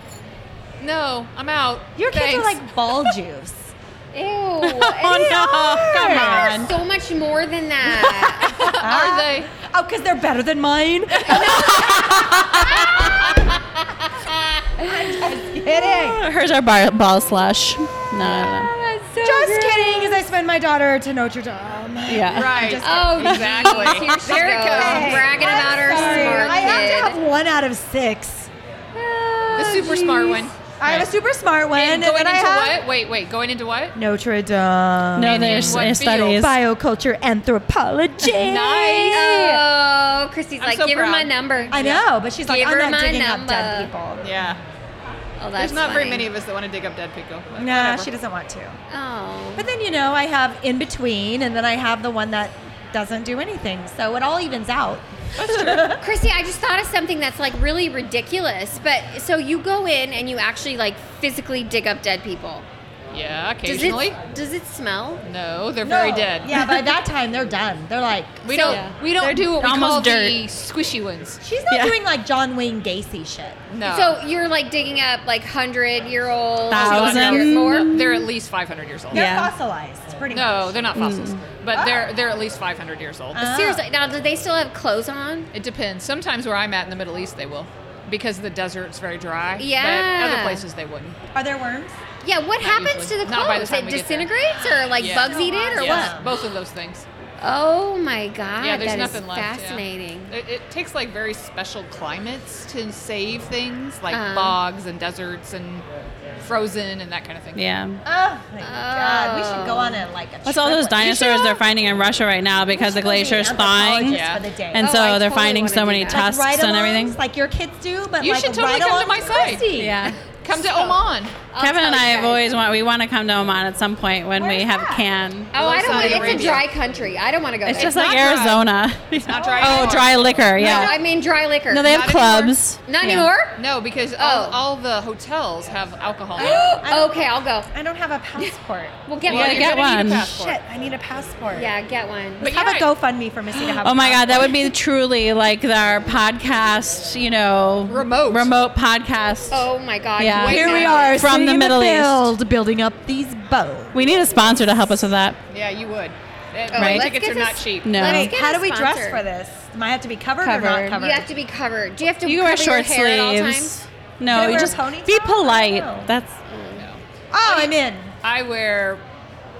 [SPEAKER 6] No, I'm out.
[SPEAKER 3] Your kids
[SPEAKER 6] Thanks.
[SPEAKER 3] are like ball juice.
[SPEAKER 1] Ew.
[SPEAKER 4] Oh, no. Come on.
[SPEAKER 1] So much more than that.
[SPEAKER 6] are they?
[SPEAKER 3] Oh, because they're better than mine. Kidding.
[SPEAKER 4] Hers are bar- ball slush. No, no, no.
[SPEAKER 3] Just kidding, because I spend my daughter to Notre Dame.
[SPEAKER 4] Yeah.
[SPEAKER 6] Right.
[SPEAKER 1] Oh,
[SPEAKER 6] Exactly.
[SPEAKER 1] geez, here she
[SPEAKER 6] There it
[SPEAKER 1] goes,
[SPEAKER 6] goes.
[SPEAKER 1] bragging
[SPEAKER 3] I'm
[SPEAKER 1] about her
[SPEAKER 3] sorry.
[SPEAKER 1] smart
[SPEAKER 3] I
[SPEAKER 1] kid.
[SPEAKER 3] have to have one out of six.
[SPEAKER 6] the super smart one.
[SPEAKER 3] I have a super smart one,
[SPEAKER 6] And
[SPEAKER 3] and,
[SPEAKER 6] going
[SPEAKER 3] then
[SPEAKER 6] into
[SPEAKER 3] I have
[SPEAKER 6] what? Wait, wait. Going into what?
[SPEAKER 3] Notre Dame.
[SPEAKER 4] No, there's
[SPEAKER 6] what field?
[SPEAKER 4] studies.
[SPEAKER 3] Bioculture anthropology.
[SPEAKER 6] Nice.
[SPEAKER 1] Oh, Christy's
[SPEAKER 7] I'm
[SPEAKER 1] like,
[SPEAKER 7] so
[SPEAKER 1] give her
[SPEAKER 7] proud.
[SPEAKER 1] my number.
[SPEAKER 3] I know, but she's like,
[SPEAKER 1] Give her
[SPEAKER 3] I'm not
[SPEAKER 1] my
[SPEAKER 3] digging up dead
[SPEAKER 1] number.
[SPEAKER 3] people.
[SPEAKER 7] Yeah.
[SPEAKER 1] Oh, that's
[SPEAKER 7] There's not very
[SPEAKER 1] funny.
[SPEAKER 7] many of us that want to dig up dead people. but
[SPEAKER 3] Nah,
[SPEAKER 7] whatever.
[SPEAKER 3] she doesn't want to.
[SPEAKER 1] Oh.
[SPEAKER 3] But then you know, I have in between, and then I have the one that doesn't do anything. So it all evens out.
[SPEAKER 1] Christy, I just thought of something that's like really ridiculous. But so you go in and you actually like physically dig up dead people.
[SPEAKER 6] Yeah,
[SPEAKER 1] Does
[SPEAKER 6] occasionally.
[SPEAKER 1] it does it smell?
[SPEAKER 6] No, they're very dead.
[SPEAKER 3] Yeah, by that time they're done. They're like,
[SPEAKER 6] We don't. We don't do what we
[SPEAKER 4] almost
[SPEAKER 6] call
[SPEAKER 4] dirt.
[SPEAKER 6] the squishy ones.
[SPEAKER 3] she's not
[SPEAKER 4] Yeah.
[SPEAKER 3] doing like John Wayne Gacy shit.
[SPEAKER 6] No.
[SPEAKER 1] So you're like digging up like hundred year old
[SPEAKER 4] Thousand.
[SPEAKER 1] more.
[SPEAKER 6] they're at least 500 years old.
[SPEAKER 3] They're
[SPEAKER 4] Yeah.
[SPEAKER 3] fossilized, pretty
[SPEAKER 6] No,
[SPEAKER 3] much.
[SPEAKER 6] they're not fossils,
[SPEAKER 1] Mm.
[SPEAKER 6] but they're they're at least 500 years old.
[SPEAKER 3] Uh.
[SPEAKER 1] Seriously, now do they still have clothes on?
[SPEAKER 6] It depends. Sometimes where I'm at in the Middle East, they will, because the desert's very dry.
[SPEAKER 1] Yeah.
[SPEAKER 6] But other places they wouldn't.
[SPEAKER 3] Are there worms?
[SPEAKER 1] Yeah, what happens
[SPEAKER 6] usually.
[SPEAKER 1] to the
[SPEAKER 6] Not by the
[SPEAKER 1] clothes?
[SPEAKER 6] time
[SPEAKER 1] it
[SPEAKER 6] we get there.
[SPEAKER 1] disintegrates or like
[SPEAKER 6] Yeah.
[SPEAKER 1] bugs eat it or
[SPEAKER 6] Yes,
[SPEAKER 1] what?
[SPEAKER 6] both of those things.
[SPEAKER 1] Oh my god,
[SPEAKER 6] yeah, there's
[SPEAKER 1] that is
[SPEAKER 6] nothing left. yeah.
[SPEAKER 1] fascinating.
[SPEAKER 6] It, it takes like very special climates to save things, like
[SPEAKER 1] Uh-huh.
[SPEAKER 6] bogs and deserts and frozen and that kind of thing.
[SPEAKER 4] Yeah.
[SPEAKER 3] Oh my god, we should go on a like a.
[SPEAKER 4] What's all those
[SPEAKER 3] trip.
[SPEAKER 4] dinosaurs they're finding in Russia right now because the
[SPEAKER 3] Go be an
[SPEAKER 4] glacier's
[SPEAKER 3] anthropologist
[SPEAKER 4] thawing?
[SPEAKER 6] Yeah.
[SPEAKER 3] For the day.
[SPEAKER 4] And
[SPEAKER 1] Oh,
[SPEAKER 4] so
[SPEAKER 1] I
[SPEAKER 4] they're
[SPEAKER 1] totally
[SPEAKER 4] finding
[SPEAKER 1] wanna
[SPEAKER 4] so
[SPEAKER 1] do
[SPEAKER 4] many
[SPEAKER 1] that.
[SPEAKER 4] tusks
[SPEAKER 3] ride-alongs,
[SPEAKER 4] and everything.
[SPEAKER 3] like your kids do, but
[SPEAKER 6] You
[SPEAKER 3] like
[SPEAKER 6] should totally come to
[SPEAKER 3] ride-alongs
[SPEAKER 6] my
[SPEAKER 3] with
[SPEAKER 6] site.
[SPEAKER 3] Christy.
[SPEAKER 4] Yeah.
[SPEAKER 6] Come to
[SPEAKER 1] So-
[SPEAKER 6] Oman.
[SPEAKER 1] I'll
[SPEAKER 4] Kevin
[SPEAKER 1] tell
[SPEAKER 4] and
[SPEAKER 1] you
[SPEAKER 4] I have
[SPEAKER 1] guys.
[SPEAKER 4] always want we want to come to Oman at some point when we
[SPEAKER 3] Where's
[SPEAKER 4] have
[SPEAKER 3] that?
[SPEAKER 4] can.
[SPEAKER 1] Oh, I don't want.
[SPEAKER 6] Saudi
[SPEAKER 1] It's a
[SPEAKER 6] Arabia.
[SPEAKER 1] dry country. I don't want to go.
[SPEAKER 4] It's
[SPEAKER 1] there.
[SPEAKER 4] just like
[SPEAKER 6] not dry.
[SPEAKER 4] Arizona. It's
[SPEAKER 6] not dry
[SPEAKER 4] Oh,
[SPEAKER 6] anymore.
[SPEAKER 4] dry liquor.
[SPEAKER 1] No, I
[SPEAKER 4] Yeah.
[SPEAKER 1] mean dry liquor.
[SPEAKER 4] No, they have
[SPEAKER 6] Not anymore.
[SPEAKER 4] clubs.
[SPEAKER 1] not
[SPEAKER 4] Yeah.
[SPEAKER 1] anymore.
[SPEAKER 6] No, because
[SPEAKER 1] Oh.
[SPEAKER 6] all, all the hotels have alcohol. in it.
[SPEAKER 1] okay, I'll go.
[SPEAKER 3] I don't have a passport.
[SPEAKER 1] We'll get
[SPEAKER 4] Yeah,
[SPEAKER 1] one.
[SPEAKER 4] I get
[SPEAKER 6] you're gonna need a
[SPEAKER 4] one.
[SPEAKER 6] passport.
[SPEAKER 3] Shit, I need a passport.
[SPEAKER 1] Yeah, get one.
[SPEAKER 6] But
[SPEAKER 3] Have
[SPEAKER 6] yeah,
[SPEAKER 3] a GoFundMe for Missy to have.
[SPEAKER 4] Oh
[SPEAKER 3] a
[SPEAKER 4] my God, that
[SPEAKER 3] passport.
[SPEAKER 4] would be truly like our podcast, you know,
[SPEAKER 6] Remote.
[SPEAKER 4] remote podcast.
[SPEAKER 1] oh my God.
[SPEAKER 4] Yeah.
[SPEAKER 1] you wait
[SPEAKER 3] Here
[SPEAKER 1] now.
[SPEAKER 3] we are
[SPEAKER 4] From
[SPEAKER 3] sitting
[SPEAKER 4] the
[SPEAKER 3] in
[SPEAKER 4] Middle East.
[SPEAKER 3] field, building up these boats.
[SPEAKER 4] We need a sponsor to help us with that.
[SPEAKER 6] yeah, you would. Uh,
[SPEAKER 1] Oh,
[SPEAKER 4] Right.
[SPEAKER 1] let's
[SPEAKER 6] Tickets
[SPEAKER 1] get
[SPEAKER 6] are
[SPEAKER 1] this-
[SPEAKER 6] not cheap.
[SPEAKER 4] No.
[SPEAKER 1] let's
[SPEAKER 3] Wait,
[SPEAKER 1] get
[SPEAKER 3] how
[SPEAKER 1] a
[SPEAKER 3] do we dress
[SPEAKER 1] sponsor.
[SPEAKER 3] for this? Am I have to be covered, or
[SPEAKER 4] Covered.
[SPEAKER 3] not covered?
[SPEAKER 1] You have to be covered. Do you have to
[SPEAKER 4] You can
[SPEAKER 1] cover
[SPEAKER 4] wear short
[SPEAKER 1] your hair at all
[SPEAKER 4] sleeves.
[SPEAKER 1] times?
[SPEAKER 4] No,
[SPEAKER 3] Can I
[SPEAKER 4] you
[SPEAKER 3] wear a
[SPEAKER 4] just
[SPEAKER 3] ponytail?
[SPEAKER 4] be
[SPEAKER 3] I don't know.
[SPEAKER 4] polite. That's
[SPEAKER 3] oh, I'm in.
[SPEAKER 6] I wear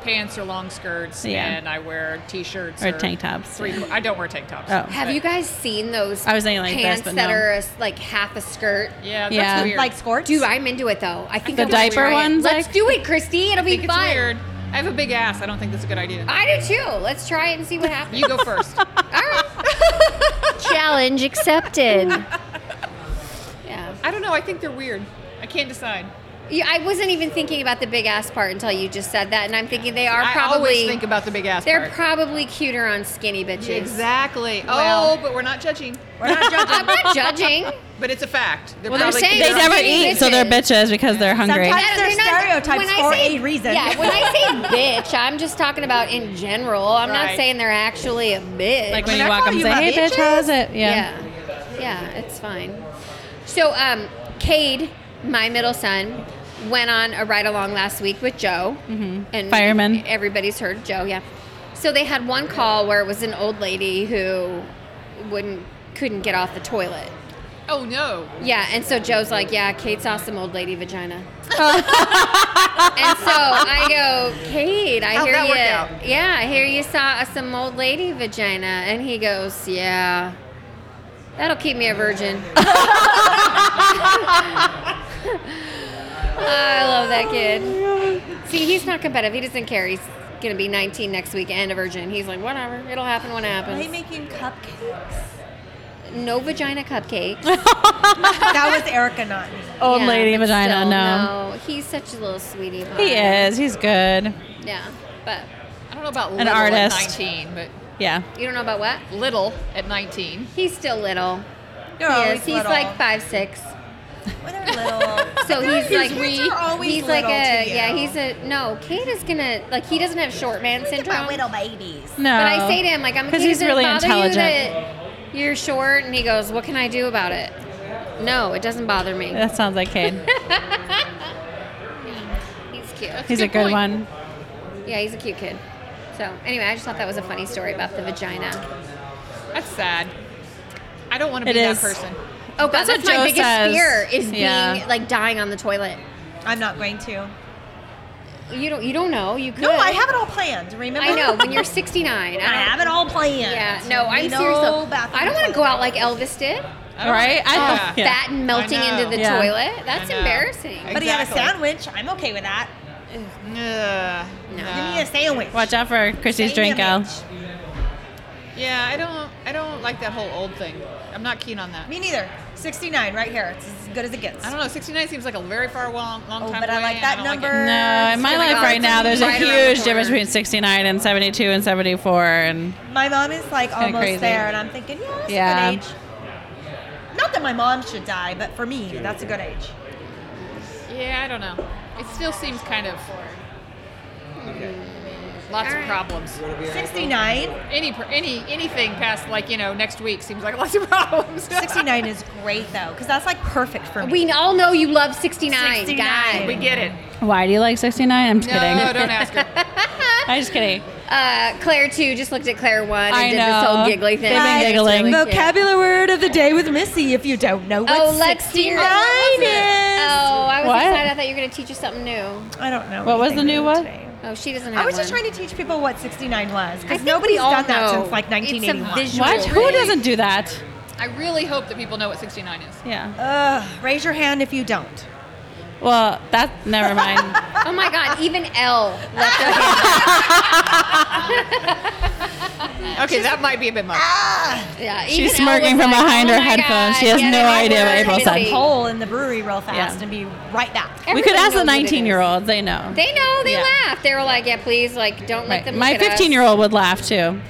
[SPEAKER 6] pants or long skirts,
[SPEAKER 4] Yeah.
[SPEAKER 6] and I wear t-shirts
[SPEAKER 4] Or tank tops,
[SPEAKER 6] Three. I don't wear tank tops.
[SPEAKER 4] Oh.
[SPEAKER 1] Have you guys seen those?
[SPEAKER 4] I was thinking like this,
[SPEAKER 1] pants
[SPEAKER 4] but
[SPEAKER 1] that
[SPEAKER 4] no.
[SPEAKER 1] are a s- like half a skirt.
[SPEAKER 6] Yeah, that's
[SPEAKER 4] Yeah.
[SPEAKER 6] weird.
[SPEAKER 3] Like scorts.
[SPEAKER 1] Dude, I'm into it though. I think
[SPEAKER 4] The
[SPEAKER 1] I'm gonna
[SPEAKER 4] diaper
[SPEAKER 1] try it.
[SPEAKER 4] ones,
[SPEAKER 1] Let's
[SPEAKER 4] like-
[SPEAKER 1] do it, Christy. It'll
[SPEAKER 6] I
[SPEAKER 1] be
[SPEAKER 6] think it's
[SPEAKER 1] fun.
[SPEAKER 6] weird. I have a big ass. I don't think that's a good idea.
[SPEAKER 1] I do too. Let's try it and see what happens.
[SPEAKER 6] You go first.
[SPEAKER 1] all right. Challenge accepted. yeah.
[SPEAKER 6] I don't know. I think they're weird. I can't decide.
[SPEAKER 1] Yeah, I wasn't even thinking about the big ass part until you just said that, and I'm thinking they are
[SPEAKER 6] I always
[SPEAKER 1] probably
[SPEAKER 6] think about the big ass
[SPEAKER 1] they're
[SPEAKER 6] part.
[SPEAKER 1] probably cuter on skinny bitches.
[SPEAKER 6] exactly.
[SPEAKER 1] Well-
[SPEAKER 6] oh, but we're not judging.
[SPEAKER 3] We're not
[SPEAKER 1] I'm
[SPEAKER 3] judging.
[SPEAKER 1] not judging.
[SPEAKER 6] But it's a fact. They're
[SPEAKER 1] Well, they're
[SPEAKER 6] probably
[SPEAKER 1] saying
[SPEAKER 4] they
[SPEAKER 1] They're
[SPEAKER 4] never
[SPEAKER 1] skinny
[SPEAKER 4] eat, so they're
[SPEAKER 1] bitches.
[SPEAKER 4] bitches because they're hungry.
[SPEAKER 3] Sometimes-
[SPEAKER 1] Yeah,
[SPEAKER 3] They're
[SPEAKER 1] they're not-
[SPEAKER 3] stereotypes
[SPEAKER 1] when I
[SPEAKER 3] for
[SPEAKER 1] say-
[SPEAKER 3] a reason.
[SPEAKER 1] Yeah, when I say bitch, I'm just talking about in general. I'm not
[SPEAKER 6] Right.
[SPEAKER 1] saying they're actually a bitch.
[SPEAKER 4] Like when
[SPEAKER 3] I
[SPEAKER 4] you walk
[SPEAKER 3] call
[SPEAKER 4] up and
[SPEAKER 3] you
[SPEAKER 4] say,
[SPEAKER 3] my
[SPEAKER 4] "Hey, bitch,
[SPEAKER 3] bitches?"
[SPEAKER 4] how's it?" Yeah.
[SPEAKER 1] yeah. yeah, it's fine. So, um, Cade, my middle son, went on a ride along last week with Joe. Mm-hmm. And
[SPEAKER 4] Fireman.
[SPEAKER 1] Everybody's heard Joe. Yeah. So they had one call where it was an old lady who wouldn't couldn't get off the toilet.
[SPEAKER 6] Oh no.
[SPEAKER 1] Yeah, and so Joe's like, yeah, Kate saw some old lady vagina. and so I go, Kate, I
[SPEAKER 6] How'd
[SPEAKER 1] hear
[SPEAKER 6] that
[SPEAKER 1] you.
[SPEAKER 6] work out?
[SPEAKER 1] Yeah, I hear you saw some old lady vagina, and he goes, yeah, that'll keep me a virgin. I love that kid. See, he's not competitive. He doesn't care. He's gonna be 19 next week and a virgin. He's like, whatever, it'll happen when it
[SPEAKER 3] Are they
[SPEAKER 1] happens.
[SPEAKER 3] making cupcakes?
[SPEAKER 1] No vagina cupcake.
[SPEAKER 3] that was Erica, not me.
[SPEAKER 4] Old
[SPEAKER 1] Yeah,
[SPEAKER 4] lady
[SPEAKER 1] but
[SPEAKER 4] vagina.
[SPEAKER 1] still,
[SPEAKER 4] no.
[SPEAKER 1] no, he's such a little sweetie. Pie.
[SPEAKER 4] he is. He's good.
[SPEAKER 1] Yeah, but
[SPEAKER 6] I don't know about little
[SPEAKER 4] artist.
[SPEAKER 6] at 19, but
[SPEAKER 4] Yeah.
[SPEAKER 1] you don't know about what?
[SPEAKER 6] little at 19.
[SPEAKER 1] He's still little.
[SPEAKER 3] They're
[SPEAKER 1] he
[SPEAKER 3] always
[SPEAKER 1] is. He's
[SPEAKER 3] Oh, little.
[SPEAKER 1] like five six.
[SPEAKER 3] When they're little.
[SPEAKER 1] So he's like
[SPEAKER 3] kids are always
[SPEAKER 1] he's like
[SPEAKER 3] little
[SPEAKER 1] a
[SPEAKER 3] to you.
[SPEAKER 1] yeah. He's a no. Kate is gonna like he doesn't have short man syndrome.
[SPEAKER 3] little babies.
[SPEAKER 4] No.
[SPEAKER 1] But I say to him like I'm
[SPEAKER 4] because
[SPEAKER 1] Kate,
[SPEAKER 4] Oh. he's
[SPEAKER 1] does it
[SPEAKER 4] really
[SPEAKER 1] bother You
[SPEAKER 4] intelligent.
[SPEAKER 1] that you're short, and he goes, "What can I do about it?" No, it doesn't bother me.
[SPEAKER 4] That sounds like Cade.
[SPEAKER 1] He's cute.
[SPEAKER 4] He's a good
[SPEAKER 6] point.
[SPEAKER 4] one.
[SPEAKER 1] Yeah, he's a cute kid. So anyway, I just thought that was a funny story about the vagina.
[SPEAKER 6] That's sad. I don't want to
[SPEAKER 4] It
[SPEAKER 6] be that
[SPEAKER 4] is.
[SPEAKER 6] person.
[SPEAKER 1] Oh, God,
[SPEAKER 4] That's
[SPEAKER 1] that's,
[SPEAKER 4] what Joe
[SPEAKER 1] my biggest
[SPEAKER 4] says.
[SPEAKER 1] fear is
[SPEAKER 4] Yeah.
[SPEAKER 1] being like dying on the toilet.
[SPEAKER 3] I'm not going to.
[SPEAKER 1] You don't. You don't know. You could.
[SPEAKER 3] No, I have it all planned. Remember?
[SPEAKER 1] I know. When you're 69, I,
[SPEAKER 3] I have it all planned.
[SPEAKER 1] Yeah. No,
[SPEAKER 3] We
[SPEAKER 1] I'm
[SPEAKER 3] know
[SPEAKER 1] serious. though.
[SPEAKER 3] bathroom
[SPEAKER 1] I don't want to
[SPEAKER 3] toilet.
[SPEAKER 1] go out like Elvis did,
[SPEAKER 6] I don't
[SPEAKER 4] Right?
[SPEAKER 6] wanna-
[SPEAKER 4] I-
[SPEAKER 6] Yeah.
[SPEAKER 4] Yeah.
[SPEAKER 1] fat and melting
[SPEAKER 6] I know.
[SPEAKER 1] into the
[SPEAKER 4] Yeah.
[SPEAKER 1] toilet. That's
[SPEAKER 6] I know.
[SPEAKER 1] embarrassing.
[SPEAKER 6] I-
[SPEAKER 3] But he had a
[SPEAKER 6] Exactly.
[SPEAKER 3] sandwich. I'm okay with that.
[SPEAKER 6] Ugh,
[SPEAKER 1] No.
[SPEAKER 3] Give me a sandwich.
[SPEAKER 4] Watch out for Chrissy's drink, Al.
[SPEAKER 3] Sandwich.
[SPEAKER 6] Yeah, I don't. I don't like that whole old thing. I'm not keen on that.
[SPEAKER 3] Me neither. 69 right here. It's as good as it gets.
[SPEAKER 6] I don't know. 69 seems like a very far long, long
[SPEAKER 3] Oh,
[SPEAKER 6] time
[SPEAKER 3] but I
[SPEAKER 6] away,
[SPEAKER 3] like
[SPEAKER 6] and
[SPEAKER 3] that
[SPEAKER 6] don't
[SPEAKER 3] number.
[SPEAKER 6] it.
[SPEAKER 4] No, in my
[SPEAKER 1] Oh my
[SPEAKER 4] life
[SPEAKER 1] God,
[SPEAKER 4] right now, there's a
[SPEAKER 1] right around the
[SPEAKER 4] huge difference
[SPEAKER 1] corner.
[SPEAKER 4] between 69 and 72 and 74, and
[SPEAKER 3] My mom is like
[SPEAKER 4] kinda
[SPEAKER 3] almost
[SPEAKER 4] crazy.
[SPEAKER 3] there, and I'm thinking, yeah, that's
[SPEAKER 4] Yeah.
[SPEAKER 3] a good age. Not that my mom should die, but for me, that's a good age.
[SPEAKER 6] Yeah, I don't know. It still seems kind of
[SPEAKER 2] Okay.
[SPEAKER 6] lots
[SPEAKER 1] All right.
[SPEAKER 6] of problems.
[SPEAKER 2] You wanna be our
[SPEAKER 3] 69.
[SPEAKER 6] Any per- any anything past like you know next week seems like lots of problems.
[SPEAKER 3] 69 is great though, because that's like perfect for me.
[SPEAKER 1] We all know you love 69.
[SPEAKER 3] 69.
[SPEAKER 1] God.
[SPEAKER 6] we get it.
[SPEAKER 4] why do you like 69? I'm just
[SPEAKER 6] No,
[SPEAKER 4] kidding.
[SPEAKER 6] don't ask her.
[SPEAKER 4] I'm just kidding.
[SPEAKER 1] Uh, Claire too just looked at Claire one and
[SPEAKER 4] I
[SPEAKER 1] did this
[SPEAKER 4] know.
[SPEAKER 1] whole giggly thing.
[SPEAKER 4] They've been
[SPEAKER 1] It's
[SPEAKER 4] giggling.
[SPEAKER 1] really cute.
[SPEAKER 3] Vocabulary word of the day with Missy. If you don't know what
[SPEAKER 1] Oh, Lex dear.
[SPEAKER 3] 69 is,
[SPEAKER 1] Oh, I was
[SPEAKER 4] What?
[SPEAKER 1] excited. I thought you were going to teach us something new.
[SPEAKER 3] I don't know.
[SPEAKER 4] What was the
[SPEAKER 3] anything
[SPEAKER 4] new one?
[SPEAKER 3] today.
[SPEAKER 1] Oh, she doesn't have
[SPEAKER 3] I was just
[SPEAKER 1] one.
[SPEAKER 3] trying to teach people what 69 was
[SPEAKER 1] I
[SPEAKER 3] because
[SPEAKER 1] think
[SPEAKER 3] nobody's
[SPEAKER 1] we all
[SPEAKER 3] done that
[SPEAKER 1] know.
[SPEAKER 3] since like
[SPEAKER 1] It's a
[SPEAKER 3] 1981.
[SPEAKER 1] visual.
[SPEAKER 4] What? Who
[SPEAKER 1] Really?
[SPEAKER 4] doesn't do that?
[SPEAKER 6] I really hope that people know what 69 is.
[SPEAKER 4] Yeah.
[SPEAKER 3] Ugh, raise your hand if you don't.
[SPEAKER 4] Well, that never mind.
[SPEAKER 1] Oh my God! Even L left her hand.
[SPEAKER 3] Uh,
[SPEAKER 7] Okay, that might be a bit much.
[SPEAKER 1] Yeah,
[SPEAKER 4] She's
[SPEAKER 1] even Elle
[SPEAKER 4] smirking
[SPEAKER 1] was
[SPEAKER 4] from
[SPEAKER 1] like,
[SPEAKER 4] behind
[SPEAKER 1] "Oh
[SPEAKER 4] her
[SPEAKER 1] my
[SPEAKER 4] headphones. She
[SPEAKER 1] God,
[SPEAKER 4] has
[SPEAKER 1] get
[SPEAKER 4] no
[SPEAKER 1] it out
[SPEAKER 4] idea
[SPEAKER 1] where
[SPEAKER 4] what April
[SPEAKER 1] it
[SPEAKER 4] said.
[SPEAKER 1] is."
[SPEAKER 3] hole in the brewery real fast
[SPEAKER 4] Yeah.
[SPEAKER 3] and be right back.
[SPEAKER 4] we
[SPEAKER 1] Everybody
[SPEAKER 4] could ask the
[SPEAKER 1] knows what it is.
[SPEAKER 4] 19 year olds. They know.
[SPEAKER 1] They know. They
[SPEAKER 4] Yeah.
[SPEAKER 1] laugh. They were like, "Yeah, please, like, don't let
[SPEAKER 4] Right.
[SPEAKER 1] them."
[SPEAKER 4] My
[SPEAKER 1] look at us."
[SPEAKER 4] 15 year old would laugh too.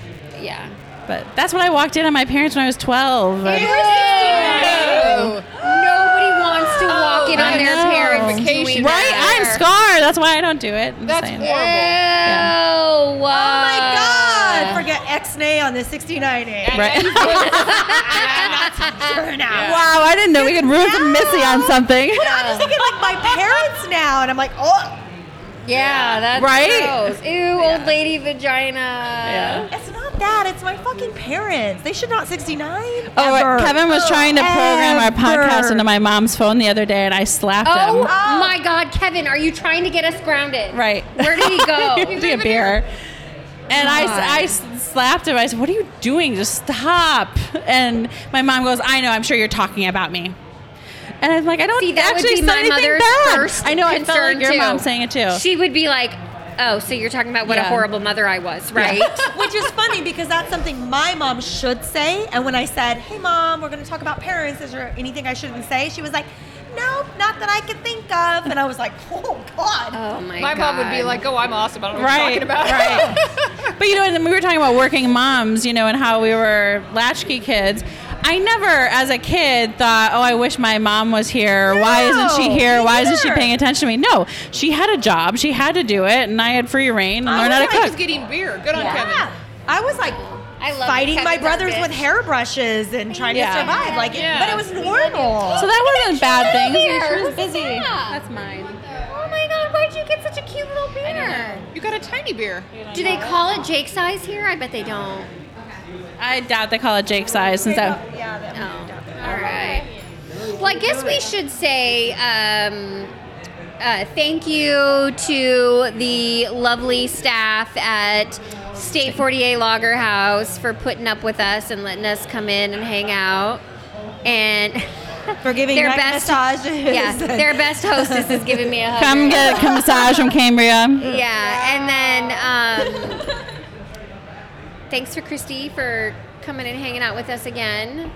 [SPEAKER 1] Yeah.
[SPEAKER 4] But that's what I walked in on my parents when I was 12.
[SPEAKER 1] They were 16. Nobody wants to walk in on
[SPEAKER 4] I
[SPEAKER 1] their
[SPEAKER 4] know.
[SPEAKER 1] parents doing
[SPEAKER 4] Right?
[SPEAKER 1] that.
[SPEAKER 4] I'm scarred. That's why I don't do it. I'm
[SPEAKER 7] That's
[SPEAKER 4] saying.
[SPEAKER 7] horrible.
[SPEAKER 1] Oh,
[SPEAKER 3] Oh my
[SPEAKER 1] Uh.
[SPEAKER 3] God! Forget X-Nay on the 69A.
[SPEAKER 4] Right.
[SPEAKER 3] Sure now.
[SPEAKER 4] wow, I didn't know we could ruin some Missy on something.
[SPEAKER 3] I'm just thinking like my parents now, and I'm like, oh,
[SPEAKER 1] Yeah, that's
[SPEAKER 4] Right?
[SPEAKER 1] gross. Ew, old lady vagina.
[SPEAKER 4] Yeah.
[SPEAKER 3] it's not that. It's my fucking parents. They should not 69.
[SPEAKER 4] Oh,
[SPEAKER 3] ever.
[SPEAKER 4] Kevin was trying to program our podcast
[SPEAKER 3] Ever.
[SPEAKER 4] into my mom's phone the other day and I slapped
[SPEAKER 1] Oh,
[SPEAKER 4] him.
[SPEAKER 7] Ah.
[SPEAKER 1] my God, Kevin, are you trying to get us grounded?
[SPEAKER 4] Right.
[SPEAKER 1] Where did he go?
[SPEAKER 4] Into a beer. And I, I s- slapped him. I said, What are you doing? Just stop. And my mom goes, I know, I'm sure you're talking about me. And I'm like, I don't
[SPEAKER 1] See, that would
[SPEAKER 4] actually
[SPEAKER 1] be
[SPEAKER 4] said
[SPEAKER 1] my
[SPEAKER 4] anything
[SPEAKER 1] mother's
[SPEAKER 4] bad.
[SPEAKER 1] first
[SPEAKER 4] I know, I felt
[SPEAKER 1] concern
[SPEAKER 4] like your
[SPEAKER 1] too.
[SPEAKER 4] mom saying it too.
[SPEAKER 1] She would be like, "Oh, so you're talking about what a
[SPEAKER 4] Yeah.
[SPEAKER 1] horrible mother I was, right?"
[SPEAKER 3] Which is funny because that's something my mom should say. And when I said, hey, mom, we're going to talk about parents, is there anything I shouldn't say? She was like, nope, not that I could think of. And I was like, oh, God.
[SPEAKER 1] Oh my,
[SPEAKER 7] My mom would be
[SPEAKER 1] God.
[SPEAKER 7] like, "Oh, I'm awesome. I don't know what
[SPEAKER 4] Right,
[SPEAKER 7] you're talking about."
[SPEAKER 4] right. But you know, and we were talking about working moms, you know, and how we were latchkey kids. I never, as a kid, thought, "Oh, I wish my mom was here. Why isn't she
[SPEAKER 3] No,
[SPEAKER 4] here?
[SPEAKER 3] me
[SPEAKER 4] Why isn't she
[SPEAKER 3] neither.
[SPEAKER 4] paying attention to me?" No, she had a job. She had to do it, and I had free reign and
[SPEAKER 7] I
[SPEAKER 4] learned
[SPEAKER 7] was
[SPEAKER 4] how
[SPEAKER 7] like,
[SPEAKER 4] to
[SPEAKER 7] just
[SPEAKER 4] cook.
[SPEAKER 7] getting beer. Good on
[SPEAKER 3] Yeah.
[SPEAKER 7] Kevin.
[SPEAKER 3] I was like
[SPEAKER 1] I love
[SPEAKER 3] fighting my
[SPEAKER 1] Kevin's a
[SPEAKER 3] brothers
[SPEAKER 1] bitch.
[SPEAKER 3] with hairbrushes and trying
[SPEAKER 4] Yeah.
[SPEAKER 3] to survive. Like,
[SPEAKER 7] Yeah.
[SPEAKER 3] but it was normal.
[SPEAKER 4] So that wasn't bad thing.
[SPEAKER 1] here.
[SPEAKER 4] She was
[SPEAKER 1] What's
[SPEAKER 4] busy.
[SPEAKER 1] that?
[SPEAKER 4] That's mine.
[SPEAKER 1] "Oh my God, why'd you get such a cute little beer?"
[SPEAKER 7] You got a tiny beer.
[SPEAKER 1] Do they call it Jake size here? I bet they don't.
[SPEAKER 4] I doubt they call it Jake's size since that.
[SPEAKER 3] yeah, that
[SPEAKER 1] Oh, all right. Well, I guess we should say um, uh, thank you to the lovely staff at State 48 Logger House for putting up with us and letting us come in and hang out. And
[SPEAKER 3] for giving
[SPEAKER 1] their
[SPEAKER 3] neck
[SPEAKER 1] best,
[SPEAKER 3] massages.
[SPEAKER 1] yeah,
[SPEAKER 3] and-
[SPEAKER 1] their best hostess is giving me a hug.
[SPEAKER 4] Come get come massage from Cambria.
[SPEAKER 1] Yeah, and then um, thanks for Christy for coming and hanging out with us again.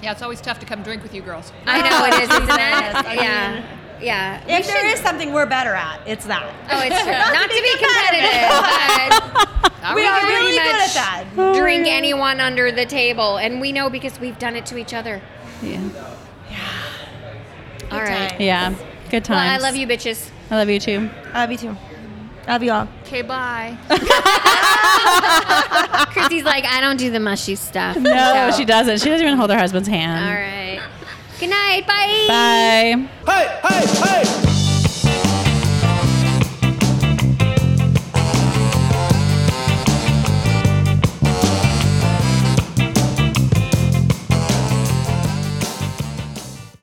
[SPEAKER 7] Yeah, it's always tough to come drink with you girls.
[SPEAKER 1] I know it is, isn't it?
[SPEAKER 3] I
[SPEAKER 1] yeah, yeah.
[SPEAKER 3] If there is something we're better at, it's that.
[SPEAKER 1] Oh, it's true. Not to be competitive, but
[SPEAKER 3] we
[SPEAKER 1] we
[SPEAKER 3] are
[SPEAKER 1] pretty
[SPEAKER 3] really good
[SPEAKER 1] much
[SPEAKER 3] at that.
[SPEAKER 1] drink anyone under the table, and we know because we've done it to each other.
[SPEAKER 4] Yeah.
[SPEAKER 1] All right.
[SPEAKER 3] time.
[SPEAKER 4] Yeah. Good
[SPEAKER 1] Well, I
[SPEAKER 4] times.
[SPEAKER 1] love you, bitches.
[SPEAKER 4] I love you too.
[SPEAKER 3] I'll be too. I'll be all.
[SPEAKER 1] Okay, bye. Christy's like, I don't do the mushy stuff.
[SPEAKER 4] No,
[SPEAKER 1] So,
[SPEAKER 4] she doesn't. She doesn't even hold her husband's hand.
[SPEAKER 1] All right. Good night. Bye.
[SPEAKER 4] Bye.
[SPEAKER 5] hey, hey, hey.